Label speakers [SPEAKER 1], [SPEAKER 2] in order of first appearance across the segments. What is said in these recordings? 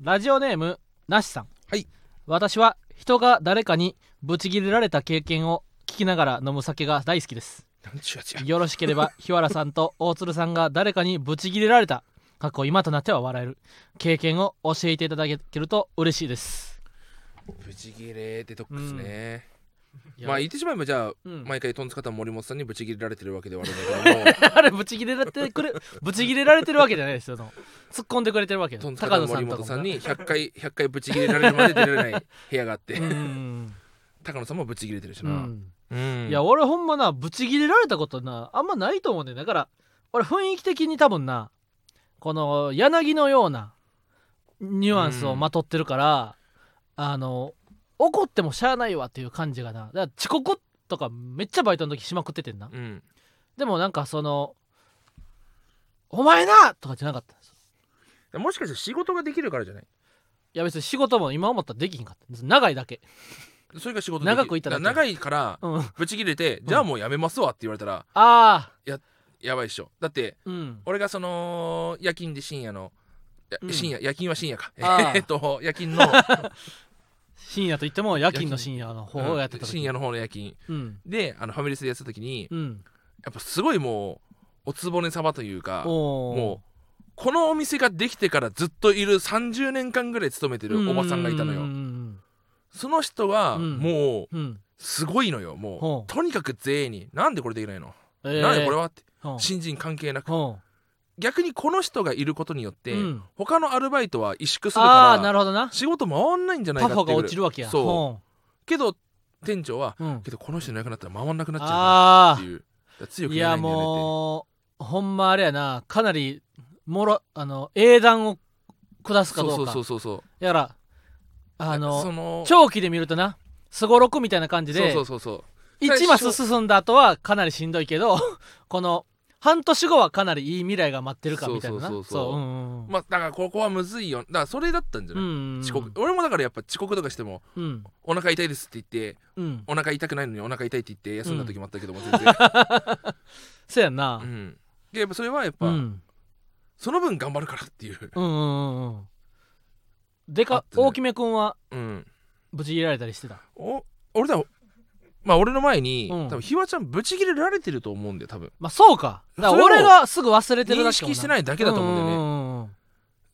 [SPEAKER 1] ラジオネームなしさん
[SPEAKER 2] はい
[SPEAKER 1] 私は人が誰かにブチギレられた経験を聞きながら飲む酒が大好きです
[SPEAKER 2] なんちゅうやつや
[SPEAKER 1] よろしければ日原さんと大鶴さんが誰かにブチギレられた過去今となっては笑える経験を教えていただけると嬉しいです
[SPEAKER 2] ブチギレデトックスね、
[SPEAKER 1] いや
[SPEAKER 2] まあ言ってしまえばじゃあ、
[SPEAKER 1] うん
[SPEAKER 2] 毎回トンツカタン森本さんにブチギレられてるわけではある んだけど も
[SPEAKER 1] あれブチギレられてくれブチギレられてるわけじゃないですよその突っ込んでくれてるわけよ
[SPEAKER 2] トンツカ
[SPEAKER 1] 高
[SPEAKER 2] タン
[SPEAKER 1] 野さ
[SPEAKER 2] 森
[SPEAKER 1] んとか
[SPEAKER 2] 本
[SPEAKER 1] も
[SPEAKER 2] さんに100回100回ブチギレられるまで出られない部屋があって、
[SPEAKER 1] うん
[SPEAKER 2] 高野さんもブチギレてるし
[SPEAKER 1] う
[SPEAKER 2] な、
[SPEAKER 1] ん
[SPEAKER 2] うん
[SPEAKER 1] いや俺ほんまなブチギレられたことなあんまないと思うねんだから俺雰囲気的に多分なこの柳のようなニュアンスをまとってるから、あの怒ってもしゃあないわっていう感じがなだから遅刻とかめっちゃバイトの時しまくっててんな
[SPEAKER 2] うん
[SPEAKER 1] でもなんかその「お前な!」とかじゃなかったんですよ
[SPEAKER 2] もしかして仕事ができるからじゃない
[SPEAKER 1] いや別に仕事も今思ったらできひんかった長いだけ
[SPEAKER 2] それが仕事でき
[SPEAKER 1] 長くいただ
[SPEAKER 2] だ
[SPEAKER 1] け
[SPEAKER 2] から長いから
[SPEAKER 1] うんあ
[SPEAKER 2] ブチギレて、
[SPEAKER 1] ん
[SPEAKER 2] じゃあもうやめますわって言われたら
[SPEAKER 1] あ
[SPEAKER 2] やばいっしょだって
[SPEAKER 1] うん
[SPEAKER 2] 俺がその夜勤で深夜のや
[SPEAKER 1] うん
[SPEAKER 2] 深夜、夜勤は深夜か え
[SPEAKER 1] ああ
[SPEAKER 2] ーっと夜勤の
[SPEAKER 1] 深夜といっても夜勤の深夜の方をやってた時、
[SPEAKER 2] 深夜の方の夜勤
[SPEAKER 1] うん
[SPEAKER 2] であのファミレスでやってた時に、
[SPEAKER 1] うん
[SPEAKER 2] やっぱすごいもうおつぼね様というか
[SPEAKER 1] おー
[SPEAKER 2] もうこのお店ができてからずっといる30年間ぐらい勤めてるおばさんがいたの
[SPEAKER 1] うんう
[SPEAKER 2] よ
[SPEAKER 1] ん
[SPEAKER 2] その人は
[SPEAKER 1] うん
[SPEAKER 2] もう
[SPEAKER 1] うんうん。
[SPEAKER 2] すごいのよも
[SPEAKER 1] ほ
[SPEAKER 2] う
[SPEAKER 1] う
[SPEAKER 2] とにかく全員に「なんでこれできないの
[SPEAKER 1] えー
[SPEAKER 2] なんでこれは?」って
[SPEAKER 1] ほう
[SPEAKER 2] 新人関係なく
[SPEAKER 1] ほ
[SPEAKER 2] 逆にこの人がいることによって
[SPEAKER 1] うん
[SPEAKER 2] 他のアルバイトは萎縮す
[SPEAKER 1] う
[SPEAKER 2] る
[SPEAKER 1] ああー、
[SPEAKER 2] か
[SPEAKER 1] な
[SPEAKER 2] ら
[SPEAKER 1] るほどな。
[SPEAKER 2] 仕事回んないんじゃないか
[SPEAKER 1] パ
[SPEAKER 2] っ
[SPEAKER 1] フ
[SPEAKER 2] ていう
[SPEAKER 1] ォが落ちるわけや。
[SPEAKER 2] そ
[SPEAKER 1] ほ
[SPEAKER 2] うけど店長は
[SPEAKER 1] う。うん
[SPEAKER 2] 「けどこの人いなくなったら回んなくなっちゃうな」
[SPEAKER 1] あ
[SPEAKER 2] っていうだから強
[SPEAKER 1] あ。
[SPEAKER 2] く
[SPEAKER 1] い
[SPEAKER 2] 言
[SPEAKER 1] や、
[SPEAKER 2] えないんだよねって
[SPEAKER 1] もう、ほんまあれやな、かなり、もろ、あの、英断を下すかど
[SPEAKER 2] そうう
[SPEAKER 1] か。
[SPEAKER 2] そうそうそう
[SPEAKER 1] やから、あ
[SPEAKER 2] そ
[SPEAKER 1] の、
[SPEAKER 2] の
[SPEAKER 1] 長期で見るとな、すごろくみたいな感じで、
[SPEAKER 2] そうそうそう最
[SPEAKER 1] 1
[SPEAKER 2] 初
[SPEAKER 1] マス進んだ後はかなりしんどいけど、 この、半年後はかなりいい未来が待ってるかみたいなな。
[SPEAKER 2] そうそうそうそう
[SPEAKER 1] うんうんうん
[SPEAKER 2] そうまあだからここはむずいよだからそれだったんじゃ
[SPEAKER 1] う
[SPEAKER 2] ない、
[SPEAKER 1] ん。
[SPEAKER 2] 遅刻俺もだからやっぱ遅刻とかしても
[SPEAKER 1] うん。
[SPEAKER 2] お腹痛いですって言って
[SPEAKER 1] うん。
[SPEAKER 2] お腹痛くないのにお腹痛いって言って休んだ時もあったけども全然、
[SPEAKER 1] そうやんな。
[SPEAKER 2] うんでやっぱそれはやっぱ、
[SPEAKER 1] うん、
[SPEAKER 2] その分頑張るからっていう、
[SPEAKER 1] うんうんうんうんで
[SPEAKER 2] あ
[SPEAKER 1] か
[SPEAKER 2] ってね
[SPEAKER 1] 大きめくんは
[SPEAKER 2] うん、
[SPEAKER 1] ぶち切れられたりしてた
[SPEAKER 2] お俺だまあ俺の前に、
[SPEAKER 1] うん
[SPEAKER 2] 多分ひわちゃんブチ切れられてると思うんだよ多分
[SPEAKER 1] まあそうかだから
[SPEAKER 2] それを
[SPEAKER 1] 俺がすぐ忘れてるだけか
[SPEAKER 2] 認
[SPEAKER 1] も
[SPEAKER 2] 識してないだけだと思うんだよね、
[SPEAKER 1] よね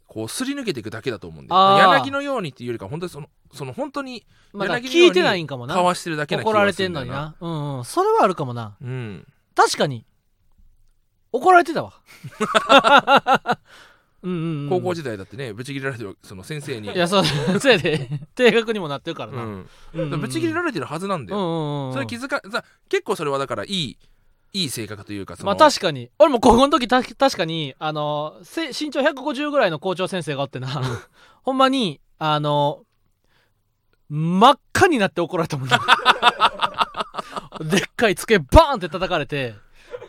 [SPEAKER 2] こうすり抜けていくだけだと思うんで
[SPEAKER 1] あー
[SPEAKER 2] 柳のようにっていうよりかは本当にそのその本当に
[SPEAKER 1] まあだから
[SPEAKER 2] 柳のように
[SPEAKER 1] 聞いてないんかもな
[SPEAKER 2] かわしてるだけな気
[SPEAKER 1] 怒ら
[SPEAKER 2] が
[SPEAKER 1] れ
[SPEAKER 2] する
[SPEAKER 1] て
[SPEAKER 2] ん
[SPEAKER 1] ん
[SPEAKER 2] だ
[SPEAKER 1] の
[SPEAKER 2] よ
[SPEAKER 1] に
[SPEAKER 2] な
[SPEAKER 1] なうん、うん、それはあるかもな
[SPEAKER 2] うん
[SPEAKER 1] 確かに怒られて たわうんうん、うん、
[SPEAKER 2] 高校時代だってねブチ切れられてるその先生に
[SPEAKER 1] いやそうだそうやで 定額にもなってるから
[SPEAKER 2] う
[SPEAKER 1] な、
[SPEAKER 2] ん
[SPEAKER 1] うんうんうん
[SPEAKER 2] ぶち切れられてるはずなんだ
[SPEAKER 1] うん
[SPEAKER 2] よ、
[SPEAKER 1] うんうん
[SPEAKER 2] それ気づかさ結構それはだからいいいい性格というかその、
[SPEAKER 1] まあ確かに俺も高校の時た確かにあのせ身長150ぐらいの校長先生がおってな ほんまにあの真っ赤になって怒られたもん なでっかい机バーンって叩かれて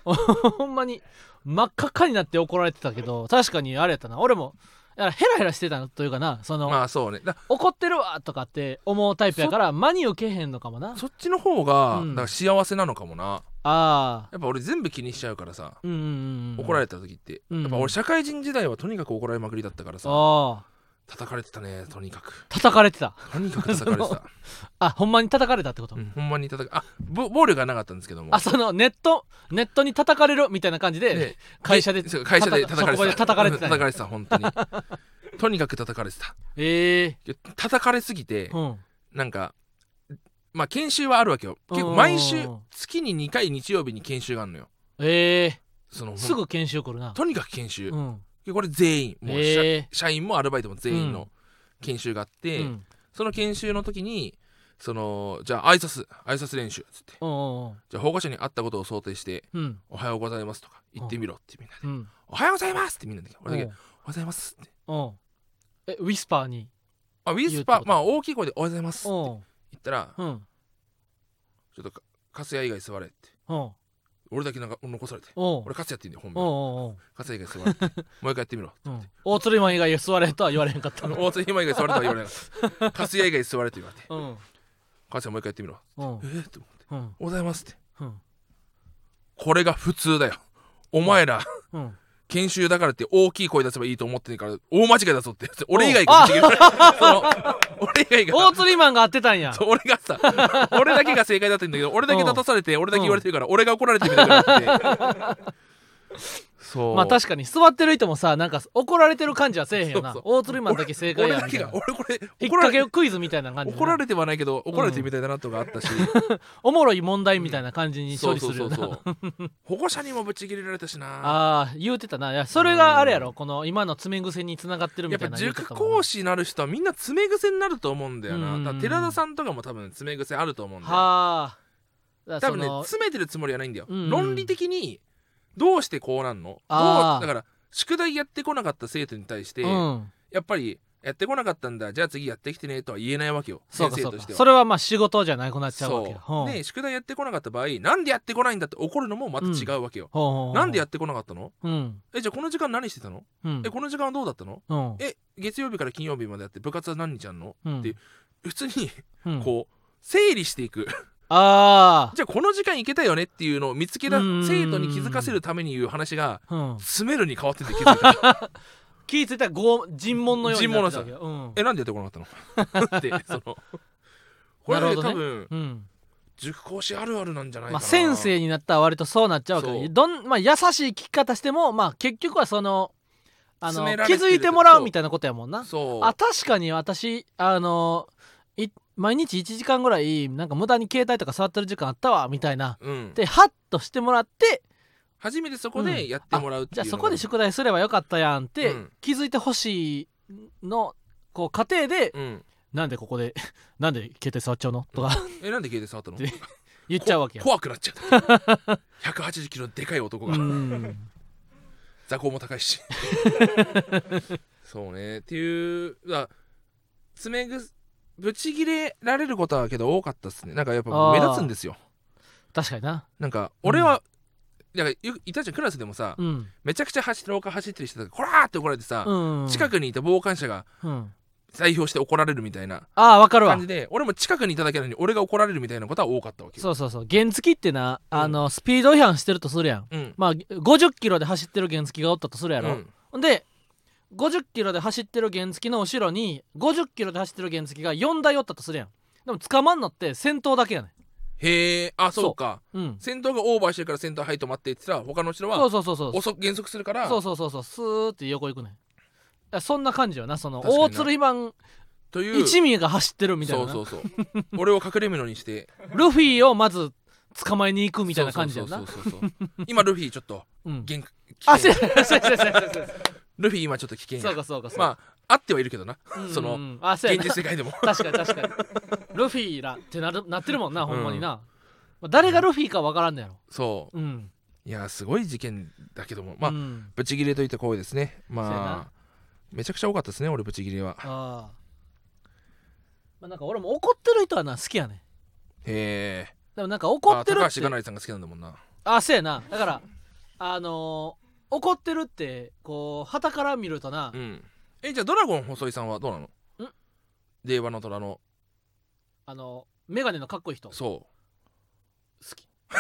[SPEAKER 1] ほんまに真っ赤っかになって怒られてたけど確かにあれやったな俺もだからヘラヘラしてたというかなその、
[SPEAKER 2] まあそうねだ
[SPEAKER 1] 怒ってるわとかって思うタイプやから真に受けへんのかもな
[SPEAKER 2] そっちの方が、
[SPEAKER 1] うん
[SPEAKER 2] だから幸せなのかもな
[SPEAKER 1] ああ
[SPEAKER 2] やっぱ俺全部気にしちゃうからさ
[SPEAKER 1] うんうんうん
[SPEAKER 2] 怒ら
[SPEAKER 1] れ
[SPEAKER 2] れた時って、
[SPEAKER 1] うん
[SPEAKER 2] やっぱ俺社会人時代はとにかく怒られまくりだったからさ、
[SPEAKER 1] ああ
[SPEAKER 2] 叩かれてたねとに かく
[SPEAKER 1] 叩かれてた
[SPEAKER 2] とにかく叩かれてた、
[SPEAKER 1] あほんまに叩かれたってこと、
[SPEAKER 2] うんほんまに叩かあぼ暴力がなかったんですけども
[SPEAKER 1] あそのネットネットに叩かれるみたいな感じで
[SPEAKER 2] で
[SPEAKER 1] 会社で
[SPEAKER 2] でそう会社で
[SPEAKER 1] 叩
[SPEAKER 2] 叩かれ
[SPEAKER 1] そこ
[SPEAKER 2] て
[SPEAKER 1] で
[SPEAKER 2] た
[SPEAKER 1] 叩かれてた
[SPEAKER 2] うん叩かれてた本当にとにかく叩かれてた
[SPEAKER 1] え
[SPEAKER 2] 叩かれすぎて
[SPEAKER 1] え、うん
[SPEAKER 2] なんかまあ研修はあるわけよ結
[SPEAKER 1] う
[SPEAKER 2] 構
[SPEAKER 1] ん
[SPEAKER 2] 毎週月に2回日曜日に研修があるのよ
[SPEAKER 1] ええ
[SPEAKER 2] その
[SPEAKER 1] す
[SPEAKER 2] ほん
[SPEAKER 1] ぐ研修来るな
[SPEAKER 2] とにかく研修
[SPEAKER 1] う、ん
[SPEAKER 2] これ全員もう社,、
[SPEAKER 1] え
[SPEAKER 2] 社員もアルバイトも全員
[SPEAKER 1] う
[SPEAKER 2] の研修があって、
[SPEAKER 1] うん
[SPEAKER 2] その研修の時にそのじゃあ挨拶挨拶練習っつって
[SPEAKER 1] うんうん
[SPEAKER 2] じゃあ保護者に会ったことを想定して
[SPEAKER 1] うん
[SPEAKER 2] 「おはようございます」とか言ってみろってみんなで
[SPEAKER 1] うん
[SPEAKER 2] 「おはようございます」ってみんなで俺だけ「おは
[SPEAKER 1] う
[SPEAKER 2] ようございます」って
[SPEAKER 1] んうんえウィスパーに
[SPEAKER 2] あウィス
[SPEAKER 1] 言うって
[SPEAKER 2] パ
[SPEAKER 1] こ
[SPEAKER 2] ー
[SPEAKER 1] と
[SPEAKER 2] まあ大きい声で「おはようございます」
[SPEAKER 1] う
[SPEAKER 2] って
[SPEAKER 1] ん
[SPEAKER 2] 言ったら
[SPEAKER 1] うん
[SPEAKER 2] 「ちょっとかカスヤ以外座れ」って
[SPEAKER 1] うん
[SPEAKER 2] 俺だけなんか残されて
[SPEAKER 1] お
[SPEAKER 2] 俺カスヤって言うんだよ
[SPEAKER 1] お
[SPEAKER 2] 本名
[SPEAKER 1] お
[SPEAKER 2] カスヤ以外座れ てもう一回やってみろ
[SPEAKER 1] うん大鶴マン以外座れとは言われへんか った
[SPEAKER 2] あ
[SPEAKER 1] の
[SPEAKER 2] の大津ひま以外座れとは言われなか ったカスヤ以外座れって言われて
[SPEAKER 1] うん
[SPEAKER 2] カスヤもう一回やってみろ
[SPEAKER 1] うん
[SPEAKER 2] えっと思って
[SPEAKER 1] うん
[SPEAKER 2] 「おはようございます」って
[SPEAKER 1] うん
[SPEAKER 2] これが普通だよお前ら
[SPEAKER 1] うん
[SPEAKER 2] 研修だからって大きい声出せばいいと思ってねえから大間違いだぞって俺以外が間違えたその俺以外が
[SPEAKER 1] 大釣りマンが合ってたんや
[SPEAKER 2] そう俺がさ俺だけが正解だったんだけど俺だけ立たされて俺だけ言われてるから俺が怒られてるみたい になってそう
[SPEAKER 1] まあ確かに座ってる人もさなんか怒られてる感じはせえへんよな
[SPEAKER 2] そう
[SPEAKER 1] 大釣りマンだけ正解
[SPEAKER 2] 俺
[SPEAKER 1] や
[SPEAKER 2] だ
[SPEAKER 1] み
[SPEAKER 2] け
[SPEAKER 1] たいな
[SPEAKER 2] が俺これ
[SPEAKER 1] 引っ
[SPEAKER 2] 怒ら
[SPEAKER 1] 掛
[SPEAKER 2] れ
[SPEAKER 1] けクイズみたいな感じでな
[SPEAKER 2] 怒られてはないけど怒られてるみたいだなとか あったし、
[SPEAKER 1] おもろい問題みたいな感じに
[SPEAKER 2] そ
[SPEAKER 1] 処
[SPEAKER 2] う
[SPEAKER 1] 理す
[SPEAKER 2] そう
[SPEAKER 1] る
[SPEAKER 2] そ
[SPEAKER 1] よ
[SPEAKER 2] う
[SPEAKER 1] な
[SPEAKER 2] そう保護者にもぶち切れられたしな
[SPEAKER 1] ああ言うてたないやそれがあれやろこの今の爪癖につながってる
[SPEAKER 2] や
[SPEAKER 1] み
[SPEAKER 2] ったぱ
[SPEAKER 1] いな言うて
[SPEAKER 2] 塾
[SPEAKER 1] たもん
[SPEAKER 2] 講師になる人はみんな爪癖になると思うんだよな
[SPEAKER 1] うん
[SPEAKER 2] だから寺田さんとかも多分爪癖あると思うんだよ
[SPEAKER 1] はあだから
[SPEAKER 2] 多分
[SPEAKER 1] そ
[SPEAKER 2] ね
[SPEAKER 1] の
[SPEAKER 2] 詰めてるつもりはないんだよ、
[SPEAKER 1] うんうん
[SPEAKER 2] 論理的にどうしてこうなんのどう
[SPEAKER 1] あー
[SPEAKER 2] だから宿題やってこなかった生徒に対して、
[SPEAKER 1] うん
[SPEAKER 2] やっぱりやってこなかったんだじゃあ次やってきてねとは言えないわけよ
[SPEAKER 1] そうか
[SPEAKER 2] 先生
[SPEAKER 1] そう
[SPEAKER 2] とし
[SPEAKER 1] か
[SPEAKER 2] ては
[SPEAKER 1] それはまあ仕事じゃなくなっちゃうわけや
[SPEAKER 2] そうで宿題やってこなかった場合なんでやってこないんだって怒るのもまた違うわけよ、なんでや
[SPEAKER 1] っ
[SPEAKER 2] ってこなかったの
[SPEAKER 1] うん
[SPEAKER 2] えじゃあこの時間何してたの
[SPEAKER 1] うん
[SPEAKER 2] えこの時間はどうだったの
[SPEAKER 1] うん
[SPEAKER 2] え月曜日から金曜日までやって部活は何日あんの
[SPEAKER 1] うん
[SPEAKER 2] って普通に
[SPEAKER 1] うん
[SPEAKER 2] こう整理していく
[SPEAKER 1] あ
[SPEAKER 2] じゃあこの時間いけたよねっていうのを見つけた
[SPEAKER 1] うん
[SPEAKER 2] 生徒に気づかせるために言う話が
[SPEAKER 1] あうん
[SPEAKER 2] 詰める に変わってて気づいた
[SPEAKER 1] 気ぃついたら拷尋問のようになってたわけようん
[SPEAKER 2] えなんでやってこなかったの ってそのこ れ
[SPEAKER 1] な
[SPEAKER 2] は
[SPEAKER 1] る
[SPEAKER 2] ね
[SPEAKER 1] ほどね
[SPEAKER 2] 多分
[SPEAKER 1] うん
[SPEAKER 2] 塾講師あるあるなんじゃないか
[SPEAKER 1] ま
[SPEAKER 2] な、
[SPEAKER 1] あ、先生になったら割とそうなっちゃうけ
[SPEAKER 2] そ
[SPEAKER 1] ど
[SPEAKER 2] う
[SPEAKER 1] どん、まあ、優しい聞き方しても、まあ、結局はそのあの
[SPEAKER 2] 詰めら
[SPEAKER 1] 気
[SPEAKER 2] れてる
[SPEAKER 1] づいてもらうみたいなことやもんな
[SPEAKER 2] そう
[SPEAKER 1] あ確かに私あのい毎日1時間ぐらいなんか無駄に携帯とか触ってる時間あったわみたいな
[SPEAKER 2] うん、
[SPEAKER 1] でハッとしてもらって
[SPEAKER 2] 初めてそこでやってもらうって
[SPEAKER 1] じ
[SPEAKER 2] い
[SPEAKER 1] ゃ
[SPEAKER 2] う
[SPEAKER 1] あ
[SPEAKER 2] のが
[SPEAKER 1] そこで宿題すればよかったやんって、
[SPEAKER 2] うん
[SPEAKER 1] 気づいてほしいのこう過程で、
[SPEAKER 2] うん、
[SPEAKER 1] なんでここで なんで携帯触っちゃうのとか
[SPEAKER 2] えなんで携帯触っ たの
[SPEAKER 1] で言っちゃうわけや
[SPEAKER 2] こ。怖くなっちゃった 180キロのでかい男が、
[SPEAKER 1] うん
[SPEAKER 2] 座高も高 いしそうねっていうだ爪ぐぶち切れられることはけど多かったっすねなんかやっぱ
[SPEAKER 1] あー
[SPEAKER 2] 目立つんですよ
[SPEAKER 1] 確かにな。
[SPEAKER 2] なんか俺は、なんかよくいたじゃんクラスでもさ、
[SPEAKER 1] うん。
[SPEAKER 2] めちゃくちゃ走って廊下走ってる人だからこらーって怒られてさ、
[SPEAKER 1] うん、
[SPEAKER 2] 近くにいた傍観者が
[SPEAKER 1] うん、
[SPEAKER 2] 代表して怒られるみたいな
[SPEAKER 1] ああわかるわ
[SPEAKER 2] 感じで俺も近くにいただけなのに俺が怒られるみたいなことは多かったわけよ
[SPEAKER 1] そうそうそう原付ってな、
[SPEAKER 2] うん
[SPEAKER 1] あのスピード違反してるとするやん
[SPEAKER 2] う、ん、
[SPEAKER 1] まあ50キロで走ってる原付がおったとするや
[SPEAKER 2] う
[SPEAKER 1] ろ、
[SPEAKER 2] ん、
[SPEAKER 1] ほん、で50キロで走ってる原付の後ろに50キロで走ってる原付が4台おったとするやんでも捕まんのって先頭だけやね
[SPEAKER 2] へえあそうか
[SPEAKER 1] んうん
[SPEAKER 2] 先頭がオーバーしてるから先頭はい止まってって言ったら他の人
[SPEAKER 1] そ
[SPEAKER 2] は
[SPEAKER 1] うそうそうそう
[SPEAKER 2] 遅く減速するから
[SPEAKER 1] そうそうそうそうスーって横行くねんいやそんな感じよなその
[SPEAKER 2] 確かにな
[SPEAKER 1] 大鶴ひまん
[SPEAKER 2] という
[SPEAKER 1] 一味が走ってるみたいな
[SPEAKER 2] そうそうそう俺を隠れ蓑にして
[SPEAKER 1] ルフィをまず捕まえに行 くみたいな感じやんな
[SPEAKER 2] そうそうそうそうそう今ルフィちょっと
[SPEAKER 1] うん
[SPEAKER 2] 元気
[SPEAKER 1] あそうやそうやそうやそうやそうや
[SPEAKER 2] ルフィ今ちょっと危険や
[SPEAKER 1] そうかそうかそうか
[SPEAKER 2] まああってはいるけどなそ
[SPEAKER 1] うんう
[SPEAKER 2] の
[SPEAKER 1] んあそうやな
[SPEAKER 2] 現実世界でも
[SPEAKER 1] 確かに確かにルフィらってなるなってるも んなほんまにな、まあ誰がルフィかわからんのやろ
[SPEAKER 2] そ
[SPEAKER 1] うん
[SPEAKER 2] ういやすごい事件だけどもまあ
[SPEAKER 1] うん
[SPEAKER 2] ブチギレといった行為ですね
[SPEAKER 1] そうや
[SPEAKER 2] ま
[SPEAKER 1] な
[SPEAKER 2] あめちゃくちゃ多かったですね俺ブチギレは
[SPEAKER 1] ああまあなんか俺も怒ってる人はな好きやね
[SPEAKER 2] へえ
[SPEAKER 1] でもなんか怒
[SPEAKER 2] あ
[SPEAKER 1] ってる
[SPEAKER 2] 高
[SPEAKER 1] って
[SPEAKER 2] 橋がなりさんが好きなんだもんな
[SPEAKER 1] あそうやなだからあのー怒ってるってこう旗から見るとな、
[SPEAKER 2] うんえじゃあドラゴン細井さんはどうなの
[SPEAKER 1] ん
[SPEAKER 2] 令和の虎の
[SPEAKER 1] あのメガネのかっこいい人好
[SPEAKER 2] そう
[SPEAKER 1] き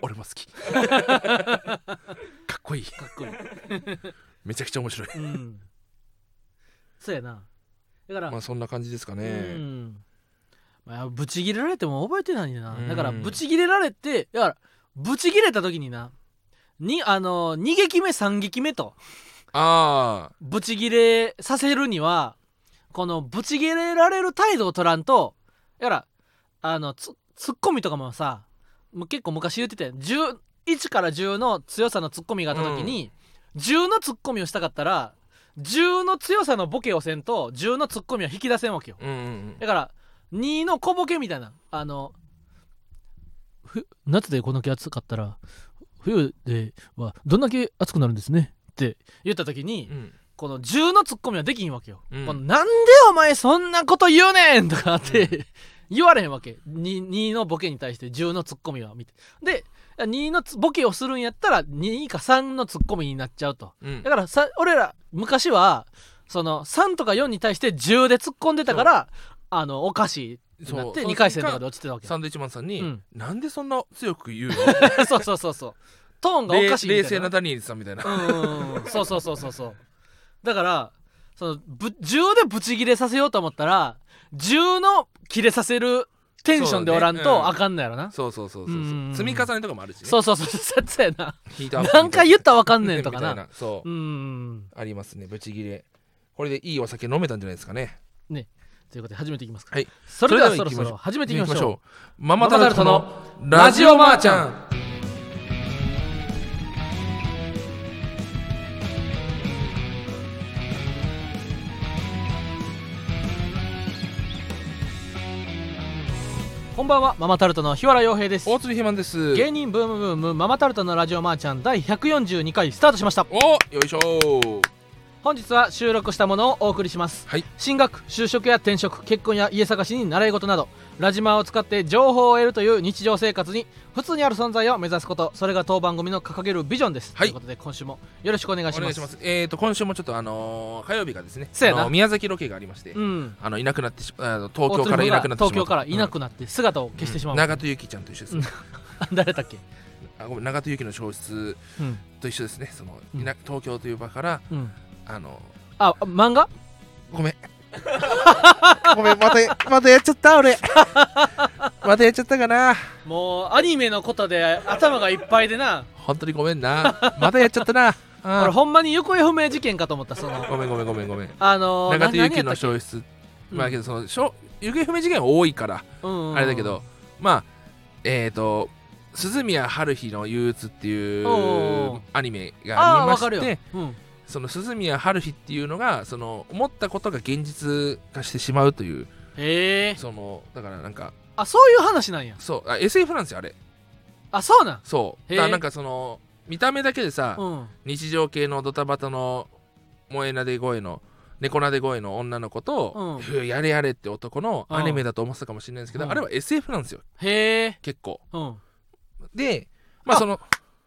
[SPEAKER 2] 俺も好 きかっこいい
[SPEAKER 1] かっこいい
[SPEAKER 2] めちゃくちゃ面白い
[SPEAKER 1] うんそうやなだから、
[SPEAKER 2] まあそんな感じですかね、
[SPEAKER 1] うんまあ、ぶち切れられても覚えてないな、
[SPEAKER 2] うん
[SPEAKER 1] だからぶち切れられてだからぶち切れた時になにあの2撃目3撃目と
[SPEAKER 2] ああ
[SPEAKER 1] ぶち切れさせるにはこのぶち切れられる態度を取らんとやらあのツツッコミとかもさもう結構昔言ってて1から10の強さのツッコミがあった時に、10のツッコミをしたかったら10の強さのボケをせんと10のツッコミは引き出せんわけよ。
[SPEAKER 2] うんうん
[SPEAKER 1] だから2の小ボケみたいなあのふ夏でこんだけ暑かったら冬ではどんだけ暑くなるんですねって言った時に、
[SPEAKER 2] うん
[SPEAKER 1] この10のツッコミはできひんわけよ、
[SPEAKER 2] うん
[SPEAKER 1] このなんでお前そんなこと言うねんとかって、
[SPEAKER 2] う
[SPEAKER 1] 言われへんわけ 2, 2のボケに対して10のツッコミはみたいで2のつボケをするんやったら2か3のツッコミになっちゃうと
[SPEAKER 2] うん
[SPEAKER 1] だからさ俺ら昔はその3とか4に対して10で突っ込んでたからあのおかしいってなっ
[SPEAKER 2] そう
[SPEAKER 1] て
[SPEAKER 2] その
[SPEAKER 1] 2回戦とかで落ちてたわけ
[SPEAKER 2] サンドイッチマンさんに、
[SPEAKER 1] うん
[SPEAKER 2] なんでそんな強く言うの?」
[SPEAKER 1] そうそうそうそうトーンがおかしいみたい
[SPEAKER 2] 冷
[SPEAKER 1] な
[SPEAKER 2] 静なダニエルさんみたいな
[SPEAKER 1] うんそうそうそうそうそうだからそのぶ銃でブチギレさせようと思ったら銃の切れさせるテンションでおらん
[SPEAKER 2] そうだねうん
[SPEAKER 1] とあかんのやろな
[SPEAKER 2] そうそうそうそう
[SPEAKER 1] う
[SPEAKER 2] そ
[SPEAKER 1] ん
[SPEAKER 2] う積み重ねとかもあるしね
[SPEAKER 1] そうそうそうそうそうやな
[SPEAKER 2] ヒートアップ
[SPEAKER 1] 何回言ったらわかんねん
[SPEAKER 2] みた
[SPEAKER 1] と
[SPEAKER 2] い
[SPEAKER 1] かな
[SPEAKER 2] なそう
[SPEAKER 1] うん
[SPEAKER 2] ありますねブチギレこれでいいお酒飲めたんじゃないですかね
[SPEAKER 1] ということで始めていきますか
[SPEAKER 2] はい
[SPEAKER 1] それでは
[SPEAKER 2] そ
[SPEAKER 1] そ
[SPEAKER 2] れ
[SPEAKER 1] ろそ
[SPEAKER 2] では行きましょう
[SPEAKER 1] ろ始めていきましょう
[SPEAKER 2] ママタルトのラジオマーちゃん
[SPEAKER 1] こんばんはママタルトの日原洋平です
[SPEAKER 2] 大鶴ひまんです
[SPEAKER 1] 芸人ブームブームママタルトのラジオマーちゃん第142回スタートしました
[SPEAKER 2] およいしょ
[SPEAKER 1] 本日は収録したものをお送りします、
[SPEAKER 2] はい
[SPEAKER 1] 進学就職や転職結婚や家探しに習い事などラジマを使って情報を得るという日常生活に普通にある存在を目指すことそれが当番組の掲げるビジョンです、
[SPEAKER 2] はい
[SPEAKER 1] ということで今週もよろしくお願いします
[SPEAKER 2] お願いします。えっ、と、今週もちょっとあのー火曜日がですね、
[SPEAKER 1] そうやな
[SPEAKER 2] あの宮崎ロケがありまして、
[SPEAKER 1] うん
[SPEAKER 2] あのいなくなってしあの東京からいなくなってしま
[SPEAKER 1] 東京からいな
[SPEAKER 2] な
[SPEAKER 1] くなって姿を消してしまう、
[SPEAKER 2] 長戸ゆきちゃんと一緒です、ね
[SPEAKER 1] 誰だっけ
[SPEAKER 2] あごめん長戸ゆきの消失
[SPEAKER 1] うん、
[SPEAKER 2] と一緒ですねその、
[SPEAKER 1] うん
[SPEAKER 2] いな東京という場から
[SPEAKER 1] うん、
[SPEAKER 2] あの
[SPEAKER 1] あ漫画
[SPEAKER 2] ごめん ごめんまたまたやっちゃった 俺またやっちゃったかな
[SPEAKER 1] もうアニメのことで頭がいっぱいでな
[SPEAKER 2] 本当にごめんなまたやっちゃっ たな
[SPEAKER 1] 俺
[SPEAKER 2] あ
[SPEAKER 1] ほんまに行方不明事件かと思ったその
[SPEAKER 2] ーごめんごめんごめんごめん
[SPEAKER 1] あのー、
[SPEAKER 2] 長戸ゆ
[SPEAKER 1] 何
[SPEAKER 2] き
[SPEAKER 1] や
[SPEAKER 2] の
[SPEAKER 1] ったっ
[SPEAKER 2] 消失
[SPEAKER 1] うん
[SPEAKER 2] まあけどそのしょ行方不明事件多いから
[SPEAKER 1] けうんうん
[SPEAKER 2] あれだけど、まあえっ、ー、と鈴宮春日の憂鬱ってい
[SPEAKER 1] おうおうお
[SPEAKER 2] う
[SPEAKER 1] う
[SPEAKER 2] アニメが
[SPEAKER 1] あ
[SPEAKER 2] あ
[SPEAKER 1] あ
[SPEAKER 2] りま
[SPEAKER 1] わかるよ
[SPEAKER 2] して、
[SPEAKER 1] うん
[SPEAKER 2] その鈴宮春日っていうのがその思ったことが現実化してしまうという
[SPEAKER 1] へえ
[SPEAKER 2] そのだからなんか
[SPEAKER 1] あそういう話なんや
[SPEAKER 2] そうあ SF なんですよあれ
[SPEAKER 1] あそうなん
[SPEAKER 2] そう
[SPEAKER 1] へえ
[SPEAKER 2] だからなんかその見た目だけでさ、
[SPEAKER 1] うん
[SPEAKER 2] 日常系のドタバタの萌えなで声の猫なで声の女の子と、ふうやれやれって男のアニメだと思ってたかもしれないんですけど、
[SPEAKER 1] うん
[SPEAKER 2] あれは SF なんですよ
[SPEAKER 1] へえ
[SPEAKER 2] 結構
[SPEAKER 1] うん
[SPEAKER 2] でまあ
[SPEAKER 1] あ
[SPEAKER 2] その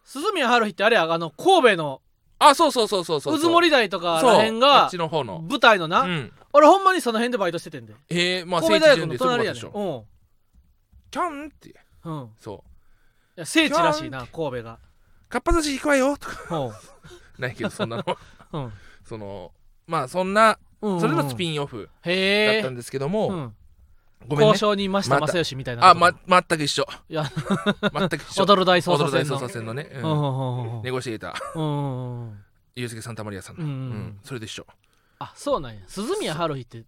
[SPEAKER 1] 鈴宮春日ってあれやあの神戸の
[SPEAKER 2] あそうそうそうそうそう
[SPEAKER 1] 渦盛
[SPEAKER 2] り
[SPEAKER 1] り台とか
[SPEAKER 2] そう
[SPEAKER 1] らへん
[SPEAKER 2] こ
[SPEAKER 1] が
[SPEAKER 2] っちの方の
[SPEAKER 1] 舞台のな、
[SPEAKER 2] うん
[SPEAKER 1] 俺ほんまにその辺でバイトしててんで
[SPEAKER 2] えー、まあ
[SPEAKER 1] 神戸
[SPEAKER 2] 聖
[SPEAKER 1] 大
[SPEAKER 2] 地
[SPEAKER 1] 学の
[SPEAKER 2] 巡礼する
[SPEAKER 1] 隣や
[SPEAKER 2] で
[SPEAKER 1] ね
[SPEAKER 2] しょ
[SPEAKER 1] う
[SPEAKER 2] キャンって
[SPEAKER 1] んうん
[SPEAKER 2] そ
[SPEAKER 1] いや聖地らしいな神戸が
[SPEAKER 2] うかっぱ寿司行くわよとか
[SPEAKER 1] うん
[SPEAKER 2] ないけどそんなの
[SPEAKER 1] うん
[SPEAKER 2] そのまあそんな
[SPEAKER 1] うん
[SPEAKER 2] それのス
[SPEAKER 1] ン
[SPEAKER 2] ピンオフだ
[SPEAKER 1] へ
[SPEAKER 2] っ
[SPEAKER 1] え
[SPEAKER 2] たんですけども、
[SPEAKER 1] うん
[SPEAKER 2] ごめん
[SPEAKER 1] 交
[SPEAKER 2] ね
[SPEAKER 1] 渉に増した正義みたいな
[SPEAKER 2] あ
[SPEAKER 1] こと
[SPEAKER 2] ま
[SPEAKER 1] が
[SPEAKER 2] 全く一緒
[SPEAKER 1] いや
[SPEAKER 2] 全く 一緒
[SPEAKER 1] 踊る大捜
[SPEAKER 2] 踊
[SPEAKER 1] 査
[SPEAKER 2] る大
[SPEAKER 1] 線の
[SPEAKER 2] 捜査線のね、う
[SPEAKER 1] うんんうんうん
[SPEAKER 2] ネゴシエーター
[SPEAKER 1] うんうんうん
[SPEAKER 2] ユうスケ・サンタマリアさんの、
[SPEAKER 1] う
[SPEAKER 2] うんん
[SPEAKER 1] うんうん
[SPEAKER 2] それと一緒
[SPEAKER 1] あそうなんや鈴宮春日って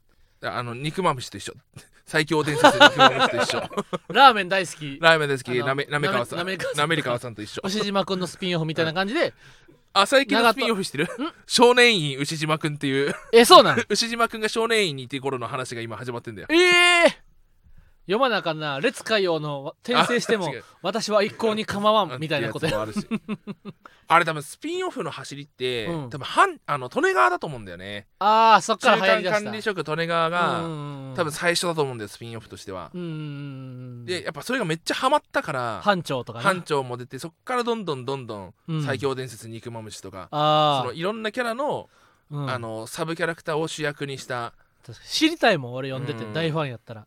[SPEAKER 2] ああの肉まぶしと一緒 最強伝説の肉まぶしと 一緒
[SPEAKER 1] ラーメン大好き
[SPEAKER 2] ラーメン大好
[SPEAKER 1] あ
[SPEAKER 2] き
[SPEAKER 1] の
[SPEAKER 2] なめなめかわさん
[SPEAKER 1] なめかわさん
[SPEAKER 2] なめりかわさんと一緒
[SPEAKER 1] 牛島くんのスピンオフみたいな感じで、
[SPEAKER 2] あ最近のスピンオフしてる
[SPEAKER 1] 長
[SPEAKER 2] 少年院牛島くんっていう
[SPEAKER 1] え、そうなん
[SPEAKER 2] 牛島くんが少年院にいて頃の話が今始まってんだよ
[SPEAKER 1] ええ読まなあかんな、列海王の転生して
[SPEAKER 2] あ
[SPEAKER 1] も
[SPEAKER 2] 違う、
[SPEAKER 1] 私は一向に構わ
[SPEAKER 2] あ
[SPEAKER 1] んみたいなこと
[SPEAKER 2] って
[SPEAKER 1] や。
[SPEAKER 2] やつもある しあれ多分スピンオフの走りって、
[SPEAKER 1] うん
[SPEAKER 2] 多分はんあの利根川だと思うんだよね
[SPEAKER 1] ああ、そっか
[SPEAKER 2] 中
[SPEAKER 1] ら
[SPEAKER 2] 間
[SPEAKER 1] 流行り
[SPEAKER 2] 管
[SPEAKER 1] 出
[SPEAKER 2] 理
[SPEAKER 1] した。
[SPEAKER 2] 職利根川が、
[SPEAKER 1] うん
[SPEAKER 2] 多分、最初だと思うんだよスピンオフとしては、
[SPEAKER 1] うん。
[SPEAKER 2] で、やっぱそれがめっちゃハマったから
[SPEAKER 1] 班長とかね。
[SPEAKER 2] 班長も出てそっからどんどんどんどん
[SPEAKER 1] うん
[SPEAKER 2] 最強伝説肉まむしとか、そ
[SPEAKER 1] あ
[SPEAKER 2] のいろんなキャラの,、
[SPEAKER 1] あ、うん
[SPEAKER 2] あのサブキャラクターを主役にした
[SPEAKER 1] 確かに知りたいもん、俺読んでて
[SPEAKER 2] う、ん
[SPEAKER 1] 大ファンやったら。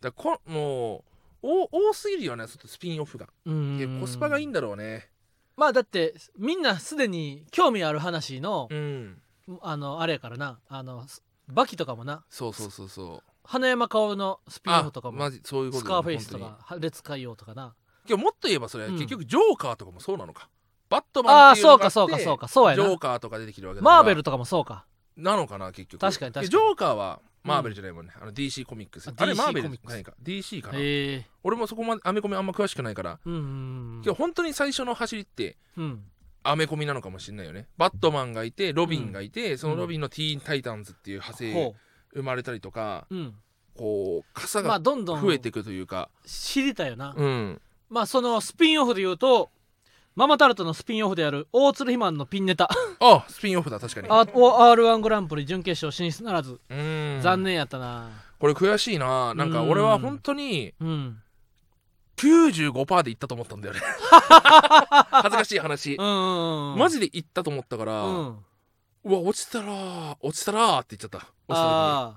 [SPEAKER 2] だこもうお多すぎるよねちょっとスピンオフが、
[SPEAKER 1] うん
[SPEAKER 2] いやコスパがいいんだろうね
[SPEAKER 1] まあだってみんなすでに興味ある話の、
[SPEAKER 2] うん
[SPEAKER 1] あのあれやからなあのバキとかもな
[SPEAKER 2] そうそうそうそう
[SPEAKER 1] 花山薫のスピンオフとかも
[SPEAKER 2] マジそういうこ
[SPEAKER 1] ス
[SPEAKER 2] とだ
[SPEAKER 1] カ
[SPEAKER 2] よ
[SPEAKER 1] ーフェイスと
[SPEAKER 2] 本
[SPEAKER 1] か列海王とかな
[SPEAKER 2] 当にいやもっと言えばそれ、
[SPEAKER 1] うん
[SPEAKER 2] 結局ジョーカーとかもそうなのかバット
[SPEAKER 1] あ
[SPEAKER 2] マン
[SPEAKER 1] あ
[SPEAKER 2] っていうの
[SPEAKER 1] そう
[SPEAKER 2] があ
[SPEAKER 1] か
[SPEAKER 2] って
[SPEAKER 1] そうかそうかそうや
[SPEAKER 2] ジョー
[SPEAKER 1] な
[SPEAKER 2] カーとか出てきるわけだから
[SPEAKER 1] マーベルとかもそうか
[SPEAKER 2] なのかな結局
[SPEAKER 1] 確かに確かに
[SPEAKER 2] ジョーカーはマーベルじゃないもんね、あの DC コミックス
[SPEAKER 1] あ
[SPEAKER 2] あれ
[SPEAKER 1] DC
[SPEAKER 2] マーベ
[SPEAKER 1] コ
[SPEAKER 2] ル
[SPEAKER 1] ミ
[SPEAKER 2] じ
[SPEAKER 1] ックス
[SPEAKER 2] ゃないか DC かな、
[SPEAKER 1] へえ
[SPEAKER 2] 俺もそこまでアメコミあんま詳しくないから
[SPEAKER 1] うんうん
[SPEAKER 2] 今日本当に最初の走りって
[SPEAKER 1] うんうん
[SPEAKER 2] アメコミなのかもしれないよねバットマンがいてロビンがいて、そのロビンのティーン・タイタンズっていう派生
[SPEAKER 1] ほ
[SPEAKER 2] 生まれたりとか
[SPEAKER 1] ううん
[SPEAKER 2] こう傘
[SPEAKER 1] まあ
[SPEAKER 2] が
[SPEAKER 1] どんどん
[SPEAKER 2] 増えていくというか、
[SPEAKER 1] 知りたいよな
[SPEAKER 2] うん
[SPEAKER 1] まあそのスピンオフで言うとママタルトのスピンオフである大鶴肥満のピンネタ
[SPEAKER 2] あスピンオフだ確かに
[SPEAKER 1] r 1グランプリ準決勝進出ならず
[SPEAKER 2] うん
[SPEAKER 1] 残念やったな
[SPEAKER 2] これ悔しいななんか俺は本当に
[SPEAKER 1] うん
[SPEAKER 2] 95%でいったと思った んだよね恥ずかしい話
[SPEAKER 1] うんうんうん
[SPEAKER 2] マジでいったと思ったから、
[SPEAKER 1] う
[SPEAKER 2] うんわ落ちたらー落ちたらーって言っちゃった落ちた
[SPEAKER 1] ああ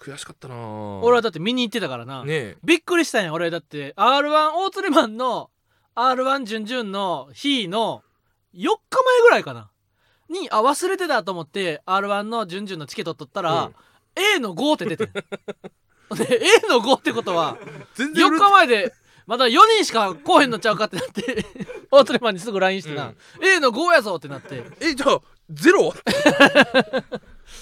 [SPEAKER 2] 時に悔しかったな
[SPEAKER 1] 俺は
[SPEAKER 2] ー
[SPEAKER 1] だって見に行ってたからな
[SPEAKER 2] ねえ
[SPEAKER 1] びっくりしたんや俺だって r 1大鶴肥満の r 1準々の日の4日前ぐらいかなにあ忘れてたと思って r 1の準々のチケット取ったら、A の5って出て るで A の5ってことは
[SPEAKER 2] 全然
[SPEAKER 1] 4
[SPEAKER 2] 売れ
[SPEAKER 1] 日前でまた4人しか来へんのちゃうかってなって オートレマンにすぐ LINE してな、A の5やぞってなって
[SPEAKER 2] えじゃあゼロ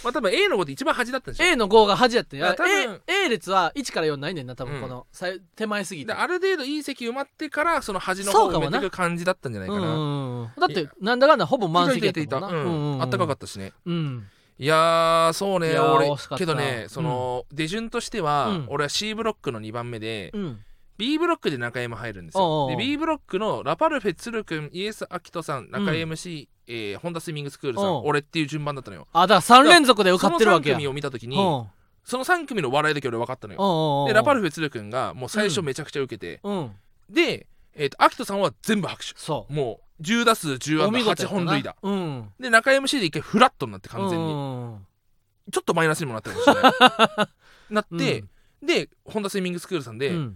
[SPEAKER 2] まあ多分 A の子って一番端だったんでしょ
[SPEAKER 1] A の5が恥やって
[SPEAKER 2] いや多分
[SPEAKER 1] A, A 列は1から4ないねんな多分この、さい手前すぎて
[SPEAKER 2] である程度いい席埋まってからその端の
[SPEAKER 1] そ
[SPEAKER 2] 方
[SPEAKER 1] うか
[SPEAKER 2] を
[SPEAKER 1] も
[SPEAKER 2] 埋め
[SPEAKER 1] な
[SPEAKER 2] ていく感じだったんじゃないか
[SPEAKER 1] うんう
[SPEAKER 2] なん
[SPEAKER 1] うんだってなんだかんだほぼ満
[SPEAKER 2] い
[SPEAKER 1] 席
[SPEAKER 2] た
[SPEAKER 1] や
[SPEAKER 2] い
[SPEAKER 1] った
[SPEAKER 2] いたいた
[SPEAKER 1] たもんな
[SPEAKER 2] うんあったかかったしね
[SPEAKER 1] たうん
[SPEAKER 2] いやーそう
[SPEAKER 1] い
[SPEAKER 2] ね
[SPEAKER 1] やー
[SPEAKER 2] 俺
[SPEAKER 1] 惜しかった
[SPEAKER 2] けどねその出順としては、
[SPEAKER 1] うん
[SPEAKER 2] 俺は C ブロックの2番目で、
[SPEAKER 1] うん
[SPEAKER 2] B ブロックで中山入るんです
[SPEAKER 1] おうお
[SPEAKER 2] よ
[SPEAKER 1] う
[SPEAKER 2] で B ブロックのラパルフェ鶴くんイエス・アキトさん中 MC、えーホンダスイミングスクールさ
[SPEAKER 1] おうん
[SPEAKER 2] 俺っていう順番だったのよ
[SPEAKER 1] あだから3連続で受かってるわけや
[SPEAKER 2] その3組を見た時に
[SPEAKER 1] うんうん
[SPEAKER 2] その3組の笑いだけ俺分かったのよ
[SPEAKER 1] うんうん
[SPEAKER 2] でラパルフェ鶴くんがもう最初めちゃくちゃ受けて、
[SPEAKER 1] うん
[SPEAKER 2] で、えー、とアキトさんは全部拍手
[SPEAKER 1] そう
[SPEAKER 2] もう10打数10安打
[SPEAKER 1] やった
[SPEAKER 2] 8
[SPEAKER 1] な
[SPEAKER 2] 本塁打
[SPEAKER 1] うん
[SPEAKER 2] で中 MC で一回フラットになって完全に、
[SPEAKER 1] に
[SPEAKER 2] ちょっとマイナスにもなったかもしれない なって、でホンダスイミングスクールさんで,、
[SPEAKER 1] うん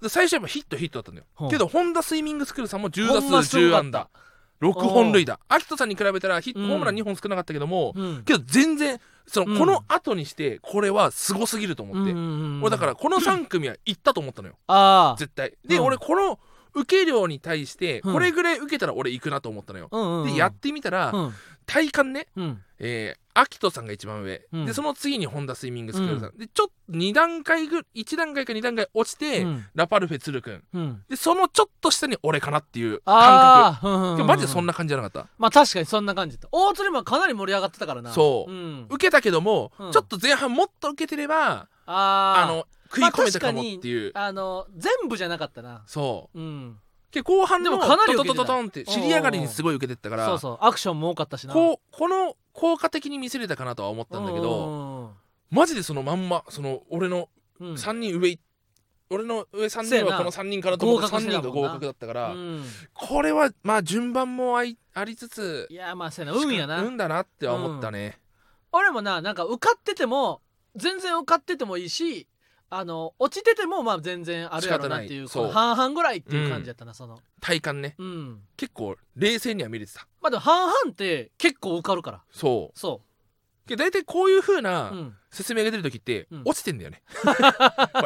[SPEAKER 2] で最初やっぱヒットヒットだったんだよ、
[SPEAKER 1] ほう
[SPEAKER 2] けどホンダスイミングスクールさんも10
[SPEAKER 1] ほ
[SPEAKER 2] 打
[SPEAKER 1] んます
[SPEAKER 2] 数
[SPEAKER 1] ご
[SPEAKER 2] 10
[SPEAKER 1] かった
[SPEAKER 2] 安打6本塁打アキトさんに比べたらヒット、
[SPEAKER 1] うん
[SPEAKER 2] ホームラン2本少なかったけども、
[SPEAKER 1] うん
[SPEAKER 2] けど全然その、
[SPEAKER 1] うん
[SPEAKER 2] この後にしてこれはすごすぎると思って、俺だかららこの3組は行ったと思ったのよ
[SPEAKER 1] ああ
[SPEAKER 2] 絶対で、
[SPEAKER 1] うん
[SPEAKER 2] 俺この受け量に対して
[SPEAKER 1] うん
[SPEAKER 2] これぐらい受けたら俺行くなと思ったのよ、
[SPEAKER 1] うんうん
[SPEAKER 2] でやってみたら、
[SPEAKER 1] うん
[SPEAKER 2] 体感ね
[SPEAKER 1] うん
[SPEAKER 2] えー、アキトさんが一番上、
[SPEAKER 1] うん
[SPEAKER 2] でその次にホンダスイミングスクールさん、でちょっと2段階ぐ1段階か2段階落ちて、
[SPEAKER 1] うん
[SPEAKER 2] ラパルフェ鶴くん
[SPEAKER 1] うん
[SPEAKER 2] でそのちょっと下に俺かなっていう感覚
[SPEAKER 1] ああうんうんうん
[SPEAKER 2] でもマジでそんな感じじゃなかった、
[SPEAKER 1] まあ確かにそんな感じだった大鳥もかなり盛り上がってたからな
[SPEAKER 2] そう
[SPEAKER 1] うん
[SPEAKER 2] 受けたけども、
[SPEAKER 1] うん
[SPEAKER 2] ちょっと前半もっと受けてればあ
[SPEAKER 1] ああ
[SPEAKER 2] の食い込めたかもっていう、
[SPEAKER 1] あの全部じゃなかったな
[SPEAKER 2] そう
[SPEAKER 1] うん
[SPEAKER 2] けど後半
[SPEAKER 1] で
[SPEAKER 2] の
[SPEAKER 1] もかなり受
[SPEAKER 2] ト
[SPEAKER 1] け
[SPEAKER 2] ト
[SPEAKER 1] てた
[SPEAKER 2] トトンって尻上がりにすごい受けてったから
[SPEAKER 1] そうそうアクションも多かったしな
[SPEAKER 2] こうこの効果的に見せれたかなとは思ったんだけど、
[SPEAKER 1] ど
[SPEAKER 2] マジでそのまんまその俺の
[SPEAKER 1] うん
[SPEAKER 2] 3人上い、俺の上3
[SPEAKER 1] せや
[SPEAKER 2] 人
[SPEAKER 1] な
[SPEAKER 2] はこの3人からと思って
[SPEAKER 1] 合格
[SPEAKER 2] 3
[SPEAKER 1] して
[SPEAKER 2] 人
[SPEAKER 1] た
[SPEAKER 2] が
[SPEAKER 1] もんな
[SPEAKER 2] 合格だったから、
[SPEAKER 1] うん
[SPEAKER 2] これはまあ順番もあいありつつ
[SPEAKER 1] いやまあそうやな運やな
[SPEAKER 2] 運だなっては思ったね、
[SPEAKER 1] 俺もななんか受かってても全然受かっててもいいしあの落ちててもまあ全然あるやろなっていう
[SPEAKER 2] 仕方な
[SPEAKER 1] この
[SPEAKER 2] いそう
[SPEAKER 1] 半々ぐらいっていう感じやったな、その
[SPEAKER 2] 体感ね
[SPEAKER 1] うん
[SPEAKER 2] 結構冷静には見れてた
[SPEAKER 1] まあでも半々って結構受かるから
[SPEAKER 2] そ
[SPEAKER 1] そう
[SPEAKER 2] けど大体こういう風
[SPEAKER 1] う、う、
[SPEAKER 2] なん説明が出る時って
[SPEAKER 1] うん
[SPEAKER 2] 落ちてんだよね、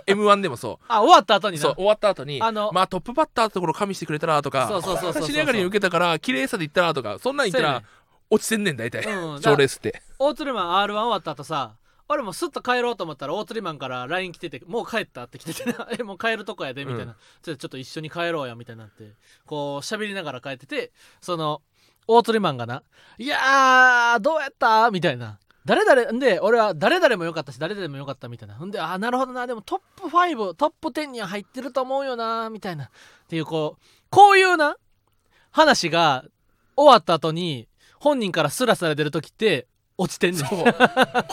[SPEAKER 2] m 1でもそ
[SPEAKER 1] あ終わった後
[SPEAKER 2] う
[SPEAKER 1] にな
[SPEAKER 2] そう終わった後に
[SPEAKER 1] あの
[SPEAKER 2] まあトップバッターのところ加味してくれたらとか
[SPEAKER 1] そうそうそうそうそう
[SPEAKER 2] 尻上がりに受けたから綺麗さでいったらとかそんなん言ったら落ちてんねん大体、
[SPEAKER 1] そうやねんうん、だ
[SPEAKER 2] 賞
[SPEAKER 1] か
[SPEAKER 2] レ
[SPEAKER 1] ら
[SPEAKER 2] ースって
[SPEAKER 1] オートリマン R1 終わった後さ俺もスッと帰ろうと思ったらオートリマンから LINE 来てて「もう帰った?」って来ててな 「えもう帰るとこやで」みたいな、ちょ「ちょっと一緒に帰ろうや」みたいになってこう喋りながら帰っててそのオートリマンがな「いやーどうやった?」みたいな「誰々んで俺は誰々も良かったし誰々も良かった」みたいな「んであーなるほどなでもトップ5トップ10には入ってると思うよな」みたいなっていうこうこういうな話が終わった後に本人からスラスラ出る時って落ちてんねん
[SPEAKER 2] そう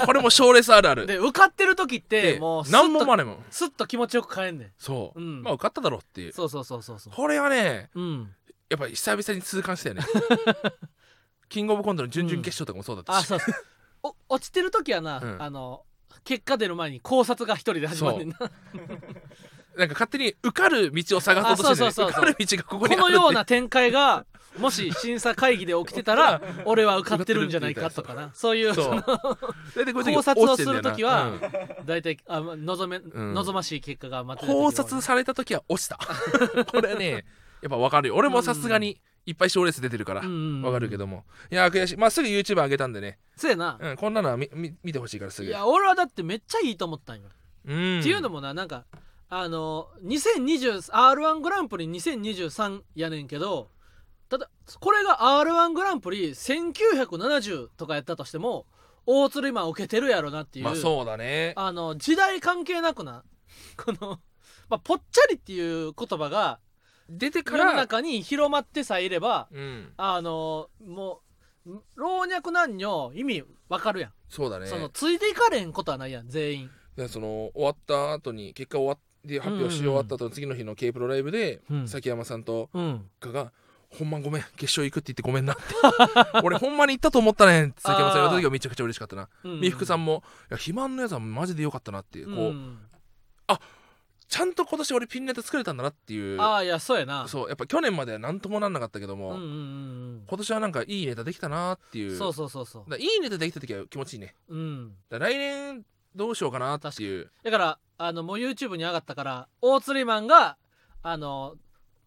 [SPEAKER 2] これも賞レースあるある
[SPEAKER 1] で受かってる時って
[SPEAKER 2] で
[SPEAKER 1] もうスッ
[SPEAKER 2] 何も
[SPEAKER 1] と
[SPEAKER 2] まねもん
[SPEAKER 1] スッと気持ちよく帰んねん
[SPEAKER 2] そう、
[SPEAKER 1] うん
[SPEAKER 2] まあ受かっただろうっていう
[SPEAKER 1] そうそうそうそうそう
[SPEAKER 2] これはね
[SPEAKER 1] うん
[SPEAKER 2] やっぱ久々に痛感した よねキングオブコントの準々決勝とかもそうだった
[SPEAKER 1] あ
[SPEAKER 2] し、
[SPEAKER 1] そうそうお落ちてる時はな、
[SPEAKER 2] うん
[SPEAKER 1] あの結果出る前に考察が一人で始まんねんなこ
[SPEAKER 2] なんか勝手に受かる道を探そうとしてる、
[SPEAKER 1] あ
[SPEAKER 2] ね、
[SPEAKER 1] そうそうそうそう
[SPEAKER 2] 受かる道がここにある
[SPEAKER 1] のよう
[SPEAKER 2] っ
[SPEAKER 1] な展開がもし審査会議で起きてたら俺は受かってるんじゃないかとかなそうい
[SPEAKER 2] て
[SPEAKER 1] う
[SPEAKER 2] そう
[SPEAKER 1] その
[SPEAKER 2] 大体こういう時
[SPEAKER 1] 考察を
[SPEAKER 2] 落ちてんだよな
[SPEAKER 1] する時は
[SPEAKER 2] うん
[SPEAKER 1] 大体あま望め、
[SPEAKER 2] うん
[SPEAKER 1] 望ましい結果が待ってた時は
[SPEAKER 2] 考察された時は落ちた これはねやっぱ分かるよ俺もさすがにいっぱい賞レース出てるから
[SPEAKER 1] うんうんうん
[SPEAKER 2] 分かるけどもいやー悔しいまあすぐ YouTube 上げたんでね、
[SPEAKER 1] せやな、
[SPEAKER 2] うん、こんなのはみみ見てほしいからす
[SPEAKER 1] い
[SPEAKER 2] ぐ
[SPEAKER 1] や俺はだってめっちゃいいと思ったんよ
[SPEAKER 2] うん
[SPEAKER 1] っていうのもななんかあの 2020R1 グランプリ2023やねんけどただこれが R1 グランプリ1970とかやったとしても大鶴今受けてるやろなっていう,、
[SPEAKER 2] まあそうだね
[SPEAKER 1] あの時代関係なくな この、まあ、ぽっちゃりっていう言葉が
[SPEAKER 2] 出てか
[SPEAKER 1] 世の
[SPEAKER 2] ら、
[SPEAKER 1] 中に広まってさえいれば
[SPEAKER 2] うん、
[SPEAKER 1] あのもう老若男女意味わかるやん、
[SPEAKER 2] そうだね
[SPEAKER 1] そのついていかれんことはないやん全員、
[SPEAKER 2] でその終わった後に結果終わって発表し終わった後の次の日の K プロライブで、
[SPEAKER 1] うん
[SPEAKER 2] 崎山さんと
[SPEAKER 1] うん、
[SPEAKER 2] かが「ほんまごめん決勝行くって言ってごめんな」って 「俺ほんまに行ったと思ったねん」って崎山さん言われた時はめちゃくちゃ嬉しかったな
[SPEAKER 1] うん
[SPEAKER 2] 美福さんも「いや肥満のやつはマジでよかったな」ってこう、
[SPEAKER 1] ん
[SPEAKER 2] あちゃんと今年俺ピンネタ作れたんだなっていう
[SPEAKER 1] ああいやそうやな
[SPEAKER 2] そうやっぱ去年までは何ともなんなかったけども、
[SPEAKER 1] うんうんうん
[SPEAKER 2] 今年はなんかいいネタできたなっていううん
[SPEAKER 1] そうそうそうそう
[SPEAKER 2] だからいいネタできた時は気持ちいいね
[SPEAKER 1] うん
[SPEAKER 2] だから来年どうしようかなっていう
[SPEAKER 1] だからあのもう YouTube に上がったから大釣りマンがあの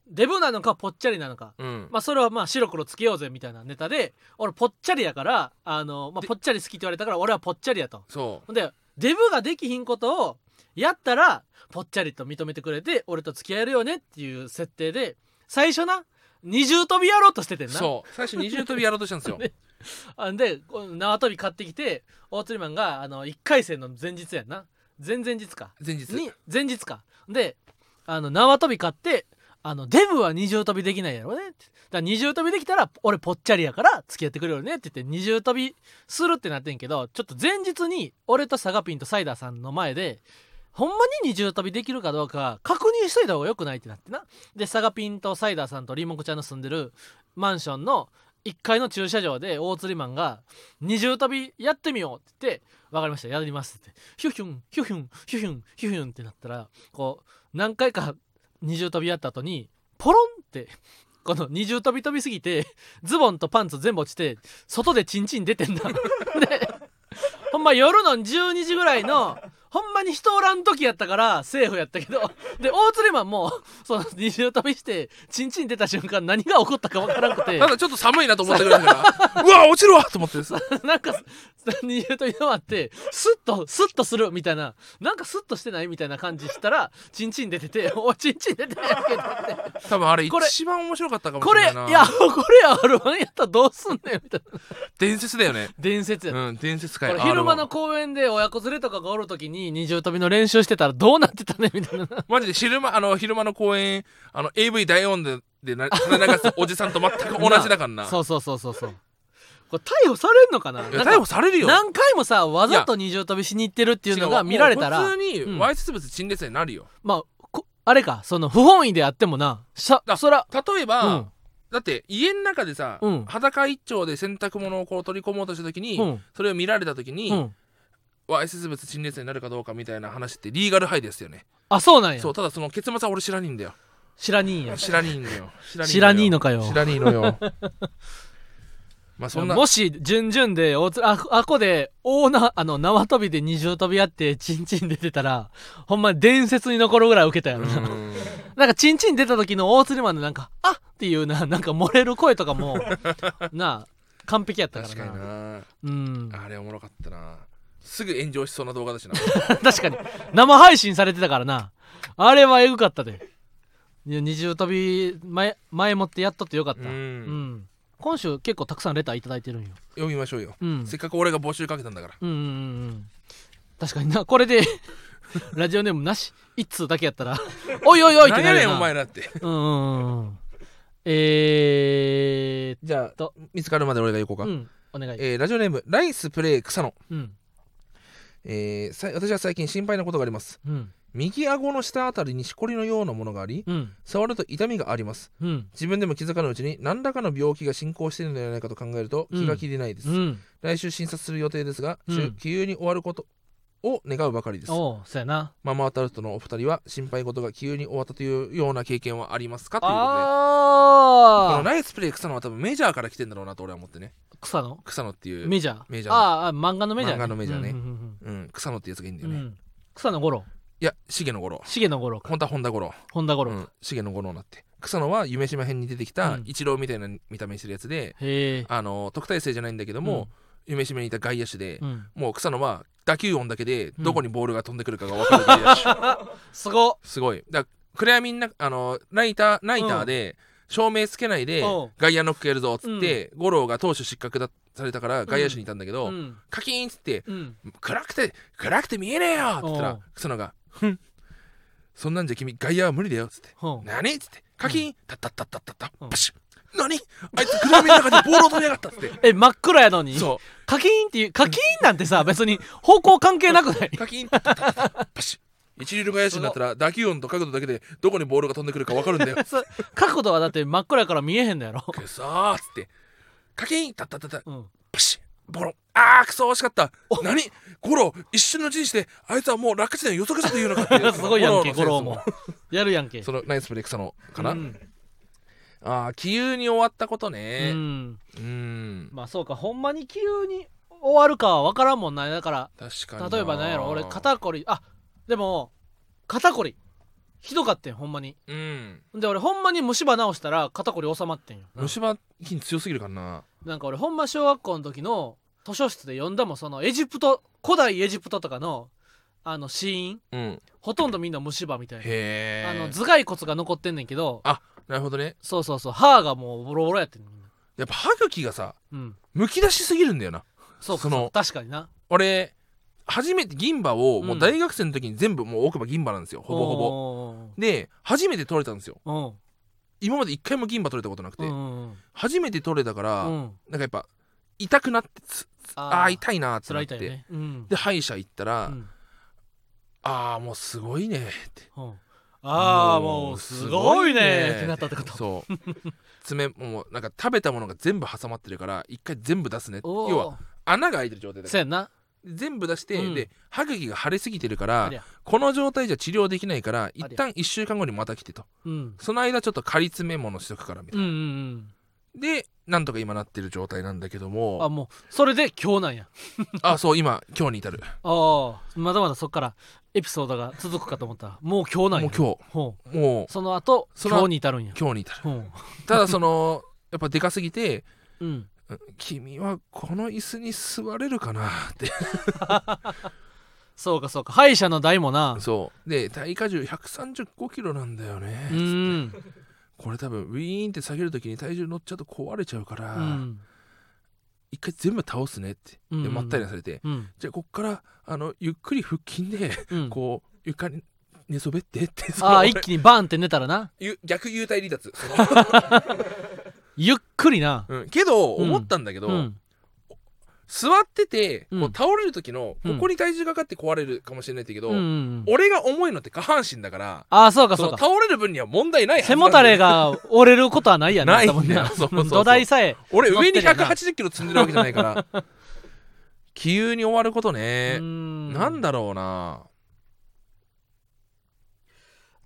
[SPEAKER 1] デブなのかぽっちゃりなのか
[SPEAKER 2] うん、
[SPEAKER 1] まあそれはまあ白黒つけようぜみたいなネタで俺ぽっちゃりやからあの、まあ、
[SPEAKER 2] で
[SPEAKER 1] ぽっちゃり好きって言われたから俺はぽっちゃりやと
[SPEAKER 2] そ
[SPEAKER 1] ほんでデブができひんことをやったらぽっちゃりと認めてくれて俺と付き合えるよねっていう設定で最初な二重跳びやろうとしててん
[SPEAKER 2] う
[SPEAKER 1] な
[SPEAKER 2] そう最初二重跳びやろうとしたんです よ
[SPEAKER 1] ねあんでこう縄跳び買ってきて大釣りマンがあの1回戦の前日やんな前々日か
[SPEAKER 2] 前日
[SPEAKER 1] に前日かであの縄跳び買ってあのデブは二重跳びできないやろねってだから二重跳びできたら俺ぽっちゃりやから付き合ってくれるよねって言って二重跳びするってなってんけどちょっと前日に俺とサガピンとサイダーさんの前でほんまに二重跳びできるかどうか確認しといた方がよくないってなってなでサガピンとサイダーさんとリモコちゃんの住んでるマンションの1階の駐車場で大釣りマンが「二重跳びやってみよう」って言って「分かりましたやります」ってヒュヒュンヒュヒュンヒュヒュンヒュヒュンってなったらこう何回か二重跳びやった後にポロンってこの二重跳び跳びすぎてズボンとパンツ全部落ちて外でチンチン出てんだ でほんま夜の12時ぐらいのほんまに人おらん時やったからセーフやったけどで大釣りマンもその二重跳びしてチンチン出た瞬間何が起こったか分からなくて
[SPEAKER 2] ただちょっと寒いなと思ってくれ たからうわ落ちるわと思ってです
[SPEAKER 1] なんか二重跳び止まってスッとスッとするみたいななんかスッとしてないみたいな感じしたらチンチン出てて「 おチンチン出てるやんけ」ってなって
[SPEAKER 2] 多分あれ
[SPEAKER 1] これ
[SPEAKER 2] 一番面白かったかも
[SPEAKER 1] こ
[SPEAKER 2] し
[SPEAKER 1] れ
[SPEAKER 2] れ
[SPEAKER 1] い
[SPEAKER 2] な
[SPEAKER 1] や
[SPEAKER 2] い
[SPEAKER 1] こ
[SPEAKER 2] な
[SPEAKER 1] れやるわやったらどうすんねんみたいな
[SPEAKER 2] 伝説だよ ね
[SPEAKER 1] 伝説やな、
[SPEAKER 2] うん伝説
[SPEAKER 1] こ
[SPEAKER 2] 会
[SPEAKER 1] れ昼間
[SPEAKER 2] R1
[SPEAKER 1] の公園で親子連れとかがおる時に二重跳びの練習してたらどうなってたねみたいな
[SPEAKER 2] マジで昼間あの昼間の公演あの AV 大音ででな垂れ流すおじさんと全く同じだからな
[SPEAKER 1] そうそうそうそうそうこれ逮捕されんのかない
[SPEAKER 2] や
[SPEAKER 1] なんか
[SPEAKER 2] 逮捕されるよ
[SPEAKER 1] 何回もさわざと二重跳びしに行ってるっていうの
[SPEAKER 2] 違
[SPEAKER 1] が
[SPEAKER 2] う
[SPEAKER 1] 見られた
[SPEAKER 2] もう
[SPEAKER 1] ら
[SPEAKER 2] 普通
[SPEAKER 1] う
[SPEAKER 2] に
[SPEAKER 1] ん
[SPEAKER 2] わいせつ物陳列になるよ、
[SPEAKER 1] まあこあれかその不本意であってもなさ
[SPEAKER 2] だ
[SPEAKER 1] そら
[SPEAKER 2] 例えば、
[SPEAKER 1] うん
[SPEAKER 2] だって家の中でさ、
[SPEAKER 1] うん
[SPEAKER 2] 裸一丁で洗濯物をこう取り込もうとした時に、
[SPEAKER 1] うん
[SPEAKER 2] それを見られた時に、
[SPEAKER 1] うん、
[SPEAKER 2] わいせつ物陳列になるかどうかみたいな話ってリーガルハイですよね
[SPEAKER 1] あそうなんや
[SPEAKER 2] そうただその結末は俺知らねえんだよ
[SPEAKER 1] 知らにんや
[SPEAKER 2] 知らねえんだよ
[SPEAKER 1] 知らねえのかよ
[SPEAKER 2] 知らねえの よまあそんな
[SPEAKER 1] もし順々でおつああこで大なあの縄跳びで二重跳びやってチンチン出てたらほんま伝説に残るぐらい受けたや
[SPEAKER 2] う
[SPEAKER 1] ろな、
[SPEAKER 2] ん
[SPEAKER 1] なんかチンチン出た時の大釣りマンのなんか「あっ!」っていうななんか漏れる声とか もなあ完璧やったから
[SPEAKER 2] 確か
[SPEAKER 1] な
[SPEAKER 2] にな
[SPEAKER 1] うん
[SPEAKER 2] あれおもろかったなすぐ炎上しそうな動画だしな
[SPEAKER 1] 確かに生配信されてたからなあれはエグかったでいや二重跳び前前もってやっとってよかった
[SPEAKER 2] う
[SPEAKER 1] う
[SPEAKER 2] ん
[SPEAKER 1] ん、今週結構たくさんレターいただいてるんよ
[SPEAKER 2] 読みましょうよ、
[SPEAKER 1] うん
[SPEAKER 2] せっかく俺が募集かけたんだから
[SPEAKER 1] うんうんうんうん確かになこれで ラジオネームなし一通だけやったら 「おいおいおい」って
[SPEAKER 2] 何
[SPEAKER 1] な
[SPEAKER 2] や
[SPEAKER 1] る
[SPEAKER 2] ね
[SPEAKER 1] よ
[SPEAKER 2] ん
[SPEAKER 1] な
[SPEAKER 2] お前らって
[SPEAKER 1] うんうんうんうんえ
[SPEAKER 2] じゃあ
[SPEAKER 1] と
[SPEAKER 2] 見つかるまで俺が行こう
[SPEAKER 1] ー、
[SPEAKER 2] か、
[SPEAKER 1] うんお願い
[SPEAKER 2] えーラジオネームライスプレイ草野、
[SPEAKER 1] うん
[SPEAKER 2] えーさい私は最近心配なことがあります
[SPEAKER 1] うん
[SPEAKER 2] 右顎の下あたりにしこりのようなものがあり
[SPEAKER 1] うん
[SPEAKER 2] 触ると痛みがあります
[SPEAKER 1] うん
[SPEAKER 2] 自分でも気づかぬうちに何らかの病気が進行しているのではないかと考えると
[SPEAKER 1] うん
[SPEAKER 2] 気が気でないです、
[SPEAKER 1] うん
[SPEAKER 2] 来週診察する予定ですが、
[SPEAKER 1] うん
[SPEAKER 2] 週急に終わることを願うばかりです
[SPEAKER 1] おうそうやな
[SPEAKER 2] ママタルトのお二人は心配事が急に終わったというような経験はありますかということでこの
[SPEAKER 1] ああ
[SPEAKER 2] ナイスプレイ草野は多分メジャーから来てんだろうなと俺は思ってね
[SPEAKER 1] 草の
[SPEAKER 2] 草野っていう、
[SPEAKER 1] メジャー
[SPEAKER 2] メジャー
[SPEAKER 1] あーあー漫画のメジャー、
[SPEAKER 2] 漫画のメジャーね
[SPEAKER 1] うんうん
[SPEAKER 2] うん、草野ってやつがいいんだ
[SPEAKER 1] う
[SPEAKER 2] よ
[SPEAKER 1] んう
[SPEAKER 2] ね、
[SPEAKER 1] ん草の五郎
[SPEAKER 2] いや重野五郎
[SPEAKER 1] 重野五郎か
[SPEAKER 2] 本当は本田五郎
[SPEAKER 1] 本田五
[SPEAKER 2] う
[SPEAKER 1] 郎、
[SPEAKER 2] ん、重野五郎になって草野は夢島編に出てきた
[SPEAKER 1] うん
[SPEAKER 2] 一郎みたいな見た目してるやつで、
[SPEAKER 1] へえ
[SPEAKER 2] あの特待生じゃないんだけども、夢島にいた外野手で、
[SPEAKER 1] うん
[SPEAKER 2] もう草野は打球音だけで
[SPEAKER 1] うん
[SPEAKER 2] どこにボールが飛んでくるかが分かる外野手
[SPEAKER 1] すごっ
[SPEAKER 2] すごいだから暗闇の中あのライターライターで、照明つけないで
[SPEAKER 1] うん
[SPEAKER 2] 外野ノックやるぞっつって、五郎が投手失格だされたから外野手にいたんだけど、
[SPEAKER 1] うん
[SPEAKER 2] カキーンっつって
[SPEAKER 1] うん
[SPEAKER 2] 暗くて暗くて見えねえよって言った
[SPEAKER 1] おう
[SPEAKER 2] ら草野が「ふんそんなんじゃ君外野は無理だよ」っつって
[SPEAKER 1] ほ
[SPEAKER 2] 「
[SPEAKER 1] う
[SPEAKER 2] 何?」っつって「カキンタッタッタッタッタッタ
[SPEAKER 1] うん
[SPEAKER 2] パシッ何あいつ暗闇の中でボールを取りやがった」っつって
[SPEAKER 1] え真っ暗やのに
[SPEAKER 2] そ
[SPEAKER 1] 課金っていう課金なんてさ別に方向関係なくないう。
[SPEAKER 2] カキンタッタッタッタッタパシッ一流の外野手になったら打球音と角度だけでどこにボールが飛んでくるか分かるんだよ
[SPEAKER 1] そ角度はだって真っ暗やから見えへんのやろ、
[SPEAKER 2] くそーっつって「カキンタッタッタッタッ
[SPEAKER 1] うん、
[SPEAKER 2] パシッボロンあーくそ惜しかった何ゴロ一瞬の人生であいつはもう落下地点を予測したというのかっていう
[SPEAKER 1] すごいやんけ
[SPEAKER 2] そ
[SPEAKER 1] ゴ
[SPEAKER 2] の
[SPEAKER 1] ローもやるやんけ
[SPEAKER 2] そのナイスプレイ草のかな、
[SPEAKER 1] うん
[SPEAKER 2] ああ杞憂に終わったこと
[SPEAKER 1] う
[SPEAKER 2] ね
[SPEAKER 1] ん
[SPEAKER 2] うん
[SPEAKER 1] まあそうかほんまに急に終わるかは分からんもんなだから
[SPEAKER 2] 確かに
[SPEAKER 1] 例えばなんやろ俺肩こりあでも肩こりひどかったんほんまに
[SPEAKER 2] うん
[SPEAKER 1] で俺ほんまに虫歯治したら肩こり収まってんよ、
[SPEAKER 2] 虫歯菌強すぎるからな
[SPEAKER 1] なんか俺ほんま小学校の時の図書室で読んだもんそのエジプト古代エジプトとかのあの死因
[SPEAKER 2] うん
[SPEAKER 1] ほとんどみんな虫歯みたいな
[SPEAKER 2] へ
[SPEAKER 1] あの
[SPEAKER 2] え
[SPEAKER 1] 頭蓋骨が残ってんねんけど
[SPEAKER 2] なるほどね
[SPEAKER 1] そうそうそう歯がもうボロボロやってんのみんな
[SPEAKER 2] やっぱ歯茎がさ
[SPEAKER 1] うん
[SPEAKER 2] むき出しすぎるんだよな
[SPEAKER 1] そうか
[SPEAKER 2] その
[SPEAKER 1] そう確かにな
[SPEAKER 2] 俺初めて銀歯をもううん大学生の時に全部もう奥歯銀歯なんですよほぼほぼ
[SPEAKER 1] ぼ
[SPEAKER 2] で初めて取れたんですよ
[SPEAKER 1] うんうん
[SPEAKER 2] 今まで一回も銀歯取れたことなくて、
[SPEAKER 1] うん
[SPEAKER 2] 初めて取れたから、
[SPEAKER 1] うん
[SPEAKER 2] なんかやっぱ痛くなってつあー
[SPEAKER 1] い
[SPEAKER 2] 痛いなーって
[SPEAKER 1] 辛
[SPEAKER 2] なっ
[SPEAKER 1] いた
[SPEAKER 2] て、
[SPEAKER 1] よねうん
[SPEAKER 2] で歯医者行ったら、
[SPEAKER 1] うん
[SPEAKER 2] ああもうすごいねって
[SPEAKER 1] うんああもうすごいねってなったってこと
[SPEAKER 2] そう爪もうなんか食べたものが全部挟まってるから一回全部出すね
[SPEAKER 1] おお
[SPEAKER 2] 要は穴が開いてる状態だか
[SPEAKER 1] せ
[SPEAKER 2] ら
[SPEAKER 1] やんな
[SPEAKER 2] 全部出して、
[SPEAKER 1] うん
[SPEAKER 2] で歯茎が腫れすぎてるか
[SPEAKER 1] あ
[SPEAKER 2] ら
[SPEAKER 1] りゃ
[SPEAKER 2] この状態じゃ治療できないから
[SPEAKER 1] りゃ
[SPEAKER 2] 一旦1週間後にまた来てと
[SPEAKER 1] うん
[SPEAKER 2] その間ちょっと仮詰め物しとくからみた
[SPEAKER 1] う
[SPEAKER 2] い
[SPEAKER 1] んう
[SPEAKER 2] な、
[SPEAKER 1] んうん
[SPEAKER 2] でなんとか今なってる状態なんだけども
[SPEAKER 1] あもうそれで今日なんや
[SPEAKER 2] あそう今今日に至る
[SPEAKER 1] ああまだまだそっからエピソードが続くかと思ったらもう今日なんや
[SPEAKER 2] もう今
[SPEAKER 1] ほう
[SPEAKER 2] 日もう
[SPEAKER 1] その後
[SPEAKER 2] その
[SPEAKER 1] 今日に至るんや
[SPEAKER 2] 今日に至る
[SPEAKER 1] ほう
[SPEAKER 2] ただその やっぱでかすぎて
[SPEAKER 1] うん
[SPEAKER 2] 「君はこの椅子に座れるかな」って
[SPEAKER 1] そうかそうか歯医者の代もな
[SPEAKER 2] そうで体荷重135キロなんだよね、
[SPEAKER 1] うーん
[SPEAKER 2] これ多分ウィーンって下げる時に体重乗っちゃうと壊れちゃうから、
[SPEAKER 1] うん
[SPEAKER 2] 一回全部倒すねって
[SPEAKER 1] うんうん
[SPEAKER 2] で
[SPEAKER 1] うん
[SPEAKER 2] まったりなされて、
[SPEAKER 1] うん
[SPEAKER 2] じゃあこっからあのゆっくり腹筋で
[SPEAKER 1] うん
[SPEAKER 2] こう床に寝そべってってその
[SPEAKER 1] ああ一気にバンって寝たらな
[SPEAKER 2] ゆ逆幽体離脱その
[SPEAKER 1] ゆっくりな
[SPEAKER 2] うんけど
[SPEAKER 1] うん
[SPEAKER 2] 思ったんだけど、
[SPEAKER 1] うん
[SPEAKER 2] 座ってて、こう
[SPEAKER 1] うん
[SPEAKER 2] 倒れる時の
[SPEAKER 1] うん
[SPEAKER 2] ここに体重がかかって壊れるかもしれないんだけど、
[SPEAKER 1] うんうん
[SPEAKER 2] 俺が重いのって下半身だから
[SPEAKER 1] ああそうか
[SPEAKER 2] そ
[SPEAKER 1] そ
[SPEAKER 2] の
[SPEAKER 1] うか
[SPEAKER 2] 倒れる分には問題ないはず
[SPEAKER 1] 背
[SPEAKER 2] な
[SPEAKER 1] も
[SPEAKER 2] ん
[SPEAKER 1] た
[SPEAKER 2] だよ
[SPEAKER 1] れが折れることはないやん
[SPEAKER 2] ないんだよ
[SPEAKER 1] 多分な
[SPEAKER 2] そうそうそう
[SPEAKER 1] 土台さえ
[SPEAKER 2] 俺上に
[SPEAKER 1] 乗ってるよな
[SPEAKER 2] 180キロ積んでるわけじゃないから 気憂に終わることね、な
[SPEAKER 1] なん
[SPEAKER 2] だろうな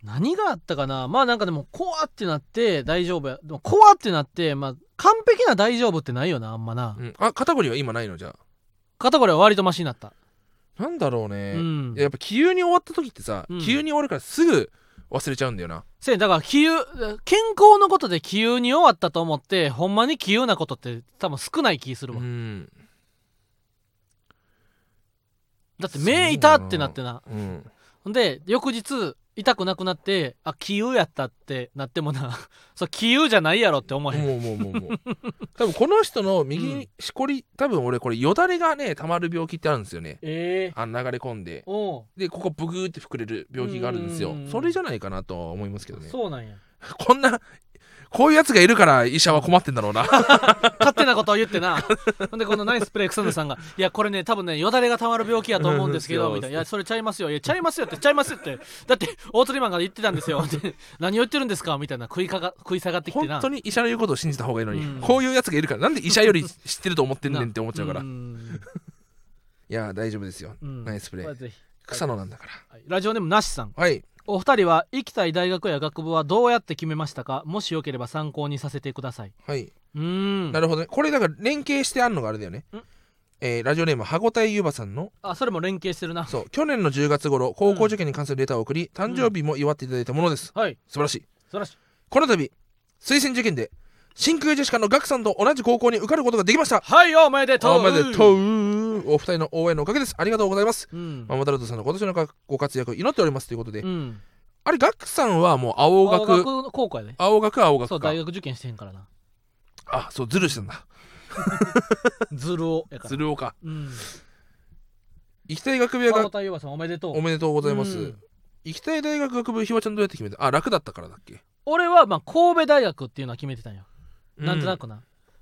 [SPEAKER 1] 何があったかなまあなんかでも怖ってなって大丈夫やでも怖ってなってまあ完璧な大丈夫ってないよなあんまな
[SPEAKER 2] うんあ肩こりは今ないのじゃ
[SPEAKER 1] 肩こりは割とマシになった、
[SPEAKER 2] あなんだろうね、
[SPEAKER 1] うん
[SPEAKER 2] いややっぱ気憂に終わった時ってさ、
[SPEAKER 1] うん
[SPEAKER 2] 気憂に終わるからすぐ忘れちゃうんだよな
[SPEAKER 1] せやだから気憂健康のことで気憂に終わったと思ってほんまに気憂なことって多分少ない気する
[SPEAKER 2] う
[SPEAKER 1] わ、
[SPEAKER 2] ん、
[SPEAKER 1] だって
[SPEAKER 2] そうだな
[SPEAKER 1] 目痛ってなってな
[SPEAKER 2] うん、
[SPEAKER 1] ほんで翌日痛くなくなってあ気憂やったってなってもな そう気憂じゃないやろって思えへん、
[SPEAKER 2] もうもうもうもう 多分この人の右にしこり、多分俺これよだれがねたまる病気ってあるんですよね
[SPEAKER 1] ええ
[SPEAKER 2] あ流れ込んで
[SPEAKER 1] おう
[SPEAKER 2] でここブグーって膨れる病気があるんですよ
[SPEAKER 1] うんうんうん
[SPEAKER 2] それじゃないかなとは思いますけどね
[SPEAKER 1] そうなんや
[SPEAKER 2] こんなこういうやつがいるから医者は困ってんだろ うな
[SPEAKER 1] 勝手なことを言ってな ほんでこのナイスプレー草野さんが「いやこれね多分ねよだれがたまる病気やと思うんですけど」
[SPEAKER 2] うん
[SPEAKER 1] みたいな「いやそれちゃいますよいやちゃいますよ」って「ちゃいますよ」ってだって大鳥マンが言ってたんですよ で何を言ってるんですかみたいな食いかが食い下がってきて
[SPEAKER 2] 本
[SPEAKER 1] な
[SPEAKER 2] 当に医者の言うことを信じた方がいいのに、
[SPEAKER 1] うん
[SPEAKER 2] こういうやつがいるからなんで医者より知ってると思ってんねんって思っちゃうから
[SPEAKER 1] なうん
[SPEAKER 2] いや大丈夫ですよ
[SPEAKER 1] うん
[SPEAKER 2] ナイスプレー
[SPEAKER 1] これぜひ
[SPEAKER 2] 草野なんだから
[SPEAKER 1] はいラジオネームなしさん
[SPEAKER 2] はい
[SPEAKER 1] お二人は行きたい大学や学部はどうやって決めましたかもしよければ参考にさせてくださいう
[SPEAKER 2] はい、
[SPEAKER 1] ーん
[SPEAKER 2] なるほどねこれだから連携してあるのがあれだよね
[SPEAKER 1] うん
[SPEAKER 2] えーラジオネームはごたえゆばさんの
[SPEAKER 1] あそれも連携してるな
[SPEAKER 2] そう去年の10月頃高校受験に関するレターを送り、誕生日も祝っていただいたものです、
[SPEAKER 1] はい
[SPEAKER 2] 素晴らしい
[SPEAKER 1] 素晴らしい
[SPEAKER 2] この度推薦受験で真空ジェシカのガクさんと同じ高校に受かることができました
[SPEAKER 1] はいおめでとう
[SPEAKER 2] おめでとうお二人の応援のおかげですありがとうございます
[SPEAKER 1] うん
[SPEAKER 2] ママタルトさんの今年のご活躍を祈っておりますということで、
[SPEAKER 1] うん
[SPEAKER 2] あれガクさんはもう青
[SPEAKER 1] 青
[SPEAKER 2] 学青学
[SPEAKER 1] 学高校やで
[SPEAKER 2] 青学
[SPEAKER 1] そう
[SPEAKER 2] か
[SPEAKER 1] 大学受験してへんからな
[SPEAKER 2] あそうズルしてんだ
[SPEAKER 1] ズルをやから
[SPEAKER 2] ズル岡
[SPEAKER 1] うん
[SPEAKER 2] 行きたい学部や
[SPEAKER 1] 川
[SPEAKER 2] が
[SPEAKER 1] 田優馬さんおめでと
[SPEAKER 2] お
[SPEAKER 1] う
[SPEAKER 2] めでとうございます、
[SPEAKER 1] うん
[SPEAKER 2] 行きたい大学学部ひわちゃんどうやって決めたあ楽だったからだっけ
[SPEAKER 1] 俺はまあ神戸大学っていうのは決めてたんよなんとなく
[SPEAKER 2] く
[SPEAKER 1] なっ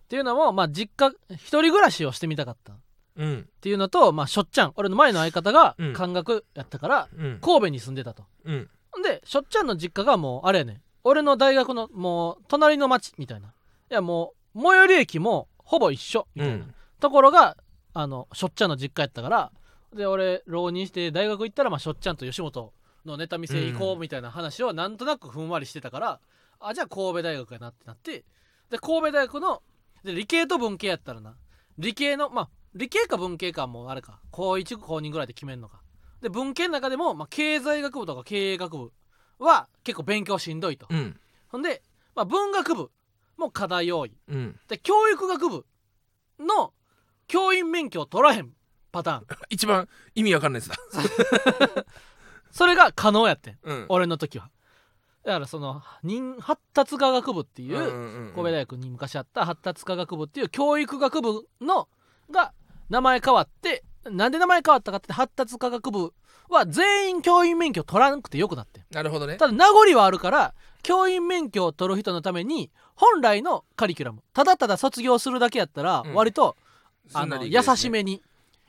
[SPEAKER 1] ていうのもまあ実家一人暮らしをしてみたかったっ
[SPEAKER 2] うん
[SPEAKER 1] ていうのとまあしょっちゃん俺の前の相方が
[SPEAKER 2] うん
[SPEAKER 1] 漢学やったから
[SPEAKER 2] うん
[SPEAKER 1] 神戸に住んでたと
[SPEAKER 2] うん
[SPEAKER 1] ほんでしょっちゃんの実家がもうあれやねん俺の大学のもう隣の町みたいないやもう最寄り駅もほぼ一緒み
[SPEAKER 2] う
[SPEAKER 1] たいなんところがあのしょっちゃんの実家やったからで俺浪人して大学行ったら、まあ、しょっちゃんと吉本のネタ見せ行こ
[SPEAKER 2] う
[SPEAKER 1] うみたいな話をなんとなくふんわりしてたから、あじゃあ神戸大学やなってなってで神戸大学ので理系と文系やったらな理系のまあ理系か文系かもうあれか高1高2ぐらいで決めるのかで文系の中でも、まあ、経済学部とか経営学部は結構勉強しんどいと、
[SPEAKER 2] うん
[SPEAKER 1] ほんで、まあ、文学部も課題多い
[SPEAKER 2] うん
[SPEAKER 1] で教育学部の教員免許を取らへんパターン
[SPEAKER 2] 一番意味わかんないやつだ
[SPEAKER 1] それが可能やってん
[SPEAKER 2] うん
[SPEAKER 1] 俺の時はだからその人発達科学部っていう、
[SPEAKER 2] 神
[SPEAKER 1] 神戸大学に昔あった発達科学部っていう教育学部のが名前変わってなんで名前変わったかって発達科学部は全員教員免許取らなくてよくなってん
[SPEAKER 2] なるほどね
[SPEAKER 1] ただ名残はあるから教員免許を取る人のために本来のカリキュラムただただ卒業するだけやったら
[SPEAKER 2] うん
[SPEAKER 1] 割と、
[SPEAKER 2] そ
[SPEAKER 1] あ
[SPEAKER 2] んな
[SPEAKER 1] の
[SPEAKER 2] 理
[SPEAKER 1] 優
[SPEAKER 2] 由ですね
[SPEAKER 1] しめに、い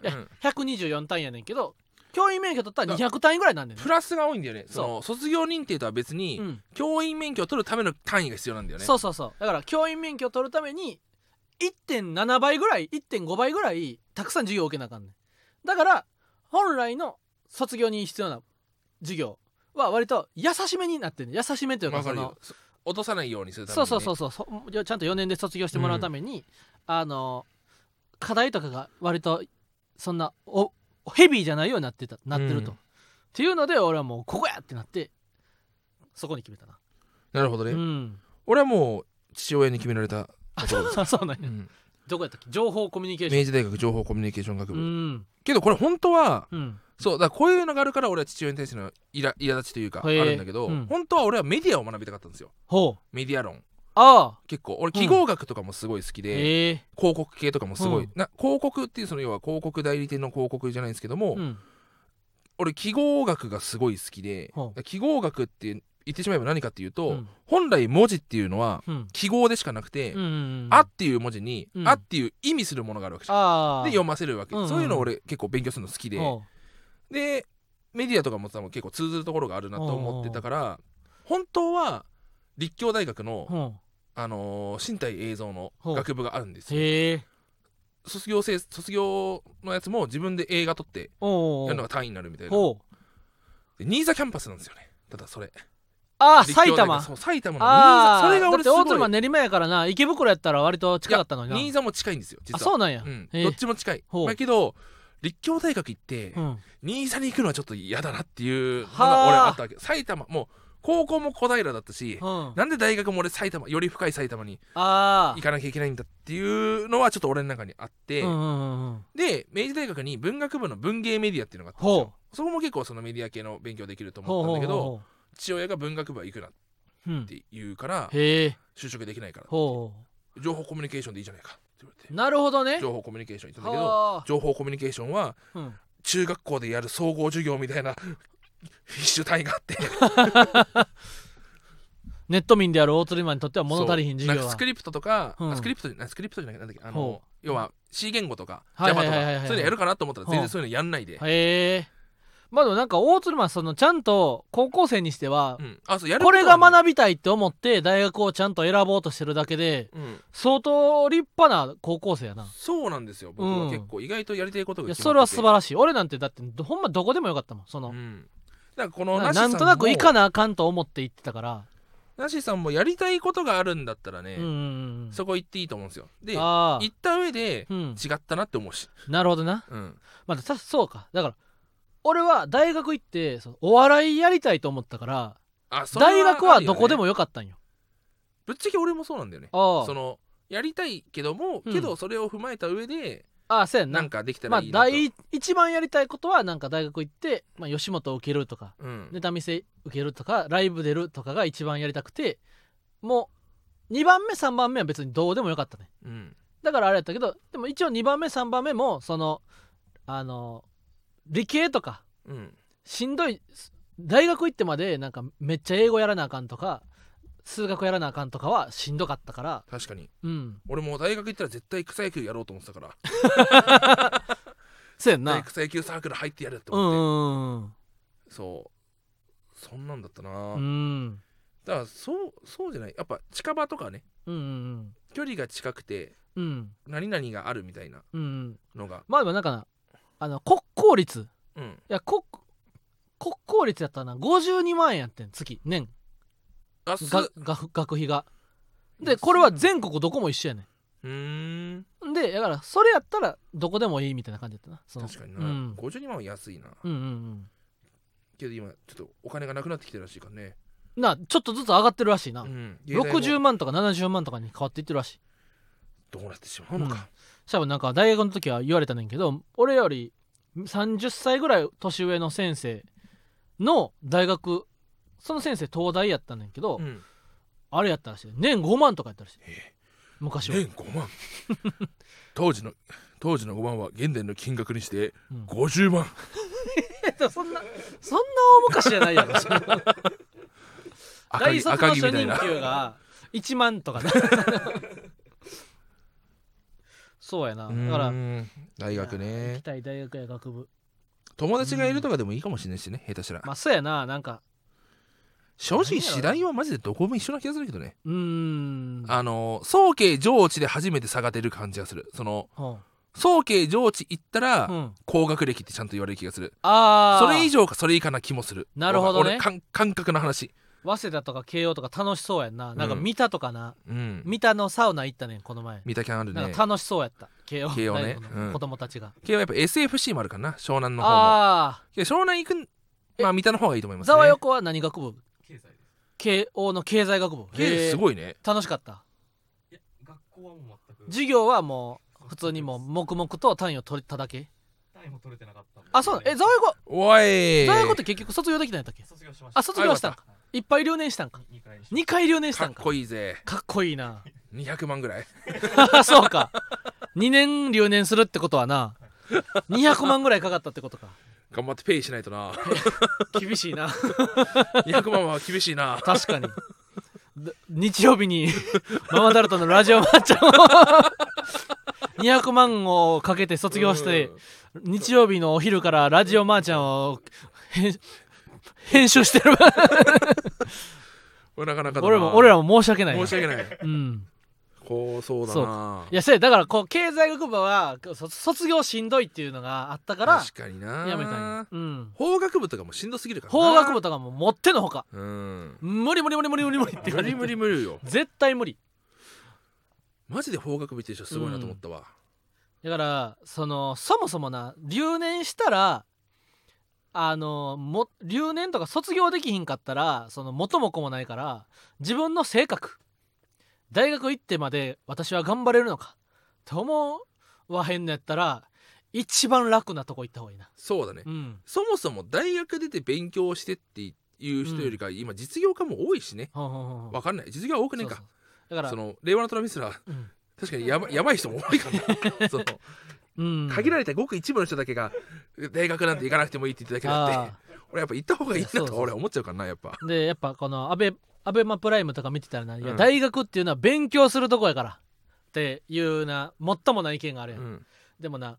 [SPEAKER 1] や
[SPEAKER 2] うん
[SPEAKER 1] 124単位やねんけど教員免許取ったら200単位ぐらいなんねんね
[SPEAKER 2] プラスが多いんだよね
[SPEAKER 1] そ
[SPEAKER 2] そうの卒業認定とは別に、
[SPEAKER 1] うん
[SPEAKER 2] 教員免許を取るための単位が必要なんだよね
[SPEAKER 1] そうそうそうだから教員免許を取るために1.7倍ぐらい1.5倍ぐらいたくさん授業を受けなあかんねんだから本来の卒業に必要な授業は割と優しめになってんねん優しめというか
[SPEAKER 2] わか
[SPEAKER 1] そ
[SPEAKER 2] る
[SPEAKER 1] の
[SPEAKER 2] よそ落とさないようにするために、
[SPEAKER 1] そう
[SPEAKER 2] ね、
[SPEAKER 1] そうそうそうそうちゃんと4年で卒業してもらうために、あの課題とかが割とそんなおヘビーじゃないようになってたなってると、
[SPEAKER 2] う
[SPEAKER 1] っ
[SPEAKER 2] ん
[SPEAKER 1] ていうので俺はもうここやってなってそこに決めたな
[SPEAKER 2] なるほどね、
[SPEAKER 1] うん
[SPEAKER 2] 俺はもう父親に決められた、
[SPEAKER 1] あそう そうそうなん
[SPEAKER 2] う
[SPEAKER 1] や
[SPEAKER 2] ん
[SPEAKER 1] どこやったっけ情報コミュニケーション
[SPEAKER 2] 明治大学情報コミュニケーション学
[SPEAKER 1] う
[SPEAKER 2] 部、
[SPEAKER 1] ん
[SPEAKER 2] けどこれ本当は
[SPEAKER 1] うん
[SPEAKER 2] そうだからこういうのがあるから俺は父親に対してのいら苛立ちというかあ
[SPEAKER 1] へえ
[SPEAKER 2] るんだけど、
[SPEAKER 1] うん
[SPEAKER 2] 本当は俺はメディアを学びたかったんですよ
[SPEAKER 1] ほう
[SPEAKER 2] メディア論
[SPEAKER 1] ああ
[SPEAKER 2] 結構俺記号学とかもすごい好きで、
[SPEAKER 1] ええ
[SPEAKER 2] 広告系とかもすごい、
[SPEAKER 1] うん
[SPEAKER 2] な広告っていうその要は広告代理店の広告じゃないんですけども、
[SPEAKER 1] うん
[SPEAKER 2] 俺記号学がすごい好きで、
[SPEAKER 1] ほう
[SPEAKER 2] 記号学って言ってしまえば何かっていうと、
[SPEAKER 1] うん
[SPEAKER 2] 本来文字っていうのは
[SPEAKER 1] うん
[SPEAKER 2] 記号でしかなくて「
[SPEAKER 1] うんうん
[SPEAKER 2] あ」っていう文字に「
[SPEAKER 1] うん
[SPEAKER 2] あ」っていう意味するものがあるわけじゃん
[SPEAKER 1] ああ
[SPEAKER 2] で読ませるわけ、
[SPEAKER 1] うんうん
[SPEAKER 2] そういうの俺結構勉強するの好きで、
[SPEAKER 1] ほ
[SPEAKER 2] でメディアとかも多分結構通ずるところがあるなと思ってたから本当は立教大学
[SPEAKER 1] う
[SPEAKER 2] の、
[SPEAKER 1] ほ
[SPEAKER 2] あのー身体映像の
[SPEAKER 1] ほう
[SPEAKER 2] 学部があるんです
[SPEAKER 1] う
[SPEAKER 2] よ
[SPEAKER 1] へえ
[SPEAKER 2] 卒業生卒業のやつも自分で映画撮って
[SPEAKER 1] おうお
[SPEAKER 2] や
[SPEAKER 1] う
[SPEAKER 2] るのが単位になるみたいな
[SPEAKER 1] ほう
[SPEAKER 2] で新座キャンパスなんですよねただそれ
[SPEAKER 1] ああ
[SPEAKER 2] 立教大
[SPEAKER 1] 埼
[SPEAKER 2] 学
[SPEAKER 1] 玉
[SPEAKER 2] そう埼 玉の新
[SPEAKER 1] あ
[SPEAKER 2] 座
[SPEAKER 1] あ
[SPEAKER 2] それが俺す
[SPEAKER 1] だって大
[SPEAKER 2] ご
[SPEAKER 1] 妻
[SPEAKER 2] い
[SPEAKER 1] 練馬やからな池袋やったら割と近かったのにな
[SPEAKER 2] 新座も近いんですよ実
[SPEAKER 1] あ
[SPEAKER 2] は
[SPEAKER 1] そうなんや、
[SPEAKER 2] うん、
[SPEAKER 1] へえ
[SPEAKER 2] どっちも近い
[SPEAKER 1] ほう
[SPEAKER 2] だけど立教大学行って
[SPEAKER 1] うん
[SPEAKER 2] 新座に行くのはちょっと嫌だなっていうの
[SPEAKER 1] は
[SPEAKER 2] が
[SPEAKER 1] あ
[SPEAKER 2] 俺はあったわけ埼玉もう高校も小平だったし
[SPEAKER 1] うん、あ
[SPEAKER 2] なんで大学も俺埼玉より深い埼玉に
[SPEAKER 1] あ
[SPEAKER 2] 行かなきゃいけないんだっていうのはちょっと俺の中にあって、
[SPEAKER 1] うんうんうんうん
[SPEAKER 2] で明治大学に文学部の文芸メディアっていうのがあったんですよ
[SPEAKER 1] ほ
[SPEAKER 2] そこも結構そのメディア系の勉強できると
[SPEAKER 1] う
[SPEAKER 2] 思
[SPEAKER 1] ほう
[SPEAKER 2] ったん
[SPEAKER 1] ほう
[SPEAKER 2] だけど
[SPEAKER 1] ほ
[SPEAKER 2] 父親が文学部は行くなっ
[SPEAKER 1] ううん
[SPEAKER 2] て言うから
[SPEAKER 1] へえ
[SPEAKER 2] 就職できないから
[SPEAKER 1] ほ
[SPEAKER 2] 情報コミュニケーションでいいじゃないかって言わ
[SPEAKER 1] う
[SPEAKER 2] れて
[SPEAKER 1] なるほどね
[SPEAKER 2] 情報コミュニケーション行ったんだけど
[SPEAKER 1] はあ
[SPEAKER 2] 情報コミュニケーションは
[SPEAKER 1] うん
[SPEAKER 2] 中学校でやる総合授業み たいな必修単位があって
[SPEAKER 1] ネット民である大鶴マンにとっては物足りひん
[SPEAKER 2] そう
[SPEAKER 1] 授
[SPEAKER 2] な
[SPEAKER 1] 業
[SPEAKER 2] か
[SPEAKER 1] は
[SPEAKER 2] スクリプトとか、
[SPEAKER 1] うん
[SPEAKER 2] あスクリプトじゃないスクリプトじゃないなんだっけあの
[SPEAKER 1] ほ
[SPEAKER 2] 要は C 言語とか
[SPEAKER 1] はい
[SPEAKER 2] Java
[SPEAKER 1] はい
[SPEAKER 2] とか
[SPEAKER 1] はいはいはい
[SPEAKER 2] そういうのやるかなと思ったら全
[SPEAKER 1] ほ
[SPEAKER 2] 然
[SPEAKER 1] う
[SPEAKER 2] そういうのやんないで、
[SPEAKER 1] へえまあでもなんか大鶴マンそのちゃんと高校生にしては
[SPEAKER 2] う、ん、あそうやる
[SPEAKER 1] これが
[SPEAKER 2] ぶ、
[SPEAKER 1] 学びたいって思って大学をちゃんと選ぼうとしてるだけで
[SPEAKER 2] うん、
[SPEAKER 1] 相当立派な高校生やな
[SPEAKER 2] そうなんですよ僕は
[SPEAKER 1] うん
[SPEAKER 2] 結構意外とやりたいことが
[SPEAKER 1] いや
[SPEAKER 2] 決
[SPEAKER 1] それ
[SPEAKER 2] ま
[SPEAKER 1] は
[SPEAKER 2] ってて
[SPEAKER 1] 素晴らしい俺なんてだってどほんまどこでもよかったもんその、
[SPEAKER 2] うん、だからこの
[SPEAKER 1] な
[SPEAKER 2] ナシさ
[SPEAKER 1] なんん
[SPEAKER 2] も
[SPEAKER 1] となく行かなあかんと思って行ってたから、
[SPEAKER 2] ナシさんもやりたいことがあるんだったらね、
[SPEAKER 1] うんうんうん
[SPEAKER 2] そこ行っていいと思うんですよで行
[SPEAKER 1] ああ
[SPEAKER 2] った上で
[SPEAKER 1] うん、
[SPEAKER 2] 違ったなって思うし、
[SPEAKER 1] なるほどな、
[SPEAKER 2] うん、
[SPEAKER 1] まあ、たそうかだから俺は大学行ってそうお笑いやりたいと思ったから、
[SPEAKER 2] あそれ
[SPEAKER 1] 大学
[SPEAKER 2] あ
[SPEAKER 1] は
[SPEAKER 2] るよ
[SPEAKER 1] ど
[SPEAKER 2] ね
[SPEAKER 1] こでもよかったんよ
[SPEAKER 2] ぶっちゃけ俺もそうなんだよね
[SPEAKER 1] あ
[SPEAKER 2] そのやりたいけども、
[SPEAKER 1] うん
[SPEAKER 2] けどそれを踏まえた上で
[SPEAKER 1] あああそうやんな
[SPEAKER 2] なんかできた
[SPEAKER 1] ま
[SPEAKER 2] ら
[SPEAKER 1] あ
[SPEAKER 2] いいなと、
[SPEAKER 1] 第一番やりたいことはなんか大学行って、まあ、吉本を受けるとか
[SPEAKER 2] うん
[SPEAKER 1] ネタ見せ受けるとかライブ出るとかが一番やりたくてもう2番目3番目は別にどうでもよかったね
[SPEAKER 2] うん
[SPEAKER 1] だからあれやったけどでも一応2番目3番目もそのあの理系とか
[SPEAKER 2] うん
[SPEAKER 1] しんどい大学行ってまでなんかめっちゃ英語やらなあかんとか数学やらなあかんとかはしんどかったから
[SPEAKER 2] 確かに
[SPEAKER 1] うん
[SPEAKER 2] 俺も大学行ったら絶対草野球やろうと思ってたから
[SPEAKER 1] そうやん
[SPEAKER 2] 絶対
[SPEAKER 1] な
[SPEAKER 2] 草野球サークル入ってやるって
[SPEAKER 1] うん
[SPEAKER 2] 思って、
[SPEAKER 1] うん
[SPEAKER 2] そうそんなんだったな、
[SPEAKER 1] うんうん
[SPEAKER 2] だからそうそうじゃないやっぱ近場とかね
[SPEAKER 1] うんうん
[SPEAKER 2] 距離が近くて
[SPEAKER 1] うんうん
[SPEAKER 2] 何々があるみたいな
[SPEAKER 1] うんうん
[SPEAKER 2] のが
[SPEAKER 1] まあでもなんかなあの国公立い
[SPEAKER 2] うん
[SPEAKER 1] や国国公立やったらな52万円やってん月年
[SPEAKER 2] あ
[SPEAKER 1] が学学費がでこれは全国どこも一緒やね
[SPEAKER 2] うーん
[SPEAKER 1] んでだからそれやったらどこでもいいみたいな感じやったなその
[SPEAKER 2] 確かにな、
[SPEAKER 1] うん
[SPEAKER 2] 52万は安いな、
[SPEAKER 1] うんうんうん
[SPEAKER 2] けど今ちょっとお金がなくなってきてるらしいからね、
[SPEAKER 1] なちょっとずつ上がってるらしいな、
[SPEAKER 2] うん、
[SPEAKER 1] 60
[SPEAKER 2] 60
[SPEAKER 1] 万とか70万とかに変わっていってるらしい
[SPEAKER 2] どうなってしまうのか、
[SPEAKER 1] しかもなんか大学の時は言われたねんけど俺より30歳ぐらい年上の先生の大学その先生東大やったねんけど、
[SPEAKER 2] うん
[SPEAKER 1] あれやったらしい年5万とかやったらしい
[SPEAKER 2] え
[SPEAKER 1] 昔は、
[SPEAKER 2] 年5万 当時の当時の5万は現代の金額にして
[SPEAKER 1] うん
[SPEAKER 2] 50万
[SPEAKER 1] そんなそんな大昔じゃないやろ
[SPEAKER 2] 赤
[SPEAKER 1] 大
[SPEAKER 2] 木
[SPEAKER 1] 卒の
[SPEAKER 2] 赤
[SPEAKER 1] 初
[SPEAKER 2] 木みたい
[SPEAKER 1] 任
[SPEAKER 2] な
[SPEAKER 1] 給が1万とか ねそうやなだか
[SPEAKER 2] う
[SPEAKER 1] ら
[SPEAKER 2] ーん大学
[SPEAKER 1] 行き
[SPEAKER 2] ね
[SPEAKER 1] たい大学や学部
[SPEAKER 2] 友達がいるとかでもいいかもしれないしね下手したら、
[SPEAKER 1] まあそうやななんか
[SPEAKER 2] 正直
[SPEAKER 1] 何やろ
[SPEAKER 2] 次第はマジでどこも一緒な気がするけどね
[SPEAKER 1] うーん
[SPEAKER 2] あの総計上智で初めて差が出る感じがするその
[SPEAKER 1] ほ
[SPEAKER 2] 総計上智行ったら、
[SPEAKER 1] ううん
[SPEAKER 2] 高学歴ってちゃんと言われる気がする
[SPEAKER 1] ああ
[SPEAKER 2] それ以上かそれ以下な気もする
[SPEAKER 1] なるほどね
[SPEAKER 2] 俺感感覚の話
[SPEAKER 1] 早稲田とか慶応とか楽しそうやんななんか
[SPEAKER 2] うん
[SPEAKER 1] 三田とかな、
[SPEAKER 2] うん
[SPEAKER 1] 三田のサウナ行ったねんこの前、
[SPEAKER 2] 見たキャンある
[SPEAKER 1] なん
[SPEAKER 2] ね
[SPEAKER 1] か楽しそうやった慶応
[SPEAKER 2] 慶応
[SPEAKER 1] 大
[SPEAKER 2] ね
[SPEAKER 1] 学の
[SPEAKER 2] うん
[SPEAKER 1] 子供たちが、
[SPEAKER 2] けどやっぱ SFC もあるからな湘南の方も
[SPEAKER 1] ああ
[SPEAKER 2] いや湘南行くまあ三田の方がいいと思います
[SPEAKER 1] ざ
[SPEAKER 2] ね
[SPEAKER 1] わよこは何学部
[SPEAKER 3] 経済です
[SPEAKER 1] 慶応の経済学部
[SPEAKER 2] えーす
[SPEAKER 1] い
[SPEAKER 2] ごいね
[SPEAKER 1] 楽しかった
[SPEAKER 3] いや学校はもう全く
[SPEAKER 1] 授業はもう普通にもう黙々と単位を取っただけ
[SPEAKER 3] 単位も取れてなかったんで
[SPEAKER 1] あそうなのえざわよこ
[SPEAKER 2] おい
[SPEAKER 1] ざわよこって結局卒業できたんやったっけ
[SPEAKER 3] 卒業しました
[SPEAKER 1] あ卒業したんかいっぱい留年したんか
[SPEAKER 3] 2回にしま
[SPEAKER 1] 2回留年し
[SPEAKER 2] か
[SPEAKER 1] た
[SPEAKER 2] っ
[SPEAKER 1] んか
[SPEAKER 2] こいいぜ
[SPEAKER 1] かっこいいな
[SPEAKER 2] 200万ぐらい
[SPEAKER 1] そうか2年留年するってことはな200万ぐらいかかったってことか
[SPEAKER 2] 頑張ってペイしないとな
[SPEAKER 1] 厳しいな
[SPEAKER 2] 200万は厳しいな
[SPEAKER 1] 確かにだ日曜日に ママタルトのラジオマッチョを200万をかけて 卒業して
[SPEAKER 2] うん
[SPEAKER 1] 日曜日のお昼からラジオマーちゃんを編編集して る
[SPEAKER 2] これなかなかだな
[SPEAKER 1] 俺も俺らも申し訳ないな
[SPEAKER 2] 申し訳ない
[SPEAKER 1] うん
[SPEAKER 2] こうそうだ
[SPEAKER 1] そう
[SPEAKER 2] ない
[SPEAKER 1] やそうやだからこう経済学部はそ卒業しんどいっていうのがあったから
[SPEAKER 2] 確かにな
[SPEAKER 1] やめたんやうん
[SPEAKER 2] 法学部とかもしんどすぎるからな
[SPEAKER 1] 法学部とかも持ってのほか
[SPEAKER 2] うん
[SPEAKER 1] 無理無理無理無理無理無理って言
[SPEAKER 2] 無
[SPEAKER 1] われ
[SPEAKER 2] 理
[SPEAKER 1] て
[SPEAKER 2] 無理無理よ
[SPEAKER 1] 絶対無理
[SPEAKER 2] マジで法学部って人すごいなと思ったわ
[SPEAKER 1] だからそのそもそもな留年したらあのも留年とか卒業できひんかったらその元も子もないから自分の性格大学行ってまで私は頑張れるのかと思わへんのやったら一番楽なとこ行った方がいいな
[SPEAKER 2] そうだね
[SPEAKER 1] うん
[SPEAKER 2] そもそも大学出て勉強してっていう人よりか今実業家も多いしね
[SPEAKER 1] ほんほんほんほん
[SPEAKER 2] わかんない実業家多くねえ
[SPEAKER 1] そう
[SPEAKER 2] か
[SPEAKER 1] そうだから
[SPEAKER 2] その令和のトラビスラー
[SPEAKER 1] うん
[SPEAKER 2] 確かにやば やばい人も多いからなその
[SPEAKER 1] うん
[SPEAKER 2] 限られたごく一部の人だけが大学なんて行かなくてもいいって言ってただけだって
[SPEAKER 1] あ
[SPEAKER 2] 俺やっぱ行った方がいいな
[SPEAKER 1] そう
[SPEAKER 2] と
[SPEAKER 1] そう
[SPEAKER 2] 俺は思っちゃうからなやっぱ
[SPEAKER 1] ーでやっぱこのアベアベマプライムとか見てたらな、いや
[SPEAKER 2] うん
[SPEAKER 1] 大学っていうのは勉強するとこやからっていうなもっともな意見がある
[SPEAKER 2] う
[SPEAKER 1] やん
[SPEAKER 2] ん
[SPEAKER 1] でもな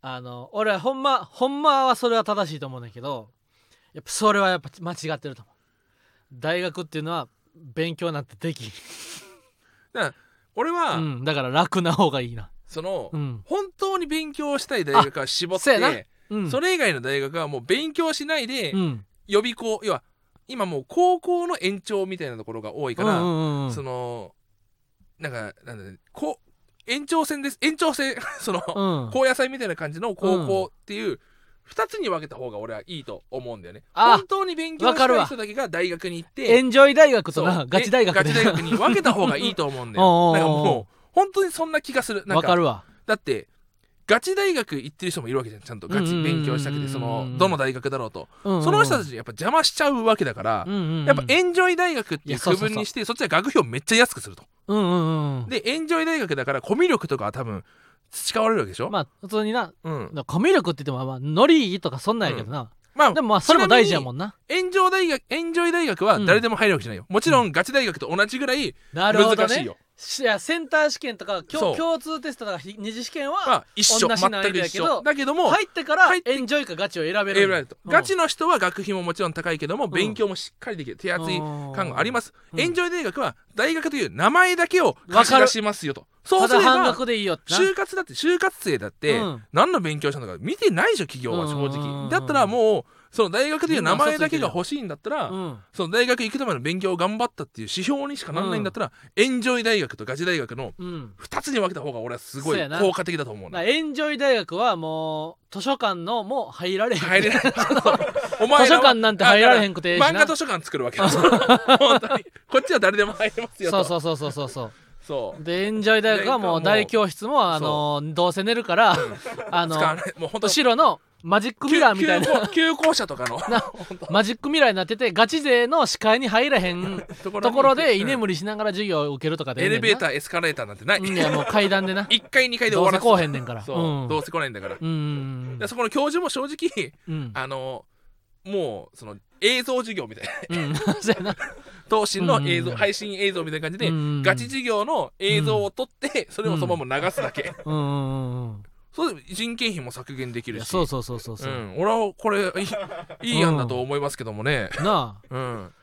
[SPEAKER 1] あの俺はほんまほんまはそれは正しいと思うねんだけどやっぱそれはやっぱ間違ってると思う大学っていうのは勉強なんてできん、
[SPEAKER 2] 俺
[SPEAKER 1] う
[SPEAKER 2] は
[SPEAKER 1] ん、だから楽な方がいいな
[SPEAKER 2] その
[SPEAKER 1] うん、
[SPEAKER 2] 本当に勉強したい大学は絞っ
[SPEAKER 1] あそうやな
[SPEAKER 2] て
[SPEAKER 1] うん、
[SPEAKER 2] それ以外の大学はもう勉強しないで
[SPEAKER 1] うん
[SPEAKER 2] 予備校要は今もう高校の延長みたいなところが多いか
[SPEAKER 1] う
[SPEAKER 2] ら
[SPEAKER 1] んうんうん
[SPEAKER 2] そのなんかなんだねこう延長戦です延長戦 その
[SPEAKER 1] うん
[SPEAKER 2] 高野菜みたいな感じの高校っていう2つに分けた方が俺はいいと思うんだよね。
[SPEAKER 1] あ
[SPEAKER 2] 本当に勉強
[SPEAKER 1] わか
[SPEAKER 2] し
[SPEAKER 1] る
[SPEAKER 2] た
[SPEAKER 1] わ
[SPEAKER 2] い人だけが大学に行って
[SPEAKER 1] エンジョイ大学と
[SPEAKER 2] そ
[SPEAKER 1] な
[SPEAKER 2] う
[SPEAKER 1] ガチ大
[SPEAKER 2] え
[SPEAKER 1] 学
[SPEAKER 2] ガ
[SPEAKER 1] で
[SPEAKER 2] チ大学に分けた方がいいと思うんだ
[SPEAKER 1] お
[SPEAKER 2] よ。
[SPEAKER 1] うおうおう
[SPEAKER 2] なんかもう本当にそんな気がする。なん
[SPEAKER 1] わか
[SPEAKER 2] か
[SPEAKER 1] るわ
[SPEAKER 2] だってガチ大学行ってる人もいるわけじゃんちゃんとガチ勉強したくてそ
[SPEAKER 1] うんうんうんうんう
[SPEAKER 2] の
[SPEAKER 1] ん
[SPEAKER 2] どの大学だろうと
[SPEAKER 1] そ
[SPEAKER 2] その人たちにやっぱ邪魔しちゃうわけだから
[SPEAKER 1] うんうんうん
[SPEAKER 2] やっぱエンジョイ大学って
[SPEAKER 1] い
[SPEAKER 2] いう
[SPEAKER 1] やそう
[SPEAKER 2] 区
[SPEAKER 1] そうそう
[SPEAKER 2] 分にしてそっちは学費をめっちゃ安くすると。
[SPEAKER 1] うんうんうん
[SPEAKER 2] でエンジョイ大学だからコミュ力とかは多分培われるわけでしょ、
[SPEAKER 1] まあ普通にな
[SPEAKER 2] うん、
[SPEAKER 1] コミュ力って言ってもまあノリいいとかそんなんやけどな、
[SPEAKER 2] まあ
[SPEAKER 1] でもまあそれも大事やもんな
[SPEAKER 2] 炎上大学炎上大学は誰でも入るわけじゃないよ、もちろんガチ大学と同じぐらい
[SPEAKER 1] なるほど
[SPEAKER 2] 難しい
[SPEAKER 1] ね
[SPEAKER 2] よ、
[SPEAKER 1] しいやセンター試験とかきょ
[SPEAKER 2] そう
[SPEAKER 1] 共通テストとかひ二次試験
[SPEAKER 2] ま
[SPEAKER 1] は
[SPEAKER 2] あ一緒
[SPEAKER 1] 同じ
[SPEAKER 2] 全
[SPEAKER 1] 難易度
[SPEAKER 2] く
[SPEAKER 1] やけ
[SPEAKER 2] 一
[SPEAKER 1] ど
[SPEAKER 2] 緒だけども、
[SPEAKER 1] 入ってから
[SPEAKER 2] 入っ
[SPEAKER 1] エンジョイかガチを選べる
[SPEAKER 2] 選ばれると
[SPEAKER 1] うん
[SPEAKER 2] ガチの人は学費ももちろん高いけども
[SPEAKER 1] ん
[SPEAKER 2] 勉強もしっかりできる手厚い感がありますす、エン
[SPEAKER 1] ョイ
[SPEAKER 2] ジョイ大学は大学という名前だけを貸し出しますよとそ
[SPEAKER 1] た
[SPEAKER 2] うすれ
[SPEAKER 1] だ半
[SPEAKER 2] ば
[SPEAKER 1] 額でいいよってな
[SPEAKER 2] 就活だって就活生だって
[SPEAKER 1] うん
[SPEAKER 2] 何の勉強したのか見てないでしょ企業は正
[SPEAKER 1] うんうんうんう
[SPEAKER 2] 直
[SPEAKER 1] ん
[SPEAKER 2] だったらもうその大学という名前だけが欲しいんだったら
[SPEAKER 1] うん
[SPEAKER 2] その大学行くための勉強を頑張ったっていう指標にしかならないんだったらエンジョイ大学とガチ大学の
[SPEAKER 1] うん
[SPEAKER 2] 2つに分けた方が俺はすごい
[SPEAKER 1] そうやな
[SPEAKER 2] 効果的だと思う
[SPEAKER 1] だから
[SPEAKER 2] な
[SPEAKER 1] エンジョイ大学はもう図書館のもう入られへん
[SPEAKER 2] 入れ ない
[SPEAKER 1] 図書
[SPEAKER 2] お前ら
[SPEAKER 1] 館
[SPEAKER 2] は
[SPEAKER 1] なんて入られへんくてええしな
[SPEAKER 2] 漫画図書館作るわけで す本当にこっちは誰でも入れますよ
[SPEAKER 1] そ
[SPEAKER 2] と
[SPEAKER 1] うそうそうそうそうそう
[SPEAKER 2] そう
[SPEAKER 1] でエンジョイ大学はもう大教室もあのどうせ寝るからあ
[SPEAKER 2] 使わ
[SPEAKER 1] の
[SPEAKER 2] ないもう本当
[SPEAKER 1] 後ろのマジックミラーみたいな
[SPEAKER 2] 急校舎とかの
[SPEAKER 1] マジックミラーになっててガチ勢の視界に入らへ ん
[SPEAKER 2] とこ
[SPEAKER 1] ところで居
[SPEAKER 2] うん
[SPEAKER 1] 眠りしながら授業を受けるとかで
[SPEAKER 2] エレベータ
[SPEAKER 1] ー
[SPEAKER 2] ーエスカレーターなんてない
[SPEAKER 1] いやもう階段でな
[SPEAKER 2] 1階2階で終
[SPEAKER 1] どう
[SPEAKER 2] わ
[SPEAKER 1] せ
[SPEAKER 2] ら
[SPEAKER 1] こう
[SPEAKER 2] せ
[SPEAKER 1] へんねんから
[SPEAKER 2] そう、
[SPEAKER 1] ん
[SPEAKER 2] どうせ来ないんだから,、
[SPEAKER 1] うんうん
[SPEAKER 2] そこの教授も正直
[SPEAKER 1] うん
[SPEAKER 2] あのもうその映像授業みたいな
[SPEAKER 1] うんうんそうやな
[SPEAKER 2] 東進の映像、
[SPEAKER 1] うん
[SPEAKER 2] 配信映像みたいな感じで、
[SPEAKER 1] うん
[SPEAKER 2] ガチ授業の映像を撮って、それをそのまま流すだけ、
[SPEAKER 1] うんうんうん
[SPEAKER 2] そう人件費も削減でき
[SPEAKER 1] い
[SPEAKER 2] る
[SPEAKER 1] や
[SPEAKER 2] し、
[SPEAKER 1] そうそうそうそうそううん
[SPEAKER 2] 俺はこれいいいい案だと思いますけどもね、
[SPEAKER 1] なあ
[SPEAKER 2] うん、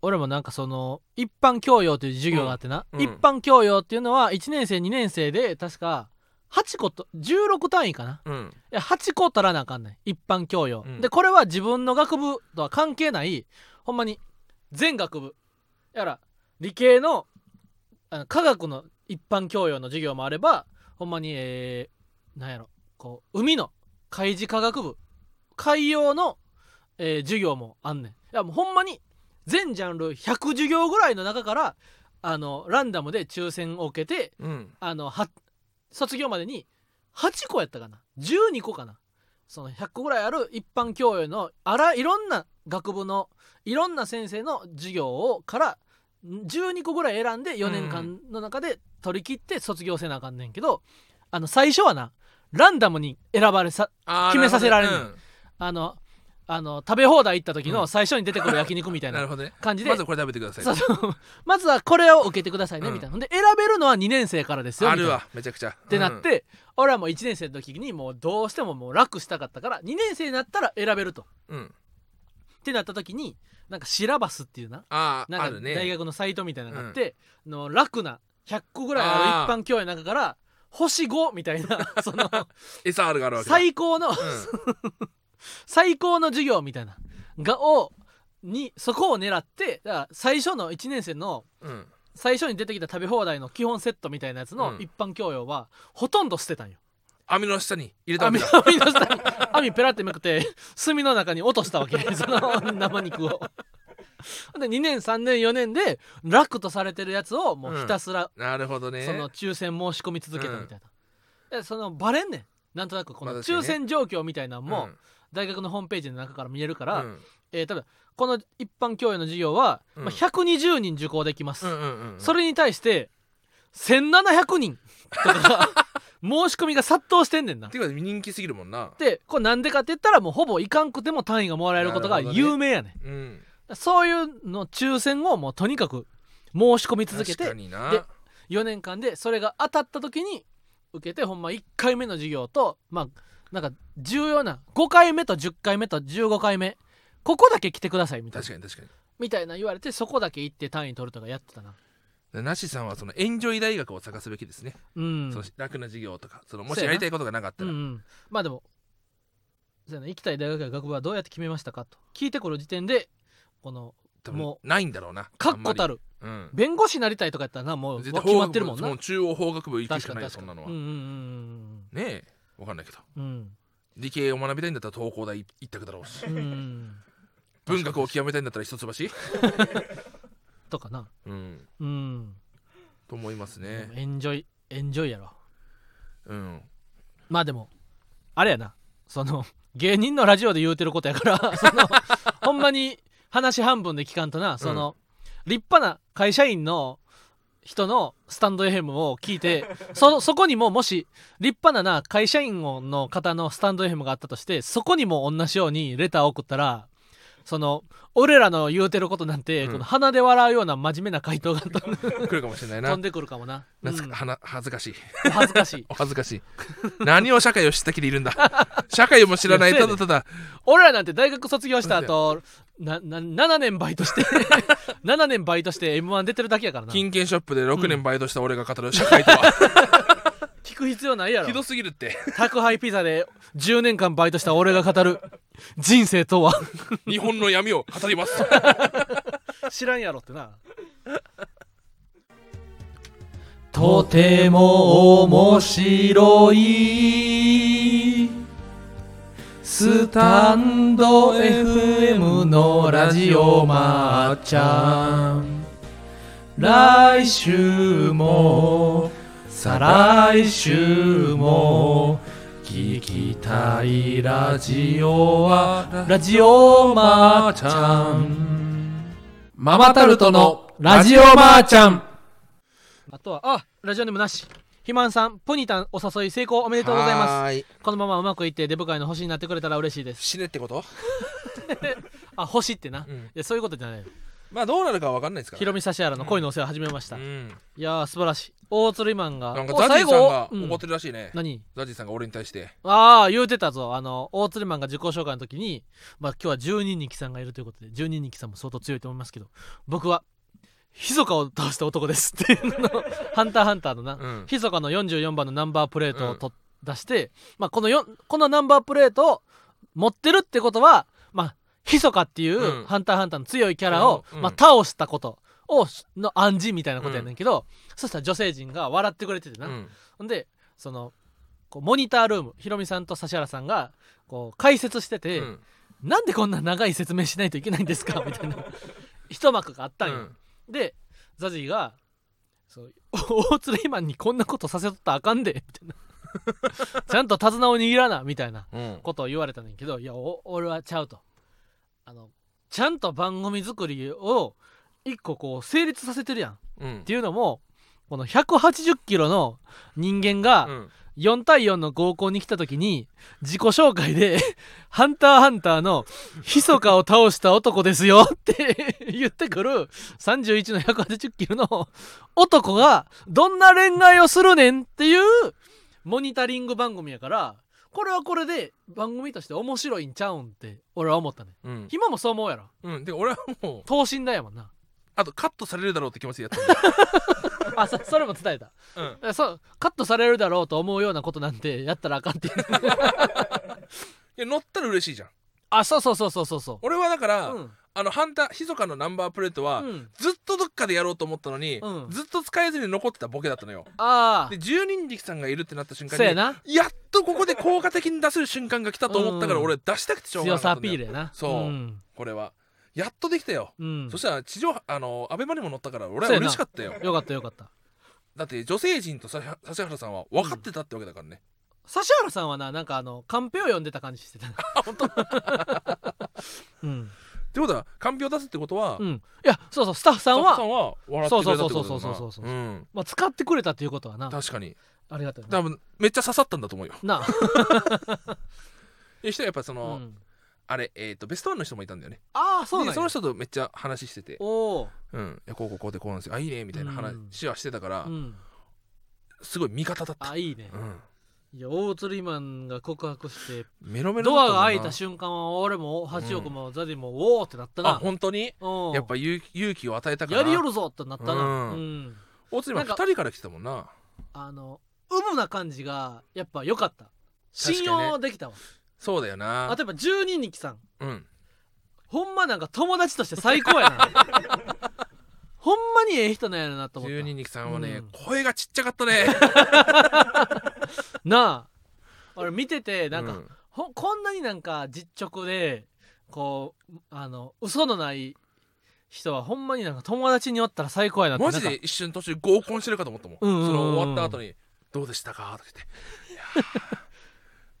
[SPEAKER 1] 俺もなんかその一般教養という授業があってな、
[SPEAKER 2] うんうん
[SPEAKER 1] 一般教養っていうのは1年生2年生で確か8個と16単位かな
[SPEAKER 2] うん、
[SPEAKER 1] いや8個取らなあかんねん一般教養、
[SPEAKER 2] うん
[SPEAKER 1] でこれは自分の学部とは関係ないほんまに全学部やから理系のあの科学の一般教養の授業もあればほんまにえー、なんやろこう海の海事科学部海洋の、えー授業もあんねんいやもうほんまに全ジャンル100授業ぐらいの中からあのランダムで抽選を受けて
[SPEAKER 2] うん、
[SPEAKER 1] あのは卒業までに8個やったかな12個かなその100個ぐらいある一般教養のあらいろんな学部のいろんな先生の授業をからん12個ぐらい選んで4年間の中で取り切って卒業せなあかんねんけど、あの最初はなランダムに選ばれさ
[SPEAKER 2] あー
[SPEAKER 1] 決めさせられる
[SPEAKER 2] なるほどね
[SPEAKER 1] あのあの食べ放題行った時
[SPEAKER 2] う
[SPEAKER 1] の
[SPEAKER 2] ん
[SPEAKER 1] 最初に出てくる焼肉みた
[SPEAKER 2] う
[SPEAKER 1] い
[SPEAKER 2] んなる
[SPEAKER 1] な
[SPEAKER 2] ほどね
[SPEAKER 1] 感じで、
[SPEAKER 2] まずこれ食べてください
[SPEAKER 1] そうそうまずはこれを受けてくださいね
[SPEAKER 2] うん
[SPEAKER 1] みたいな、で選べるのは2年生からですよ
[SPEAKER 2] あ
[SPEAKER 1] みたい
[SPEAKER 2] る
[SPEAKER 1] な
[SPEAKER 2] わめちゃくちゃっ
[SPEAKER 1] ってなって、俺はもう1年生の時にもうどうしてももう楽したかったから2年生になったら選べると
[SPEAKER 2] うん、うん
[SPEAKER 1] ってなった時になんかシラバスっていうな
[SPEAKER 2] ああ
[SPEAKER 1] な
[SPEAKER 2] あ
[SPEAKER 1] んか
[SPEAKER 2] るね
[SPEAKER 1] 大学のサイトみたいなのがあって、の楽な100個ぐらいあ
[SPEAKER 2] あ
[SPEAKER 1] る一
[SPEAKER 2] ー
[SPEAKER 1] 般教養の中から星5みたい なその
[SPEAKER 2] SR があるわけだ
[SPEAKER 1] 最高の
[SPEAKER 2] うん
[SPEAKER 1] 最高の授業みたいながをにそこを狙ってだから最初の1年生の
[SPEAKER 2] うん
[SPEAKER 1] 最初に出てきた食べ放題の基本セットみたいなやつの
[SPEAKER 2] うん
[SPEAKER 1] 一般教養はほとんど捨てたんよ。
[SPEAKER 2] 網の下に入れたわけ
[SPEAKER 1] 網
[SPEAKER 2] だ
[SPEAKER 1] 網の下に網ペラってめくって炭の中に落としたわけ その生肉をで2年3年4年で楽とされてるやつをもうひたすら、
[SPEAKER 2] なるほどね
[SPEAKER 1] その抽選申し込み続けたみたいな、でそのバレんねんなんとなくこの
[SPEAKER 2] まあ確かに
[SPEAKER 1] 抽
[SPEAKER 2] ね
[SPEAKER 1] 選状況みたいなのも
[SPEAKER 2] ん
[SPEAKER 1] 大学のホームページの中から見えるから、
[SPEAKER 2] うん
[SPEAKER 1] えー多分この一般教養の授業は、
[SPEAKER 2] うん
[SPEAKER 1] まあ、120人受講できます、
[SPEAKER 2] うんうんうん
[SPEAKER 1] それに対して1700人とか が申し込みが殺到してんねんな
[SPEAKER 2] っていうか人気すぎるもんな
[SPEAKER 1] でこれなんでかって言ったらもうほぼいかんくても単位がもらえることが
[SPEAKER 2] なるほどね
[SPEAKER 1] 有名やね
[SPEAKER 2] うん
[SPEAKER 1] そういうの抽選をもうとにかく申し込み続け
[SPEAKER 2] 確か
[SPEAKER 1] て
[SPEAKER 2] にな
[SPEAKER 1] で4年間でそれが当たった時に受けてほんま1回目の授業とまあなんか重要な5回目と10回目と15回目ここだけ来てくださいみたい
[SPEAKER 2] 確
[SPEAKER 1] な
[SPEAKER 2] かに確かに
[SPEAKER 1] みたいな言われてそこだけ行って単位取るとかやってたな
[SPEAKER 2] でナシさんはそのエンジョイ大学を探すべきですね、
[SPEAKER 1] うん
[SPEAKER 2] その楽な授業とかそのも
[SPEAKER 1] そう
[SPEAKER 2] し
[SPEAKER 1] やな
[SPEAKER 2] やりたいことがなかった
[SPEAKER 1] うん
[SPEAKER 2] ら、
[SPEAKER 1] うん、まあでもそうやな行きたい大学や学部はどうやって決めましたかと聞いてくる時点でこの
[SPEAKER 2] 多
[SPEAKER 1] も
[SPEAKER 2] 分ないんだろうな
[SPEAKER 1] 確固た
[SPEAKER 2] る、
[SPEAKER 1] る
[SPEAKER 2] うん、
[SPEAKER 1] 弁護士になりたいとかやったらなもう
[SPEAKER 2] 絶
[SPEAKER 1] 決
[SPEAKER 2] 対
[SPEAKER 1] まってるもんな
[SPEAKER 2] 法学部その中央法学部行くし
[SPEAKER 1] 確か
[SPEAKER 2] かな
[SPEAKER 1] に
[SPEAKER 2] いよ
[SPEAKER 1] 確かに
[SPEAKER 2] そんなのは、
[SPEAKER 1] うん
[SPEAKER 2] ね
[SPEAKER 1] うん
[SPEAKER 2] えわかんないけど
[SPEAKER 1] うんうんうん
[SPEAKER 2] 理系を学びたいんだったら東工大一択だろ うし
[SPEAKER 1] うんうん
[SPEAKER 2] 文学を極めたいんだったら一橋、
[SPEAKER 1] とかな
[SPEAKER 2] うん、
[SPEAKER 1] うん、
[SPEAKER 2] と思いますね
[SPEAKER 1] エンジョイエンジョイやろ
[SPEAKER 2] うん
[SPEAKER 1] まあでもあれやなその芸人のラジオで言うてることやから そのほんまに話半分で聞かんとなその、立派な会社員の人のスタンド FM を聞いて そそこにももし立派なな会社員の方のスタンド FM があったとしてそこにも同じようにレターを送ったらその俺らの言うてることなんて、
[SPEAKER 2] うん
[SPEAKER 1] この鼻で笑うような真面目な回答が
[SPEAKER 2] 来るかもしれない
[SPEAKER 1] 飛
[SPEAKER 2] なん
[SPEAKER 1] でくるかもな、うん
[SPEAKER 2] 懐かはな恥ずかしい
[SPEAKER 1] お恥ずかしい
[SPEAKER 2] お恥ずかしい何を社会を知ったきりいるんだ 社会も知らない
[SPEAKER 1] いや
[SPEAKER 2] た
[SPEAKER 1] そう
[SPEAKER 2] だ
[SPEAKER 1] や
[SPEAKER 2] ただ
[SPEAKER 1] 俺らなんて大学卒業した後なな7年バイト して7年バイトして m 1出てるだけやからな聞
[SPEAKER 2] 金券ショップで6年バイトした俺が語る社会とは、
[SPEAKER 1] く必要ないやろ
[SPEAKER 2] ひどすぎるって
[SPEAKER 1] 宅配ピザで10年間バイトした俺が語る人生とは
[SPEAKER 2] 日本の闇を語ります
[SPEAKER 1] 知らんやろってな とても面白いスタンド FM のラジオまっちゃん来週も再来週も聞きたいラジオはラジオまーちゃんママタルトのラジオまーちゃんあとはあラジオネームなし肥満さんプニタンお誘い成功おめでとうございます
[SPEAKER 2] す
[SPEAKER 1] このままうまくいってデブ界の星になってくれたら嬉しいです
[SPEAKER 2] 死ねってこと、
[SPEAKER 1] あ星ってな、
[SPEAKER 2] う
[SPEAKER 1] い
[SPEAKER 2] ん、
[SPEAKER 1] やそういうことじゃない
[SPEAKER 2] まあどうなるかわかんないですから
[SPEAKER 1] ヒロミ指原の恋のお世話始めました、
[SPEAKER 2] う
[SPEAKER 1] い
[SPEAKER 2] ん、
[SPEAKER 1] やー素晴らしい大鶴マンが
[SPEAKER 2] なんか
[SPEAKER 1] お
[SPEAKER 2] ザジーさんが
[SPEAKER 1] うん
[SPEAKER 2] 怒ってるらしいね、
[SPEAKER 1] 何
[SPEAKER 2] ザジーさんが俺に対して
[SPEAKER 1] ああ言うてたぞあの大鶴マンが自己紹介の時に、まあ、今日は12人さんがいるということで12人さんも相当強いと思いますけど僕は密かを倒した男ですっていうのをハンターハンターのな、
[SPEAKER 2] うん
[SPEAKER 1] 密かの44番のナンバープレートをと、出して、まあ、このよこのナンバープレートを持ってるってことはまあ密かっていう、
[SPEAKER 2] うん
[SPEAKER 1] ハンターハンターの強いキャラを、
[SPEAKER 2] うん
[SPEAKER 1] まあ、倒したことをの暗示みたいなことやねんけど、そしたら女性陣が笑ってくれててな、
[SPEAKER 2] うん
[SPEAKER 1] ほんでそのこうモニタールームひろみさんと指原さんがこう解説してて、
[SPEAKER 2] うん
[SPEAKER 1] なんでこんな長い説明しないといけないんですかみたいな一幕があったんよ、でザジーがそう 「大鶴ひまんにこんなことさせとったらあかんで」みたいな「ち ゃんと手綱を握らな」みたいな
[SPEAKER 2] うんうん
[SPEAKER 1] ことを言われたんだけど「いやお俺はちゃうと」あのちゃんと番組作りを一個こう成立させてるやんっ
[SPEAKER 2] うん
[SPEAKER 1] ていうのもこの180キロの人間が、
[SPEAKER 2] うん
[SPEAKER 1] 4対4の合コンに来た時に自己紹介で 「ハンターハンター」の「密かを倒した男ですよ」って 言ってくる31の180キロの男がどんな恋愛をするねんっていうモニタリング番組やからこれはこれで番組として面白いんちゃうんって俺は思ったね
[SPEAKER 2] うん
[SPEAKER 1] 暇もそう思うやろ
[SPEAKER 2] うんで俺はもう
[SPEAKER 1] 等身大やもんな
[SPEAKER 2] あとカットされるだろうって気持ちでやったんだよ
[SPEAKER 1] あそそれも伝えた
[SPEAKER 2] うん
[SPEAKER 1] えそうカットされるだろうと思うようなことなんてやったらあかんっていう
[SPEAKER 2] いや乗ったら嬉しいじゃん
[SPEAKER 1] あそうそうそうそうそうそ
[SPEAKER 2] 俺はだから、
[SPEAKER 1] ううん
[SPEAKER 2] あのハンター密かのナンバープレートは、
[SPEAKER 1] うん
[SPEAKER 2] ずっとどっかでやろうと思ったのに、
[SPEAKER 1] うん
[SPEAKER 2] ずっと使えずに残ってたボケだったのよ
[SPEAKER 1] あ
[SPEAKER 2] で十人力さんがいるってなった瞬
[SPEAKER 1] あ
[SPEAKER 2] 間
[SPEAKER 1] そう
[SPEAKER 2] に
[SPEAKER 1] やな
[SPEAKER 2] やっとここで効果的に出せる瞬間が来たと思ったから
[SPEAKER 1] うん
[SPEAKER 2] 俺出したくてしょうが
[SPEAKER 1] 強
[SPEAKER 2] なか
[SPEAKER 1] さ
[SPEAKER 2] っ
[SPEAKER 1] ア
[SPEAKER 2] たん
[SPEAKER 1] ピ
[SPEAKER 2] だよ
[SPEAKER 1] ールやな
[SPEAKER 2] そうんこれはやっとできたよ、
[SPEAKER 1] うん
[SPEAKER 2] そしたら地上あのアベマにも乗ったから俺
[SPEAKER 1] そう
[SPEAKER 2] は
[SPEAKER 1] やな
[SPEAKER 2] 嬉しかったよ
[SPEAKER 1] よかったよかった
[SPEAKER 2] だって女性陣とさ指原さんは分かってたってわけだからね、
[SPEAKER 1] 指原さんはななんかあのカンペを読んでた感じ してたあ
[SPEAKER 2] 本
[SPEAKER 1] 当 うん、
[SPEAKER 2] ってことはカンペを出すってことは、
[SPEAKER 1] うん、いやそうそうスタッフさん
[SPEAKER 2] スタッフ
[SPEAKER 1] は
[SPEAKER 2] さんは笑ってくれたってこ
[SPEAKER 1] そ
[SPEAKER 2] とだ
[SPEAKER 1] うそうそう
[SPEAKER 2] な
[SPEAKER 1] そうそうそうそう
[SPEAKER 2] うん
[SPEAKER 1] まあ、使ってくれたっていうことはな
[SPEAKER 2] 確かに
[SPEAKER 1] ありがたいな
[SPEAKER 2] 多分めっちゃ刺さったんだと思うよ
[SPEAKER 1] なあ、
[SPEAKER 2] で人はやっぱその、
[SPEAKER 1] うん
[SPEAKER 2] あれえっ、とベストワンの人もいたんだよね
[SPEAKER 1] ああそうなん
[SPEAKER 2] で
[SPEAKER 1] や
[SPEAKER 2] その人とめっちゃ話してて
[SPEAKER 1] おお、
[SPEAKER 2] 「うん、いやこうこうこうでこうなんですよあいいね」みたいな話はしてたから、
[SPEAKER 1] うん、
[SPEAKER 2] すごい味方だった、
[SPEAKER 1] あいいね
[SPEAKER 2] うん、
[SPEAKER 1] いや大釣りマンが告白して
[SPEAKER 2] メロメロ
[SPEAKER 1] ド
[SPEAKER 2] だっ
[SPEAKER 1] ア
[SPEAKER 2] たもんな
[SPEAKER 1] が開いた瞬間は俺も八億もザディもおおってなった
[SPEAKER 2] あ
[SPEAKER 1] な、
[SPEAKER 2] 本当に
[SPEAKER 1] うん、
[SPEAKER 2] やっぱ勇勇気を与えたから
[SPEAKER 1] やりよるぞってなったな
[SPEAKER 2] うん
[SPEAKER 1] うん
[SPEAKER 2] 大津今
[SPEAKER 1] なん
[SPEAKER 2] 2
[SPEAKER 1] か
[SPEAKER 2] 人から来てたもんな
[SPEAKER 1] あのうむな感じがやっぱ良かった
[SPEAKER 2] 確かにね
[SPEAKER 1] 信用できたわ、
[SPEAKER 2] そうだよな
[SPEAKER 1] あ例えば12人さん
[SPEAKER 2] うん
[SPEAKER 1] ほんまなんか友達として最高や なほんまにええ人なんやろなと思っ
[SPEAKER 2] 12
[SPEAKER 1] た
[SPEAKER 2] 人さんはね、
[SPEAKER 1] うん
[SPEAKER 2] 声がちっちゃかったね
[SPEAKER 1] なあ俺見ててなんか、
[SPEAKER 2] うん
[SPEAKER 1] ほこんなになんか実直でこうあの嘘のない人はほんまになんか友達におったら最高やなって
[SPEAKER 2] マジ
[SPEAKER 1] なん
[SPEAKER 2] で
[SPEAKER 1] か
[SPEAKER 2] 一瞬途中合コンしてるかと思ったもん,、
[SPEAKER 1] うんうんうん
[SPEAKER 2] その終わった後に「どうでしたか?」とか言って「いやー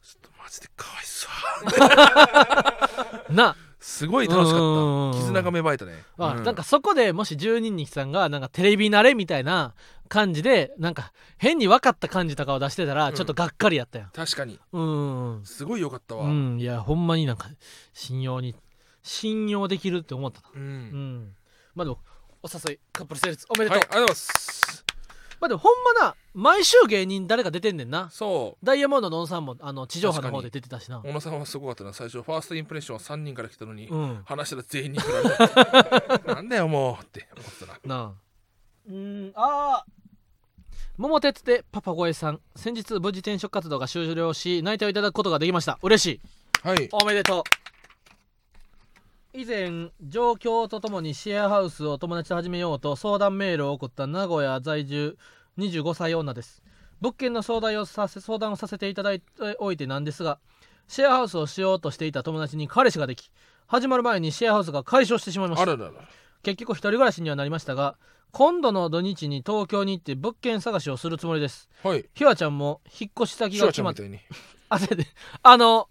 [SPEAKER 2] ちょっとマジでかわいそう」
[SPEAKER 1] な
[SPEAKER 2] すごい楽し
[SPEAKER 1] うんうんうん
[SPEAKER 2] かった絆が芽生えたね、
[SPEAKER 1] まあ
[SPEAKER 2] う
[SPEAKER 1] なんかそこでもし12人さんがなんかテレビ慣れみたいな感じでなんか変に分かった感じとかを出してたら
[SPEAKER 2] ん
[SPEAKER 1] ちょっとがっかりやったやん
[SPEAKER 2] 確かに
[SPEAKER 1] うん
[SPEAKER 2] すごい良かったわ、
[SPEAKER 1] うんいやほんまになんか信用に信用できるって思ったなう
[SPEAKER 2] う
[SPEAKER 1] んんまあでもお誘いカップル成立おめ
[SPEAKER 2] はいあ
[SPEAKER 1] で
[SPEAKER 2] り
[SPEAKER 1] と
[SPEAKER 2] が
[SPEAKER 1] う、
[SPEAKER 2] とうございます
[SPEAKER 1] まあでもほんまな毎週芸人誰か出てんねんな
[SPEAKER 2] そ
[SPEAKER 1] ダイヤモンドのおさんもあの地上波の方で出てたしな
[SPEAKER 2] う小野さんはすごかったな最初ファーストインプレッションは3人から来たのに、
[SPEAKER 1] うん
[SPEAKER 2] 話したら全員に振られ たなんだよもうって思ってたな
[SPEAKER 1] なあうんああ桃鉄でパパ声さん先日無事転職活動が終了し内定をいただくことができました嬉しい
[SPEAKER 2] はい
[SPEAKER 1] おめでとう以前状況とともにシェアハウスを友達と始めようと相談メールを送った名古屋在住25歳女です物件の相談をさせ相談をさせていただいておいてなんですがシェアハウスをしようとしていた友達に彼氏ができ始まる前にシェアハウスが解消してしまいまし
[SPEAKER 2] あ
[SPEAKER 1] た
[SPEAKER 2] ららら
[SPEAKER 1] 結局一人暮らしにはなりましたが今度の土日に東京に行って物件探しをするつもりです
[SPEAKER 2] はい
[SPEAKER 1] ひわちゃんも引っ越し先
[SPEAKER 2] シ
[SPEAKER 1] が
[SPEAKER 2] ュワち
[SPEAKER 1] 決
[SPEAKER 2] ゃん
[SPEAKER 1] まっ
[SPEAKER 2] みたいに
[SPEAKER 1] あそうやであの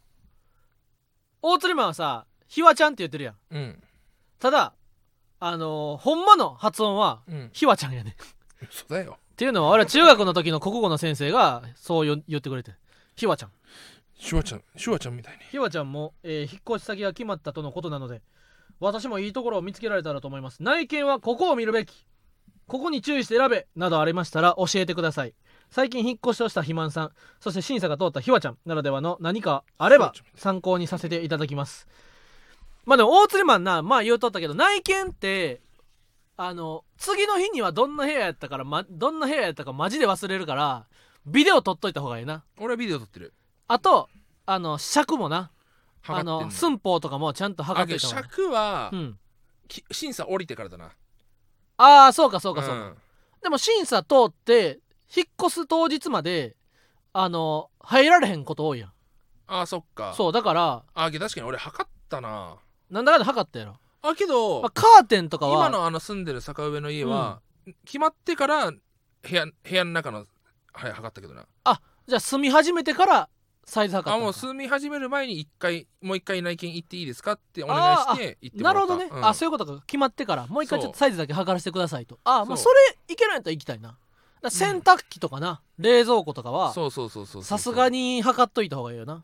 [SPEAKER 1] 大釣りマンはさひわちゃんって言ってるやん
[SPEAKER 2] うん
[SPEAKER 1] ただあのほんまの発音は
[SPEAKER 2] うん
[SPEAKER 1] ひわちゃんやねっ
[SPEAKER 2] そうだよ
[SPEAKER 1] ていうのは俺は中学の時の国語の先生がそうよ言ってくれてひわちゃん
[SPEAKER 2] シュワちゃんシュワちゃんみたいに
[SPEAKER 1] ひわちゃんも、えー引っ越し先が決まったとのことなので私もいいところを見つけられたらと思います内見はここを見るべきここに注意して選べなどありましたら教えてください最近引っ越しをした肥満さんそして審査が通ったひわちゃんならではの何かあれば参考にさせていただきますまあでも大釣りマンなまあ言うとったけど内見ってあの次の日にはどんな部屋やったから、ま、どんな部屋やったかマジで忘れるからビデオ撮っといた方がいいな
[SPEAKER 2] 俺はビデオ撮ってる
[SPEAKER 1] あとあの尺もな
[SPEAKER 2] 測
[SPEAKER 1] あ
[SPEAKER 2] ってんの
[SPEAKER 1] の寸法とかもちゃんと測
[SPEAKER 2] あ
[SPEAKER 1] っ
[SPEAKER 2] け
[SPEAKER 1] て
[SPEAKER 2] ど
[SPEAKER 1] いた方が
[SPEAKER 2] 尺は、
[SPEAKER 1] うん、
[SPEAKER 2] き審査降りてからだな
[SPEAKER 1] ああそうかそうかそうか、
[SPEAKER 2] ん
[SPEAKER 1] でも審査通って引っ越す当日まであの入られへんこと多いやん
[SPEAKER 2] あそっか
[SPEAKER 1] そうだから
[SPEAKER 2] あけど確かに俺測ったな
[SPEAKER 1] なんだかんだ測ったやろ、
[SPEAKER 2] あけど、
[SPEAKER 1] まあ、カーテンとかは
[SPEAKER 2] 今のあの住んでる坂上の家は、決まってから部屋部屋の中のはい測ったけどな
[SPEAKER 1] じゃあ住み始めてからサイズ測っ
[SPEAKER 2] あ
[SPEAKER 1] たの
[SPEAKER 2] も
[SPEAKER 1] か
[SPEAKER 2] う住み始める前に一回もう一回内見行っていいですかってお願いして行っても
[SPEAKER 1] なる
[SPEAKER 2] らっ
[SPEAKER 1] ほ
[SPEAKER 2] た
[SPEAKER 1] どね、
[SPEAKER 2] うん
[SPEAKER 1] あそういうことか決まってからもう一回ちょっとサイズだけ測らせてくださいとああまあ
[SPEAKER 2] そ
[SPEAKER 1] そうれいけないと行きたいなだから洗濯機とかな、冷蔵庫とかは
[SPEAKER 2] そうそうそうそうそう
[SPEAKER 1] さすがに測っといた方がいいよな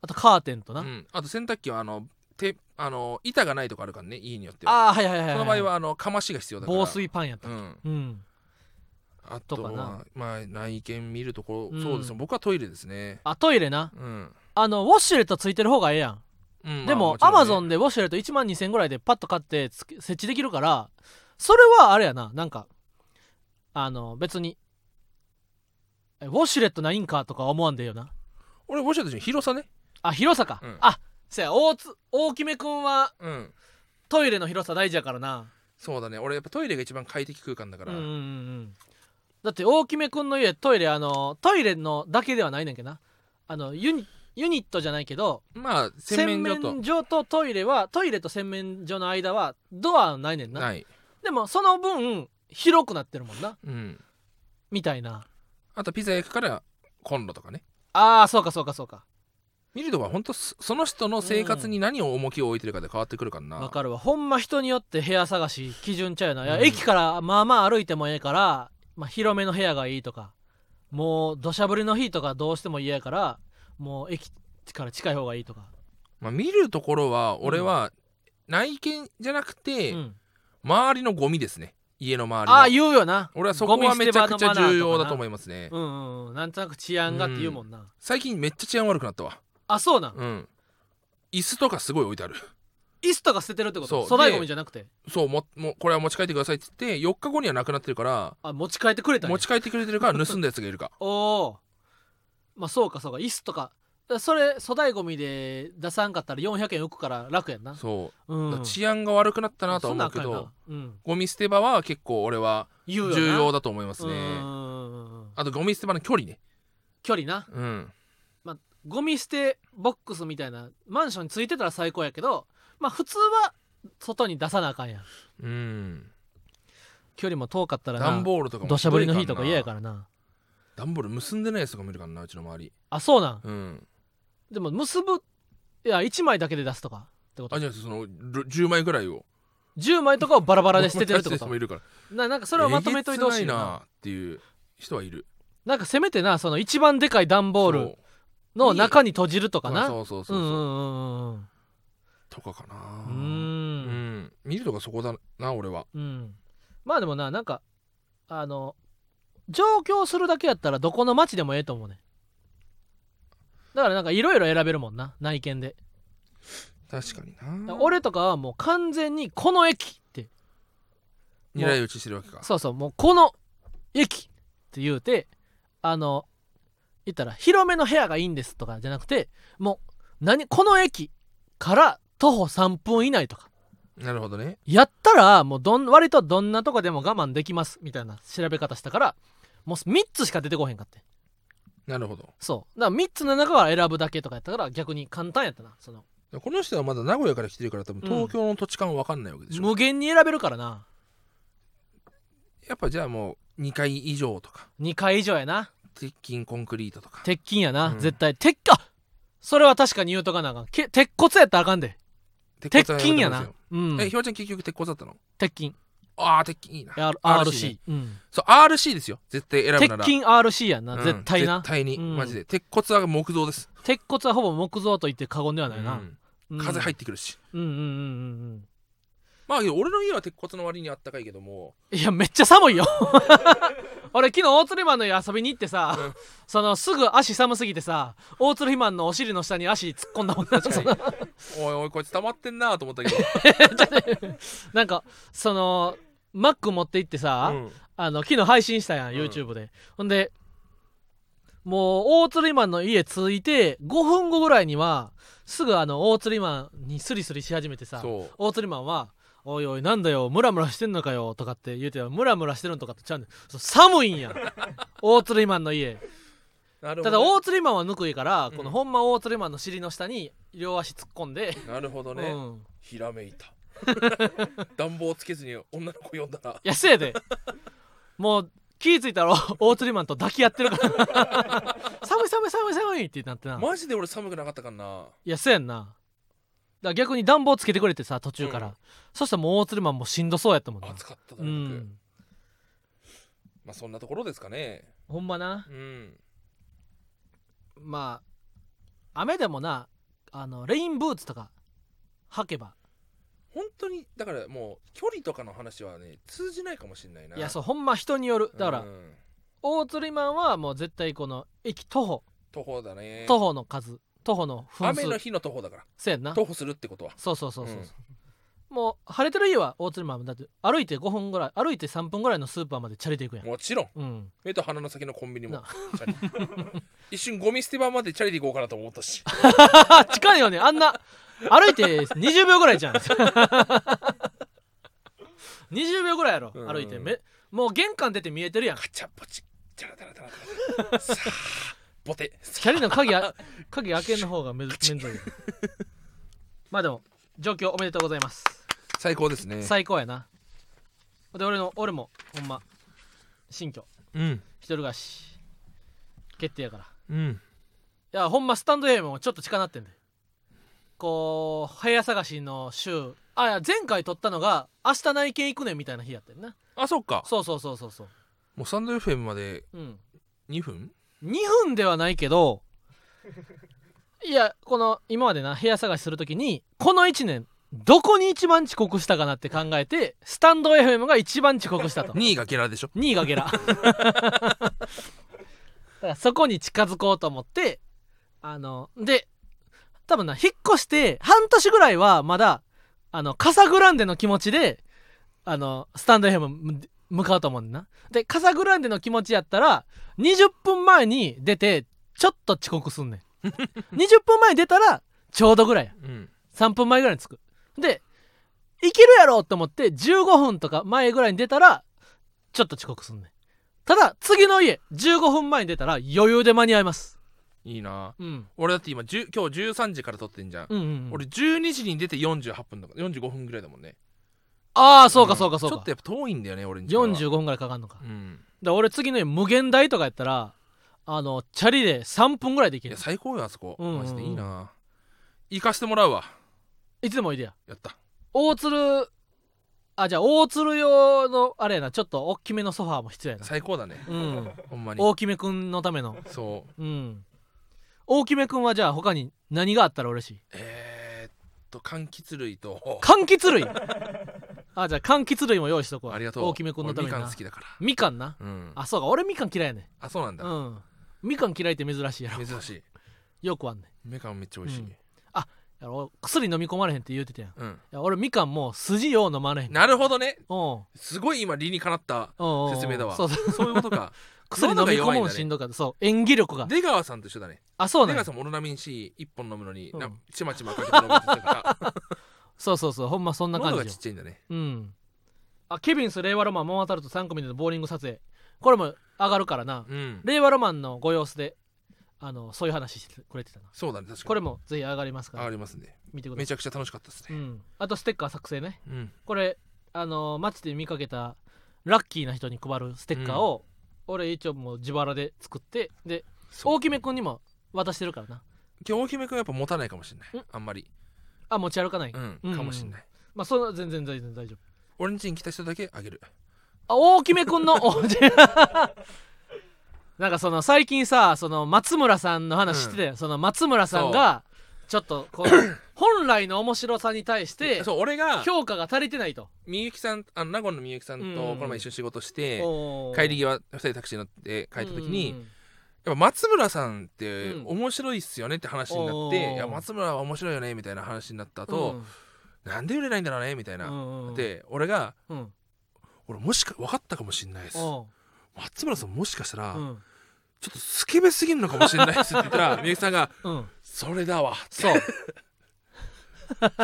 [SPEAKER 1] あとカーテンとな、
[SPEAKER 2] うん、あと洗濯機はあのてあの板がないとこあるからね家によっては
[SPEAKER 1] ああはいはいはい、はい、
[SPEAKER 2] その場合はあのかましが必要だから
[SPEAKER 1] 防水パンやった
[SPEAKER 2] う
[SPEAKER 1] っけ
[SPEAKER 2] ん
[SPEAKER 1] うん
[SPEAKER 2] あと
[SPEAKER 1] とかな
[SPEAKER 2] はまあ内見見るところ、
[SPEAKER 1] うん
[SPEAKER 2] そうですね僕はトイレですね
[SPEAKER 1] あトイレな
[SPEAKER 2] うん、
[SPEAKER 1] あのウォッシュレットついてる方がええやん、
[SPEAKER 2] うん
[SPEAKER 1] でもア
[SPEAKER 2] まあ
[SPEAKER 1] マ
[SPEAKER 2] ち
[SPEAKER 1] ゾ
[SPEAKER 2] ろん
[SPEAKER 1] ンで
[SPEAKER 2] ね
[SPEAKER 1] ウォッシュレット1万2000ぐらいでパッと買ってつけ設置できるからそれはあれやななんかあの別にえウォッシュレットないんかとか思わんでええよな
[SPEAKER 2] 俺ウォシュレットじゃない広さね
[SPEAKER 1] あ広さか、
[SPEAKER 2] うん
[SPEAKER 1] あせや大つ大きめくんは
[SPEAKER 2] うん
[SPEAKER 1] トイレの広さ大事やからな
[SPEAKER 2] そうだね俺やっぱトイレが一番快適空間だか
[SPEAKER 1] う
[SPEAKER 2] ら、
[SPEAKER 1] んうんうんうんだって大きめくんの家トイレあのトイレのだけではないねんけどなあのユニユニットじゃないけど
[SPEAKER 2] まあ洗
[SPEAKER 1] 洗
[SPEAKER 2] 面
[SPEAKER 1] 面
[SPEAKER 2] 所と
[SPEAKER 1] 所とトイレはトイレと洗面所の間はドアはないねんな
[SPEAKER 2] ない、
[SPEAKER 1] でもその分広くなってるもんな
[SPEAKER 2] うん、
[SPEAKER 1] みたいな
[SPEAKER 2] あとピザ焼くからコンロとかね
[SPEAKER 1] ああそうかそうかそうか
[SPEAKER 2] 見るとか本当そその人の生活に何を重きを置いてるかで変わってくるからな、
[SPEAKER 1] わかるわほんま人によって部屋探し基準ちゃうよないや、
[SPEAKER 2] うん
[SPEAKER 1] 駅からまあまあ歩いてもええから、まあ、広めの部屋がいいとかもう土砂降りの日とかどうしても嫌やからもう駅から近い方がいいとか、
[SPEAKER 2] まあ、見るところは俺は内見じゃなくて、
[SPEAKER 1] うん、
[SPEAKER 2] 周りのゴミですね家の周りの
[SPEAKER 1] ああ言うよな
[SPEAKER 2] 俺はそこはめちゃくちゃ重要だと思
[SPEAKER 1] い
[SPEAKER 2] いますね、
[SPEAKER 1] うんうん、うん、なんとなく治安がって言うもんな、
[SPEAKER 2] 最近めっちゃ治安悪くなったわ
[SPEAKER 1] あそうなん
[SPEAKER 2] うん椅子とかすごい置いてある
[SPEAKER 1] 椅子とか捨ててるってこ
[SPEAKER 2] そ
[SPEAKER 1] と
[SPEAKER 2] う
[SPEAKER 1] 粗大
[SPEAKER 2] で
[SPEAKER 1] ゴミじゃなくて
[SPEAKER 2] そうももうこれは持ち帰ってくださいって言って4日後にはなくなってるから
[SPEAKER 1] あ持ち帰ってくれたんや
[SPEAKER 2] 持ち帰ってくれてるか盗んだやつがい るか
[SPEAKER 1] おおまあそうかそうか椅子とかそれ粗大ゴミで出さんかったら400円浮くから楽やんな
[SPEAKER 2] そうう、
[SPEAKER 1] ん
[SPEAKER 2] だから治安が悪くなったなとは
[SPEAKER 1] そんなん
[SPEAKER 2] 思うけ
[SPEAKER 1] あかん
[SPEAKER 2] ど
[SPEAKER 1] なうん
[SPEAKER 2] ゴミ捨て場は結構俺は
[SPEAKER 1] 言うよな
[SPEAKER 2] 重要だと思います
[SPEAKER 1] うんうん
[SPEAKER 2] ね
[SPEAKER 1] うんうん
[SPEAKER 2] あとゴミ捨て場の距離ね
[SPEAKER 1] 距離な
[SPEAKER 2] うん
[SPEAKER 1] ゴミ捨てボックスみたいなマンションについてたら最高やけどまあ普通は外に出さなあかんやん
[SPEAKER 2] うん
[SPEAKER 1] 距離も遠かったら
[SPEAKER 2] 段
[SPEAKER 1] な
[SPEAKER 2] ボールとかも
[SPEAKER 1] 土砂降りの日とか嫌や
[SPEAKER 2] ら
[SPEAKER 1] からな
[SPEAKER 2] 段ボール結んでないやつとか見るからなうちの周り
[SPEAKER 1] あそうなん
[SPEAKER 2] うん
[SPEAKER 1] でも結ぶいや1枚だけで出すとかってこと
[SPEAKER 2] あじゃあそのる10枚ぐらいを
[SPEAKER 1] 10枚とかをバラバラで捨ててるってこ
[SPEAKER 2] 出してる人
[SPEAKER 1] と
[SPEAKER 2] もいるから
[SPEAKER 1] ななんかそれをまとめといてほし
[SPEAKER 2] え
[SPEAKER 1] い
[SPEAKER 2] げつない
[SPEAKER 1] な
[SPEAKER 2] なっていう人はいる
[SPEAKER 1] なんかせめてなその一番でかい段ボールの中に閉じると
[SPEAKER 2] と
[SPEAKER 1] かな
[SPEAKER 2] そうそう
[SPEAKER 1] う
[SPEAKER 2] そ
[SPEAKER 1] ん
[SPEAKER 2] う
[SPEAKER 1] う
[SPEAKER 2] そうん
[SPEAKER 1] うんうん
[SPEAKER 2] とかかな
[SPEAKER 1] うー
[SPEAKER 2] うんん見るとかそこだな俺は
[SPEAKER 1] うんまあでもななんかあの上京するだけやったらどこの町でもええと思うねんだからなんかいろいろ選べるもんな内見で
[SPEAKER 2] 確かにな
[SPEAKER 1] 俺とかはもう完全にこの駅って
[SPEAKER 2] 狙い撃ちしてるわけか
[SPEAKER 1] そうそうもうこの駅って言うてあの言ったら広めの部屋がいいんですとかじゃなくてもう何この駅から徒歩3分以内とか
[SPEAKER 2] なるほどね
[SPEAKER 1] やったらもうどん割とどんなとこでも我慢できますみたいな調べ方したからもう3つしか出てこへんかって
[SPEAKER 2] なるほど
[SPEAKER 1] そうだから3つの中から選ぶだけとかやったから逆に簡単やったなその
[SPEAKER 2] この人はまだ名古屋から来てるから多分
[SPEAKER 1] うん
[SPEAKER 2] 東京の土地勘わかんないわけでしょ、
[SPEAKER 1] 無限に選べるからな
[SPEAKER 2] やっぱじゃあもう2階以上とか
[SPEAKER 1] 2階以上やな
[SPEAKER 2] 鉄筋コンクリートとか
[SPEAKER 1] 鉄筋やな、
[SPEAKER 2] うん
[SPEAKER 1] 絶対鉄あそれは確かに言うとかなあかんけ鉄骨やったらあかんで鉄筋やな、うん、
[SPEAKER 2] えひわちゃん結局鉄骨だったの
[SPEAKER 1] 鉄筋
[SPEAKER 2] ああ鉄筋いいな
[SPEAKER 1] R-
[SPEAKER 2] RC
[SPEAKER 1] RC、うん、
[SPEAKER 2] そう RC ですよ絶対選ぶ
[SPEAKER 1] 鉄
[SPEAKER 2] なら
[SPEAKER 1] 筋 RC やんな、
[SPEAKER 2] うん
[SPEAKER 1] 絶対な
[SPEAKER 2] 絶対に、
[SPEAKER 1] うん
[SPEAKER 2] マジで鉄骨は木造です、
[SPEAKER 1] 鉄骨はほぼ木造と言って過言ではないな、
[SPEAKER 2] うん風入
[SPEAKER 1] っ
[SPEAKER 2] ってくるし、
[SPEAKER 1] うんうんうんうん
[SPEAKER 2] まあけど俺の家は鉄骨の割にあったかいけども
[SPEAKER 1] うんいやめっちゃ寒いよ 俺昨日大鶴ひまんの家遊びに行ってさ、
[SPEAKER 2] うん
[SPEAKER 1] そのすぐ足寒すぎてさ大鶴ひまんのお尻の下に足突っ込んだもんなその
[SPEAKER 2] おいおいこいつ溜まってんなと思ったけど、
[SPEAKER 1] なんかそのマック持って行ってさ、
[SPEAKER 2] うん
[SPEAKER 1] あの昨日配信したやん
[SPEAKER 2] うん
[SPEAKER 1] YouTube で、ほんでもう大釣りマンの家着いて5分後ぐらいにはすぐあの大釣りマンにスリスリし始めてさ
[SPEAKER 2] そう
[SPEAKER 1] 大釣りマンは「おいおいなんだよムラムラしてんのかよ」とかって言うてたらムラムラしてるのとかってちゃうねんそう寒いんや ん大釣りマンの家
[SPEAKER 2] なる
[SPEAKER 1] た
[SPEAKER 2] ほ
[SPEAKER 1] だ
[SPEAKER 2] ど、
[SPEAKER 1] 大釣りマンはぬくいから、
[SPEAKER 2] うん
[SPEAKER 1] このほんま大釣りマンの尻の下に両足突っ込んで、
[SPEAKER 2] なるほど
[SPEAKER 1] う
[SPEAKER 2] ね、
[SPEAKER 1] ん、
[SPEAKER 2] ひらめいた 暖房つけずに女の子呼んだら
[SPEAKER 1] いやせやでもう気ぃついたら 大釣りマンと抱き合ってるから 寒い寒い寒い寒いってなってな、
[SPEAKER 2] マジで俺寒くなかったからない
[SPEAKER 1] やせやんなだから逆に暖房つけてくれてさ途中から、
[SPEAKER 2] うん
[SPEAKER 1] そしたらもう大釣りマンもしんどそうやったもんな
[SPEAKER 2] 暑かったと
[SPEAKER 1] う
[SPEAKER 2] にかく、
[SPEAKER 1] ん
[SPEAKER 2] まあそんなところですかね
[SPEAKER 1] ほんまな
[SPEAKER 2] うん
[SPEAKER 1] まあ雨でもなあのレインブーツとか履けば
[SPEAKER 2] 本当にだからもう距離とかの話はね通じないかもしれないない
[SPEAKER 1] いやそうほんま人によるだから、
[SPEAKER 2] ん
[SPEAKER 1] 大釣りマンはもう絶対この駅徒歩
[SPEAKER 2] 徒歩だね
[SPEAKER 1] 徒歩の数徒歩の分
[SPEAKER 2] 雨の
[SPEAKER 1] 数
[SPEAKER 2] 日の徒歩だから
[SPEAKER 1] せやんな
[SPEAKER 2] 徒歩するってことは
[SPEAKER 1] そうそうそうそうそう、もう晴れてる家は大鶴マンだって歩いて5分ぐらい歩いて3分ぐらいのスーパーまでチャリで行くやん
[SPEAKER 2] もちろん
[SPEAKER 1] うん
[SPEAKER 2] 目と鼻の先のコンビニも
[SPEAKER 1] な
[SPEAKER 2] チャリ 一瞬ゴミ捨て場までチャリで行こうかなと思ったし
[SPEAKER 1] あ近いよねあんな歩いて20秒ぐらいじゃん 20秒ぐらいやろ
[SPEAKER 2] うん
[SPEAKER 1] 歩いてめもう玄関出て見えて るやん
[SPEAKER 2] カチャポチチャラタラタラタラさあボテ
[SPEAKER 1] チャリの鍵 あ鍵開けんの方がめめんどいよまあでも状況おめでとうございます
[SPEAKER 2] 最高ですね
[SPEAKER 1] 最高やなで俺の俺もほんま新居
[SPEAKER 2] うん
[SPEAKER 1] 一人暮らし決定やから
[SPEAKER 2] うん
[SPEAKER 1] いやほんまスタンド AM もちょっと近なってんでこう部屋探しの週あいや前回撮ったのが明日内見行くねんみたいな日やってんな
[SPEAKER 2] あそっか
[SPEAKER 1] そうそうそうそうそう
[SPEAKER 2] もうサンド FM まで
[SPEAKER 1] うん
[SPEAKER 2] 2分
[SPEAKER 1] 2分ではないけどいやこの今までな部屋探しするときにこの1年どこに一番遅刻したかなって考えてスタンド FM が一番遅刻したと
[SPEAKER 2] 2位がゲラでしょ
[SPEAKER 1] 2位がゲラだからそこに近づこうと思ってあので多分な引っ越して半年ぐらいはまだあのカサグランデの気持ちであのスタンド FM む向かうと思うんだなでカサグランデの気持ちやったら20分前に出てちょっと遅刻すんねん20分前に出たらちょうどぐらいや
[SPEAKER 2] うん
[SPEAKER 1] 3分前ぐらいに着くでいけるやろと思って15分とか前ぐらいに出たらちょっと遅刻すんねんただ次の家15分前に出たら余裕で間に合います、
[SPEAKER 2] いいな
[SPEAKER 1] うん、
[SPEAKER 2] 俺だって今10今日13時から撮ってんじゃん、
[SPEAKER 1] うんうんうん
[SPEAKER 2] 俺12時に出て48分とか45分ぐらいだもんね
[SPEAKER 1] ああそうかそうかそう
[SPEAKER 2] ちょ
[SPEAKER 1] か
[SPEAKER 2] っと、やっぱ遠いんだよね俺に
[SPEAKER 1] 45分ぐらいかかんのかだか
[SPEAKER 2] うん
[SPEAKER 1] ら俺次の家無限大とかやったらあのチャリで3分ぐらいでき
[SPEAKER 2] い
[SPEAKER 1] る
[SPEAKER 2] や最高よあそこ、
[SPEAKER 1] うんうんうん
[SPEAKER 2] マジでいいな行かしてもらうわ
[SPEAKER 1] いつでもいいでや
[SPEAKER 2] やった
[SPEAKER 1] 大鶴あじゃあ大鶴用のあれやなちょっと大きめのソファーも必要やな
[SPEAKER 2] 最高だね
[SPEAKER 1] うん
[SPEAKER 2] ほんまに
[SPEAKER 1] 大きめくんのための
[SPEAKER 2] そう
[SPEAKER 1] うん大きめくんはじゃあ他に何があったら嬉しい
[SPEAKER 2] えー、っと柑橘類と
[SPEAKER 1] 柑橘 類あじゃあ柑橘類も用意しとこう
[SPEAKER 2] ありがとう
[SPEAKER 1] 大きめくんのために
[SPEAKER 2] 俺み
[SPEAKER 1] な
[SPEAKER 2] かん好きだから
[SPEAKER 1] みかんな
[SPEAKER 2] うんあ
[SPEAKER 1] あそうか俺みかん嫌いやね
[SPEAKER 2] そうなん
[SPEAKER 1] う
[SPEAKER 2] だ、
[SPEAKER 1] んみかん嫌いって珍しいやろ
[SPEAKER 2] 珍しい
[SPEAKER 1] よくあんね
[SPEAKER 2] みかんめっちゃ美味しい、
[SPEAKER 1] んやろ薬飲み込まれへんって言うてたやんい
[SPEAKER 2] うん、
[SPEAKER 1] や俺みかんもう筋よう飲まれへん
[SPEAKER 2] なるほどね
[SPEAKER 1] おうん
[SPEAKER 2] すごい今理にかなった
[SPEAKER 1] おうおうおう
[SPEAKER 2] 説明だわ
[SPEAKER 1] そうそう
[SPEAKER 2] そういうことか
[SPEAKER 1] 薬飲み込むのしんどかったそう演技力が
[SPEAKER 2] 出川さんと一緒だね
[SPEAKER 1] あそう
[SPEAKER 2] 出
[SPEAKER 1] ね
[SPEAKER 2] 川さんもオロナミン C 一本飲むのに、な
[SPEAKER 1] うん
[SPEAKER 2] ちまちまかけて飲むって言ってた から
[SPEAKER 1] そうそうそうほんまそんな感
[SPEAKER 2] 喉
[SPEAKER 1] じ
[SPEAKER 2] が
[SPEAKER 1] よ
[SPEAKER 2] ちっちゃいんだね
[SPEAKER 1] うんあケビンス令和ロマンモンアタルト3組でのボーリング撮影これも上がるからな
[SPEAKER 2] うん
[SPEAKER 1] 令和ロマンのご様子であのそういう話してくれてたな
[SPEAKER 2] そうだね確かに
[SPEAKER 1] これもぜひ上がりますか
[SPEAKER 2] 上
[SPEAKER 1] ら
[SPEAKER 2] がりますね
[SPEAKER 1] 見てくだ
[SPEAKER 2] め
[SPEAKER 1] さ
[SPEAKER 2] ちゃくちゃ楽しかったです
[SPEAKER 1] い、う
[SPEAKER 2] ね
[SPEAKER 1] ん、あとステッカー作成ね
[SPEAKER 2] うん、
[SPEAKER 1] これあの街で見かけたラッキーな人に配るステッカーを、俺一応もう自腹で作ってで
[SPEAKER 2] そう
[SPEAKER 1] 大きめくんにも渡してるからな
[SPEAKER 2] 今日大姫君やっぱ持たないかもしれない、
[SPEAKER 1] うん
[SPEAKER 2] あんまり
[SPEAKER 1] あ持ち歩かない、
[SPEAKER 2] うん、
[SPEAKER 1] うん
[SPEAKER 2] かもしれない
[SPEAKER 1] まあその全然全然大丈夫
[SPEAKER 2] 俺んちに来た人だけあげる
[SPEAKER 1] あ大きめく んのおじなんかその最近さその松村さんの話してたよ、その松村さんがちょっと この本来の面白さに対して
[SPEAKER 2] そう俺が
[SPEAKER 1] 評価が足りてないと、
[SPEAKER 2] みゆきさんあの名護のみゆきさんと
[SPEAKER 1] うん
[SPEAKER 2] この前一緒に仕事して、
[SPEAKER 1] おー
[SPEAKER 2] 帰り際2人タクシー乗って帰った時に、
[SPEAKER 1] うんうん
[SPEAKER 2] やっぱ松村さんって
[SPEAKER 1] うん
[SPEAKER 2] 面白いっすよねって話になっ
[SPEAKER 1] おー
[SPEAKER 2] て「いや松村は面白いよね」みたいな話になった後、なんで売れないんだろうね」みたい
[SPEAKER 1] うん
[SPEAKER 2] な。
[SPEAKER 1] うんうん
[SPEAKER 2] で俺が
[SPEAKER 1] うん
[SPEAKER 2] 「俺もしか分かったかもしんないです
[SPEAKER 1] おう
[SPEAKER 2] 松村さんもしかしたら、
[SPEAKER 1] うん
[SPEAKER 2] ちょっとスケベすぎるのかもしんないです」って言っ たらみゆきさんが
[SPEAKER 1] うん
[SPEAKER 2] 「それだわ」
[SPEAKER 1] そう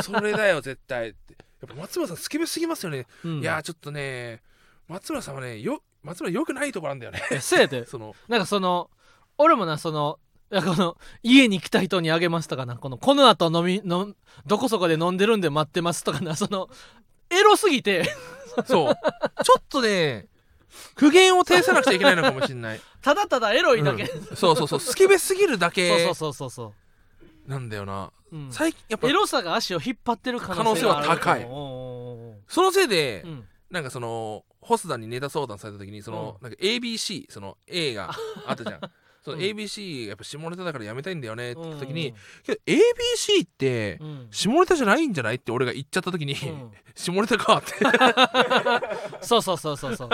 [SPEAKER 2] それだよ絶対」ってやっぱ松村さんスケベすぎますよね、
[SPEAKER 1] うん
[SPEAKER 2] いやちょっとね松村さんはねよ松村よくないとこなん だよね
[SPEAKER 1] えせやで
[SPEAKER 2] その
[SPEAKER 1] なんかその俺もなそのいやこの家に来た人にあげますとかなこのこの後飲みのどこそこで飲んでるんで待ってますとかなそのエロすぎて
[SPEAKER 2] そうちょっとね苦言を呈さなくちゃいけないのかもしんない
[SPEAKER 1] ただただエロいだけ、
[SPEAKER 2] うんそうそうそうスケベすぎるだけ
[SPEAKER 1] そうそうそうそうそ
[SPEAKER 2] なんだよな、
[SPEAKER 1] う、うん、
[SPEAKER 2] 最近やっぱ
[SPEAKER 1] エロさが足を引っ張ってる可能性がある
[SPEAKER 2] 可能性は高い
[SPEAKER 1] おうおうおう
[SPEAKER 2] そのせいで、
[SPEAKER 1] おううん
[SPEAKER 2] なんかそのホスダにネタ相談された時にその、なんか ABC その A があったじゃ んその ABC やっぱ下ネタだからやめたいんだよねって言った時に、けど ABC って
[SPEAKER 1] うんうん
[SPEAKER 2] 下ネタじゃないんじゃないって俺が言っちゃった時に、
[SPEAKER 1] うん
[SPEAKER 2] 下ネタかって
[SPEAKER 1] そうそうそうそうそう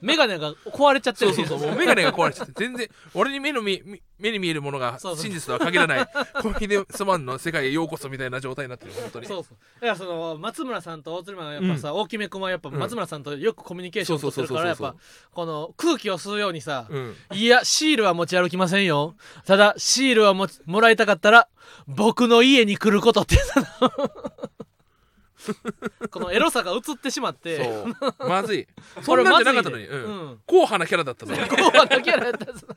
[SPEAKER 1] メガネが壊れちゃって
[SPEAKER 2] そ
[SPEAKER 1] る
[SPEAKER 2] うそうそうもう眼鏡が壊れちゃって全然俺に目の見み目に見えるものが
[SPEAKER 1] そうそう
[SPEAKER 2] 真実とは限らないコンフィデンスマンの世界へようこそみたいな状態になってる本当に
[SPEAKER 1] そうそういやその松村さんと大鶴マンはやっぱさ、大きめくんはやっぱ松村さんとよくコミュニケーション取ってるからやっ
[SPEAKER 2] そうそう
[SPEAKER 1] ぱ
[SPEAKER 2] そう
[SPEAKER 1] この空気を吸うようにさ、
[SPEAKER 2] うん
[SPEAKER 1] いやシールは持ち歩きませんよただシールはもちもらいたかったら僕の家に来ることってさ このエロさが映ってしまって
[SPEAKER 2] そうまずいそ
[SPEAKER 1] これ
[SPEAKER 2] んな
[SPEAKER 1] ま
[SPEAKER 2] ん
[SPEAKER 1] ず
[SPEAKER 2] じ
[SPEAKER 1] い
[SPEAKER 2] ゃな
[SPEAKER 1] で
[SPEAKER 2] かったのに、うん
[SPEAKER 1] うん
[SPEAKER 2] 硬派なキャラだったのに
[SPEAKER 1] こうはなきゃなったその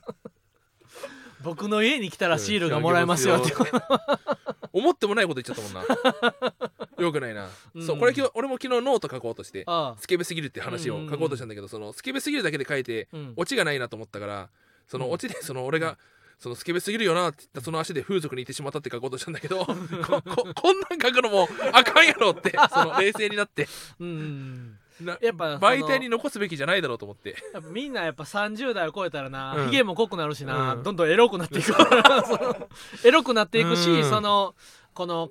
[SPEAKER 1] 僕の家に来たらシールがもらえますよって
[SPEAKER 2] うん 思ってもないこと言っちゃったもんなよくないな、
[SPEAKER 1] うん
[SPEAKER 2] そうこれ今日俺も昨日ノート書こうとして
[SPEAKER 1] ああ
[SPEAKER 2] スケベすぎるって話を書こうとしたんだけど、そのスケベすぎるだけで書いて、
[SPEAKER 1] うん
[SPEAKER 2] オチがないなと思ったからその
[SPEAKER 1] うん
[SPEAKER 2] オチでその俺が、そのスケベすぎるよなって言ったその足で風俗に行ってしまったって書こうとしたんだけ どこここんなん書くのもあかんやろ ってその冷静になって
[SPEAKER 1] うん
[SPEAKER 2] な
[SPEAKER 1] やっぱその
[SPEAKER 2] 媒体に残すべきじゃないだろうと思って
[SPEAKER 1] やっぱみんなやっぱ30代を超えたらな、
[SPEAKER 2] うん
[SPEAKER 1] ヒゲも濃くなるしな、
[SPEAKER 2] うん
[SPEAKER 1] どんどんエロくなっていく からそのエロくなっていくし、
[SPEAKER 2] うん
[SPEAKER 1] そのこの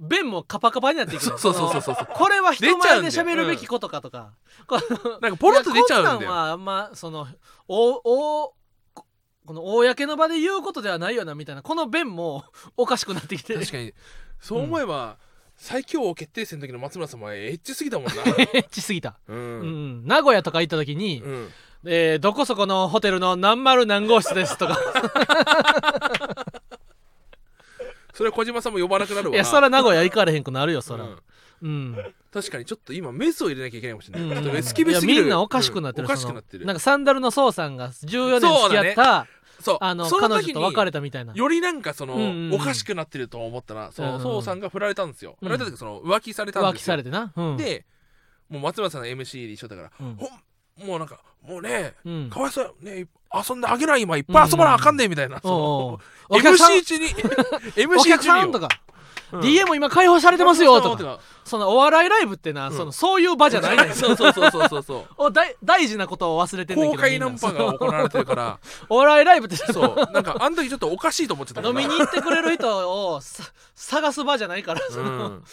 [SPEAKER 1] 便もカパカパになっていく
[SPEAKER 2] そ
[SPEAKER 1] の
[SPEAKER 2] うそうそうそうそう
[SPEAKER 1] これは人
[SPEAKER 2] 出ちゃう
[SPEAKER 1] 前
[SPEAKER 2] ん
[SPEAKER 1] で
[SPEAKER 2] だよ
[SPEAKER 1] 喋るべきことかとか、この
[SPEAKER 2] なんかポロッと出ちゃう
[SPEAKER 1] い
[SPEAKER 2] んだ
[SPEAKER 1] や
[SPEAKER 2] よ
[SPEAKER 1] こんなんはあんまそのおおここの公の場で言うことではないよなみたいなこの弁もおかしくなってきて
[SPEAKER 2] 確かにそう思えば、最強王決定戦の時の松村様はエッチすぎだもんな
[SPEAKER 1] エッチすぎた、
[SPEAKER 2] う、
[SPEAKER 1] うんん、名古屋とか行った時に、
[SPEAKER 2] うん、
[SPEAKER 1] えーどこそこのホテルの何丸何号室ですと か
[SPEAKER 2] それは小島さんも呼ばなくなるわ
[SPEAKER 1] い
[SPEAKER 2] な
[SPEAKER 1] やそら名古屋行かれへんくなるよそら、
[SPEAKER 2] う
[SPEAKER 1] うん
[SPEAKER 2] ん
[SPEAKER 1] うん
[SPEAKER 2] 確かにちょっと今メスを入れなきゃいけないかもしれない、ちょっと
[SPEAKER 1] い
[SPEAKER 2] エスケベ
[SPEAKER 1] や
[SPEAKER 2] すぎる
[SPEAKER 1] みんなおかしくなってる、
[SPEAKER 2] うんおかしくなって
[SPEAKER 1] その
[SPEAKER 2] る
[SPEAKER 1] なんかサンダルのソウさんが14年付き合っ
[SPEAKER 2] そう
[SPEAKER 1] た、
[SPEAKER 2] そう
[SPEAKER 1] あの
[SPEAKER 2] その
[SPEAKER 1] 彼女
[SPEAKER 2] 時に
[SPEAKER 1] と別れたみたいな
[SPEAKER 2] よりなんかその、
[SPEAKER 1] うんうんうん
[SPEAKER 2] おかしくなってると思ったらそ
[SPEAKER 1] うんう
[SPEAKER 2] の
[SPEAKER 1] ん
[SPEAKER 2] 宋さんが振られたんですよ、
[SPEAKER 1] うん
[SPEAKER 2] 振られた時その浮気されたん
[SPEAKER 1] 浮
[SPEAKER 2] で
[SPEAKER 1] 気
[SPEAKER 2] すよ
[SPEAKER 1] されてな、うん、
[SPEAKER 2] でもう松村さんの MC で一緒だから、
[SPEAKER 1] うん
[SPEAKER 2] ほんもうなんかもうね
[SPEAKER 1] うん
[SPEAKER 2] かわいそうやね遊んであげない今いっぱい遊ばなあかんねみたいな、その
[SPEAKER 1] おうおうお客さん
[SPEAKER 2] MC 中に MC
[SPEAKER 1] お客さ
[SPEAKER 2] 中
[SPEAKER 1] ん
[SPEAKER 2] に
[SPEAKER 1] と
[SPEAKER 2] よ
[SPEAKER 1] か DM も今解放されてますよとか
[SPEAKER 2] か
[SPEAKER 1] そのお笑いライブってな、
[SPEAKER 2] うん
[SPEAKER 1] そのそういう場じゃないねん
[SPEAKER 2] そうそうそうそうそう そう
[SPEAKER 1] お大大事なことを忘れてんねん
[SPEAKER 2] 公
[SPEAKER 1] けど
[SPEAKER 2] 開ナンパ
[SPEAKER 1] みんな
[SPEAKER 2] が行われてるから
[SPEAKER 1] お笑いライブって
[SPEAKER 2] そうなんかあの時ちょっとおかしいと思ってたも
[SPEAKER 1] 飲
[SPEAKER 2] んな
[SPEAKER 1] みに行ってくれる人をさ探す場じゃないから、
[SPEAKER 2] う
[SPEAKER 1] その
[SPEAKER 2] ん、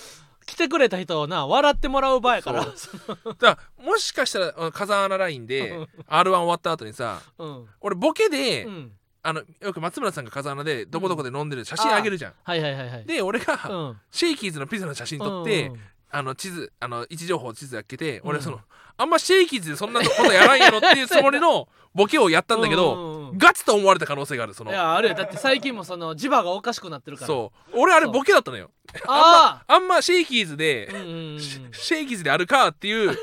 [SPEAKER 1] 来てくれた人をな笑ってもらう場やから
[SPEAKER 2] だからもしかしたらあの風穴ラインで r 1終わった後にさ
[SPEAKER 1] うん、
[SPEAKER 2] 俺ボケで、
[SPEAKER 1] うん、
[SPEAKER 2] あのよく松村さんが風穴でどこどこで飲んでる写真あげるじゃん、
[SPEAKER 1] はいはいはいはい
[SPEAKER 2] で俺が、
[SPEAKER 1] うん
[SPEAKER 2] シェイキーズのピザの写真撮って、
[SPEAKER 1] うん
[SPEAKER 2] あの地図あの位置情報地図開けて、俺
[SPEAKER 1] うん
[SPEAKER 2] そのあんまシェイキーズでそんなことやらんやろっていうつも りのボケをやったんだけど、
[SPEAKER 1] うんうんうん
[SPEAKER 2] ガチと思われた可能性があるそ
[SPEAKER 1] い
[SPEAKER 2] の
[SPEAKER 1] やあれよだって最近もその磁場がおかしくなってるから
[SPEAKER 2] そう俺あれボケだったのよ
[SPEAKER 1] あ
[SPEAKER 2] あんまシェイキーズで
[SPEAKER 1] あ、うんうんうん
[SPEAKER 2] シシェイキーズであるかって いう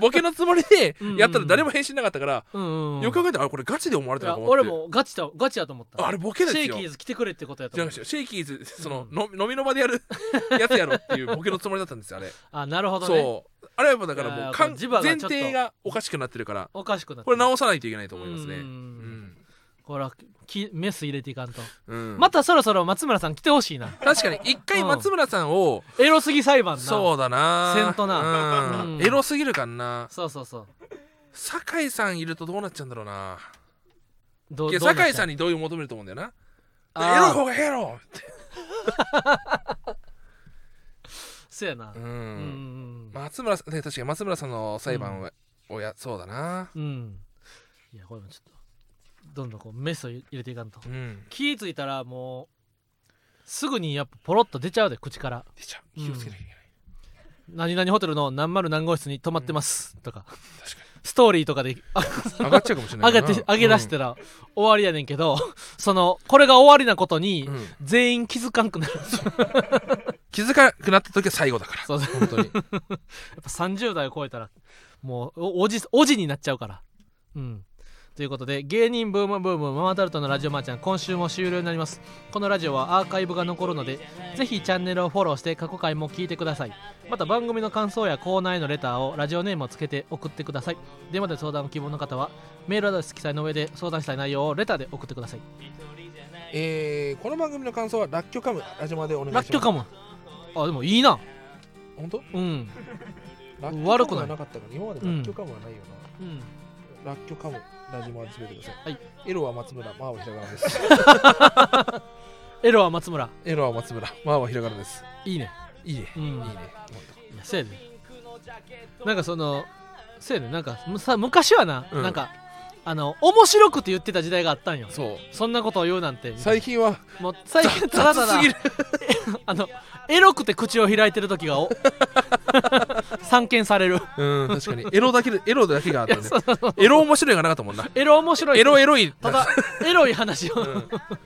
[SPEAKER 2] ボケのつもりで
[SPEAKER 1] うんうん
[SPEAKER 2] やったら誰も返信なかったから、
[SPEAKER 1] うんうんうん
[SPEAKER 2] よく考えたらあれこれガチで思われ
[SPEAKER 1] い
[SPEAKER 2] たの
[SPEAKER 1] や
[SPEAKER 2] かもって
[SPEAKER 1] 俺もガチだガチやと思った
[SPEAKER 2] あれボケですよ
[SPEAKER 1] シェイキーズ来てくれってことやと
[SPEAKER 2] じゃ
[SPEAKER 1] 思
[SPEAKER 2] な
[SPEAKER 1] っ
[SPEAKER 2] く
[SPEAKER 1] た
[SPEAKER 2] てシェイキーズその
[SPEAKER 1] う、
[SPEAKER 2] の飲みの場でやるやつやろっていうボケのつもりだったんですよあれ
[SPEAKER 1] あ なるほどね
[SPEAKER 2] そうあれはもうだから
[SPEAKER 1] いや
[SPEAKER 2] もう
[SPEAKER 1] ー
[SPEAKER 2] か
[SPEAKER 1] こ
[SPEAKER 2] ん
[SPEAKER 1] れ磁場がちょ
[SPEAKER 2] 前
[SPEAKER 1] っと
[SPEAKER 2] 提がおかしくなってるから
[SPEAKER 1] おかしくなって
[SPEAKER 2] これ
[SPEAKER 1] る
[SPEAKER 2] 直さないといけないと思いますね
[SPEAKER 1] うん
[SPEAKER 2] うん、
[SPEAKER 1] これはきメス入れていかんと、
[SPEAKER 2] うん
[SPEAKER 1] またそろそろ松村さん来てほしいな
[SPEAKER 2] 確かに一回松村さんを、
[SPEAKER 1] エロすぎ裁判な
[SPEAKER 2] そうだな
[SPEAKER 1] せんとな
[SPEAKER 2] うん
[SPEAKER 1] うん
[SPEAKER 2] エロすぎるかんな
[SPEAKER 1] そうそうそう
[SPEAKER 2] 酒井さんいるとどうなっちゃうんだろうな
[SPEAKER 1] ど
[SPEAKER 2] いや酒井さん
[SPEAKER 1] に
[SPEAKER 2] に同意を求めると思うんだよなエロい
[SPEAKER 1] ああ
[SPEAKER 2] 方がエロって
[SPEAKER 1] そうやな
[SPEAKER 2] う
[SPEAKER 1] うん
[SPEAKER 2] ん
[SPEAKER 1] うん
[SPEAKER 2] 松村さんね確かに松村さんの裁判は、おやそうだな
[SPEAKER 1] うんうんいやこれもちょっとどんどんこうメスを入れていかんと
[SPEAKER 2] うん
[SPEAKER 1] 気ぃついたらもうすぐにやっぱポロッと出ちゃうで口から
[SPEAKER 2] 出ちゃう気をつけなきゃいけない、
[SPEAKER 1] 「何々ホテルの何丸何号室に泊まってます」とか
[SPEAKER 2] 確か
[SPEAKER 1] ストーリーとかであ
[SPEAKER 2] に上がっちゃうかもしれない
[SPEAKER 1] 上げ
[SPEAKER 2] な
[SPEAKER 1] て上げ出したら終わりやねんけど、 そのこれが終わりなことに、
[SPEAKER 2] うんうん
[SPEAKER 1] 全員気づかんくなる
[SPEAKER 2] 気づかなくなった時は最後だから
[SPEAKER 1] そうそう
[SPEAKER 2] 本当に
[SPEAKER 1] やっぱ30代を超えたらもうおおじおじになっちゃうからうんということで芸人ブームブームママタルトのラジオマーちゃん今週も終了になりますこのラジオはアーカイブが残るのでぜひチャンネルをフォローして過去回も聞いてくださいまた番組の感想やコーナーへのレターをラジオネームをつけて送ってください電話で相談を希望の方はメールアドレス記載の上で相談したい内容をレターで送ってください
[SPEAKER 2] えーこの番組の感想はラッキョカムラジオまでお願いし
[SPEAKER 1] ラ
[SPEAKER 2] ま
[SPEAKER 1] ッ
[SPEAKER 2] す
[SPEAKER 1] キョかもあでもいいな
[SPEAKER 2] 本当
[SPEAKER 1] うん
[SPEAKER 2] ラッキョ
[SPEAKER 1] 悪
[SPEAKER 2] 悪
[SPEAKER 1] く
[SPEAKER 2] く
[SPEAKER 1] ない
[SPEAKER 2] なかったから今までラッキョカムはないよ
[SPEAKER 1] うん
[SPEAKER 2] な、ラッキョカムラジオまでつめてください、
[SPEAKER 1] はい、
[SPEAKER 2] エロは松村マーはひらがなです
[SPEAKER 1] エロは松村
[SPEAKER 2] エロは松村マーはひらがなです
[SPEAKER 1] いいね
[SPEAKER 2] いいね、
[SPEAKER 1] うん
[SPEAKER 2] いいね
[SPEAKER 1] いやせやでなんかそのせやでなんかむさ昔はな、
[SPEAKER 2] うん
[SPEAKER 1] なんかあの面白くて言ってた時代があったんよ
[SPEAKER 2] そう
[SPEAKER 1] そんなことを言うなんて
[SPEAKER 2] 最近は
[SPEAKER 1] もう最近ただた
[SPEAKER 2] 雑
[SPEAKER 1] だ
[SPEAKER 2] すぎる
[SPEAKER 1] あのエロくて口を開いてる時 がお散見される
[SPEAKER 2] うん確かにエロだけでエロだけがあったね
[SPEAKER 1] そうそうそう
[SPEAKER 2] エロ面白いがなかったもんな
[SPEAKER 1] エロ面白い
[SPEAKER 2] エロエロい
[SPEAKER 1] ただエロい話を、
[SPEAKER 2] うんまあ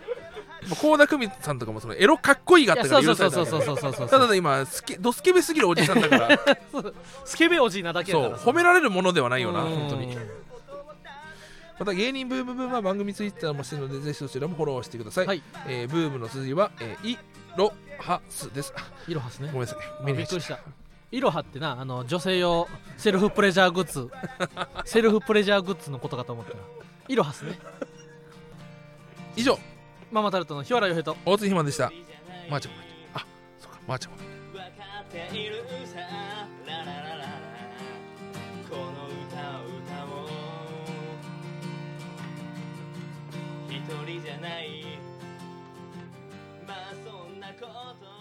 [SPEAKER 2] 倖田來未さんとかもそのエロかっこいいがあ
[SPEAKER 1] い
[SPEAKER 2] っ
[SPEAKER 1] や
[SPEAKER 2] たか
[SPEAKER 1] そ
[SPEAKER 2] ら
[SPEAKER 1] うそ
[SPEAKER 2] 許
[SPEAKER 1] うそ
[SPEAKER 2] され
[SPEAKER 1] う
[SPEAKER 2] た
[SPEAKER 1] そう
[SPEAKER 2] わけ
[SPEAKER 1] そ
[SPEAKER 2] だ
[SPEAKER 1] うそうそうそう
[SPEAKER 2] からただ今スケドスケベすぎるおじさん だから
[SPEAKER 1] スケベおじいなだけや
[SPEAKER 2] そ
[SPEAKER 1] か
[SPEAKER 2] う
[SPEAKER 1] ら
[SPEAKER 2] 褒められるものではないよな
[SPEAKER 1] うん
[SPEAKER 2] 本当にまた芸人ブームブームは番組ツイッターもしてるのでぜひそちらもフォローしてください、
[SPEAKER 1] はい
[SPEAKER 2] えーブームの数字は、えー、いろはすですあ
[SPEAKER 1] イロハスね
[SPEAKER 2] ごめんなさい目に
[SPEAKER 1] び
[SPEAKER 2] 入
[SPEAKER 1] っ
[SPEAKER 2] っち
[SPEAKER 1] くり
[SPEAKER 2] ゃっ
[SPEAKER 1] したイロハってなあの女性用セルフプレジャーグッ ズセルフプレジャーグッズのことかと思ったらイロハスね
[SPEAKER 2] た以上
[SPEAKER 1] ママタルトの日原洋平と
[SPEAKER 2] 大津ひまでしたまー、ちゃんあそうかまー、ちゃんも
[SPEAKER 4] 分かっているさラララララこの歌を歌おう一人じゃないまあそんなこと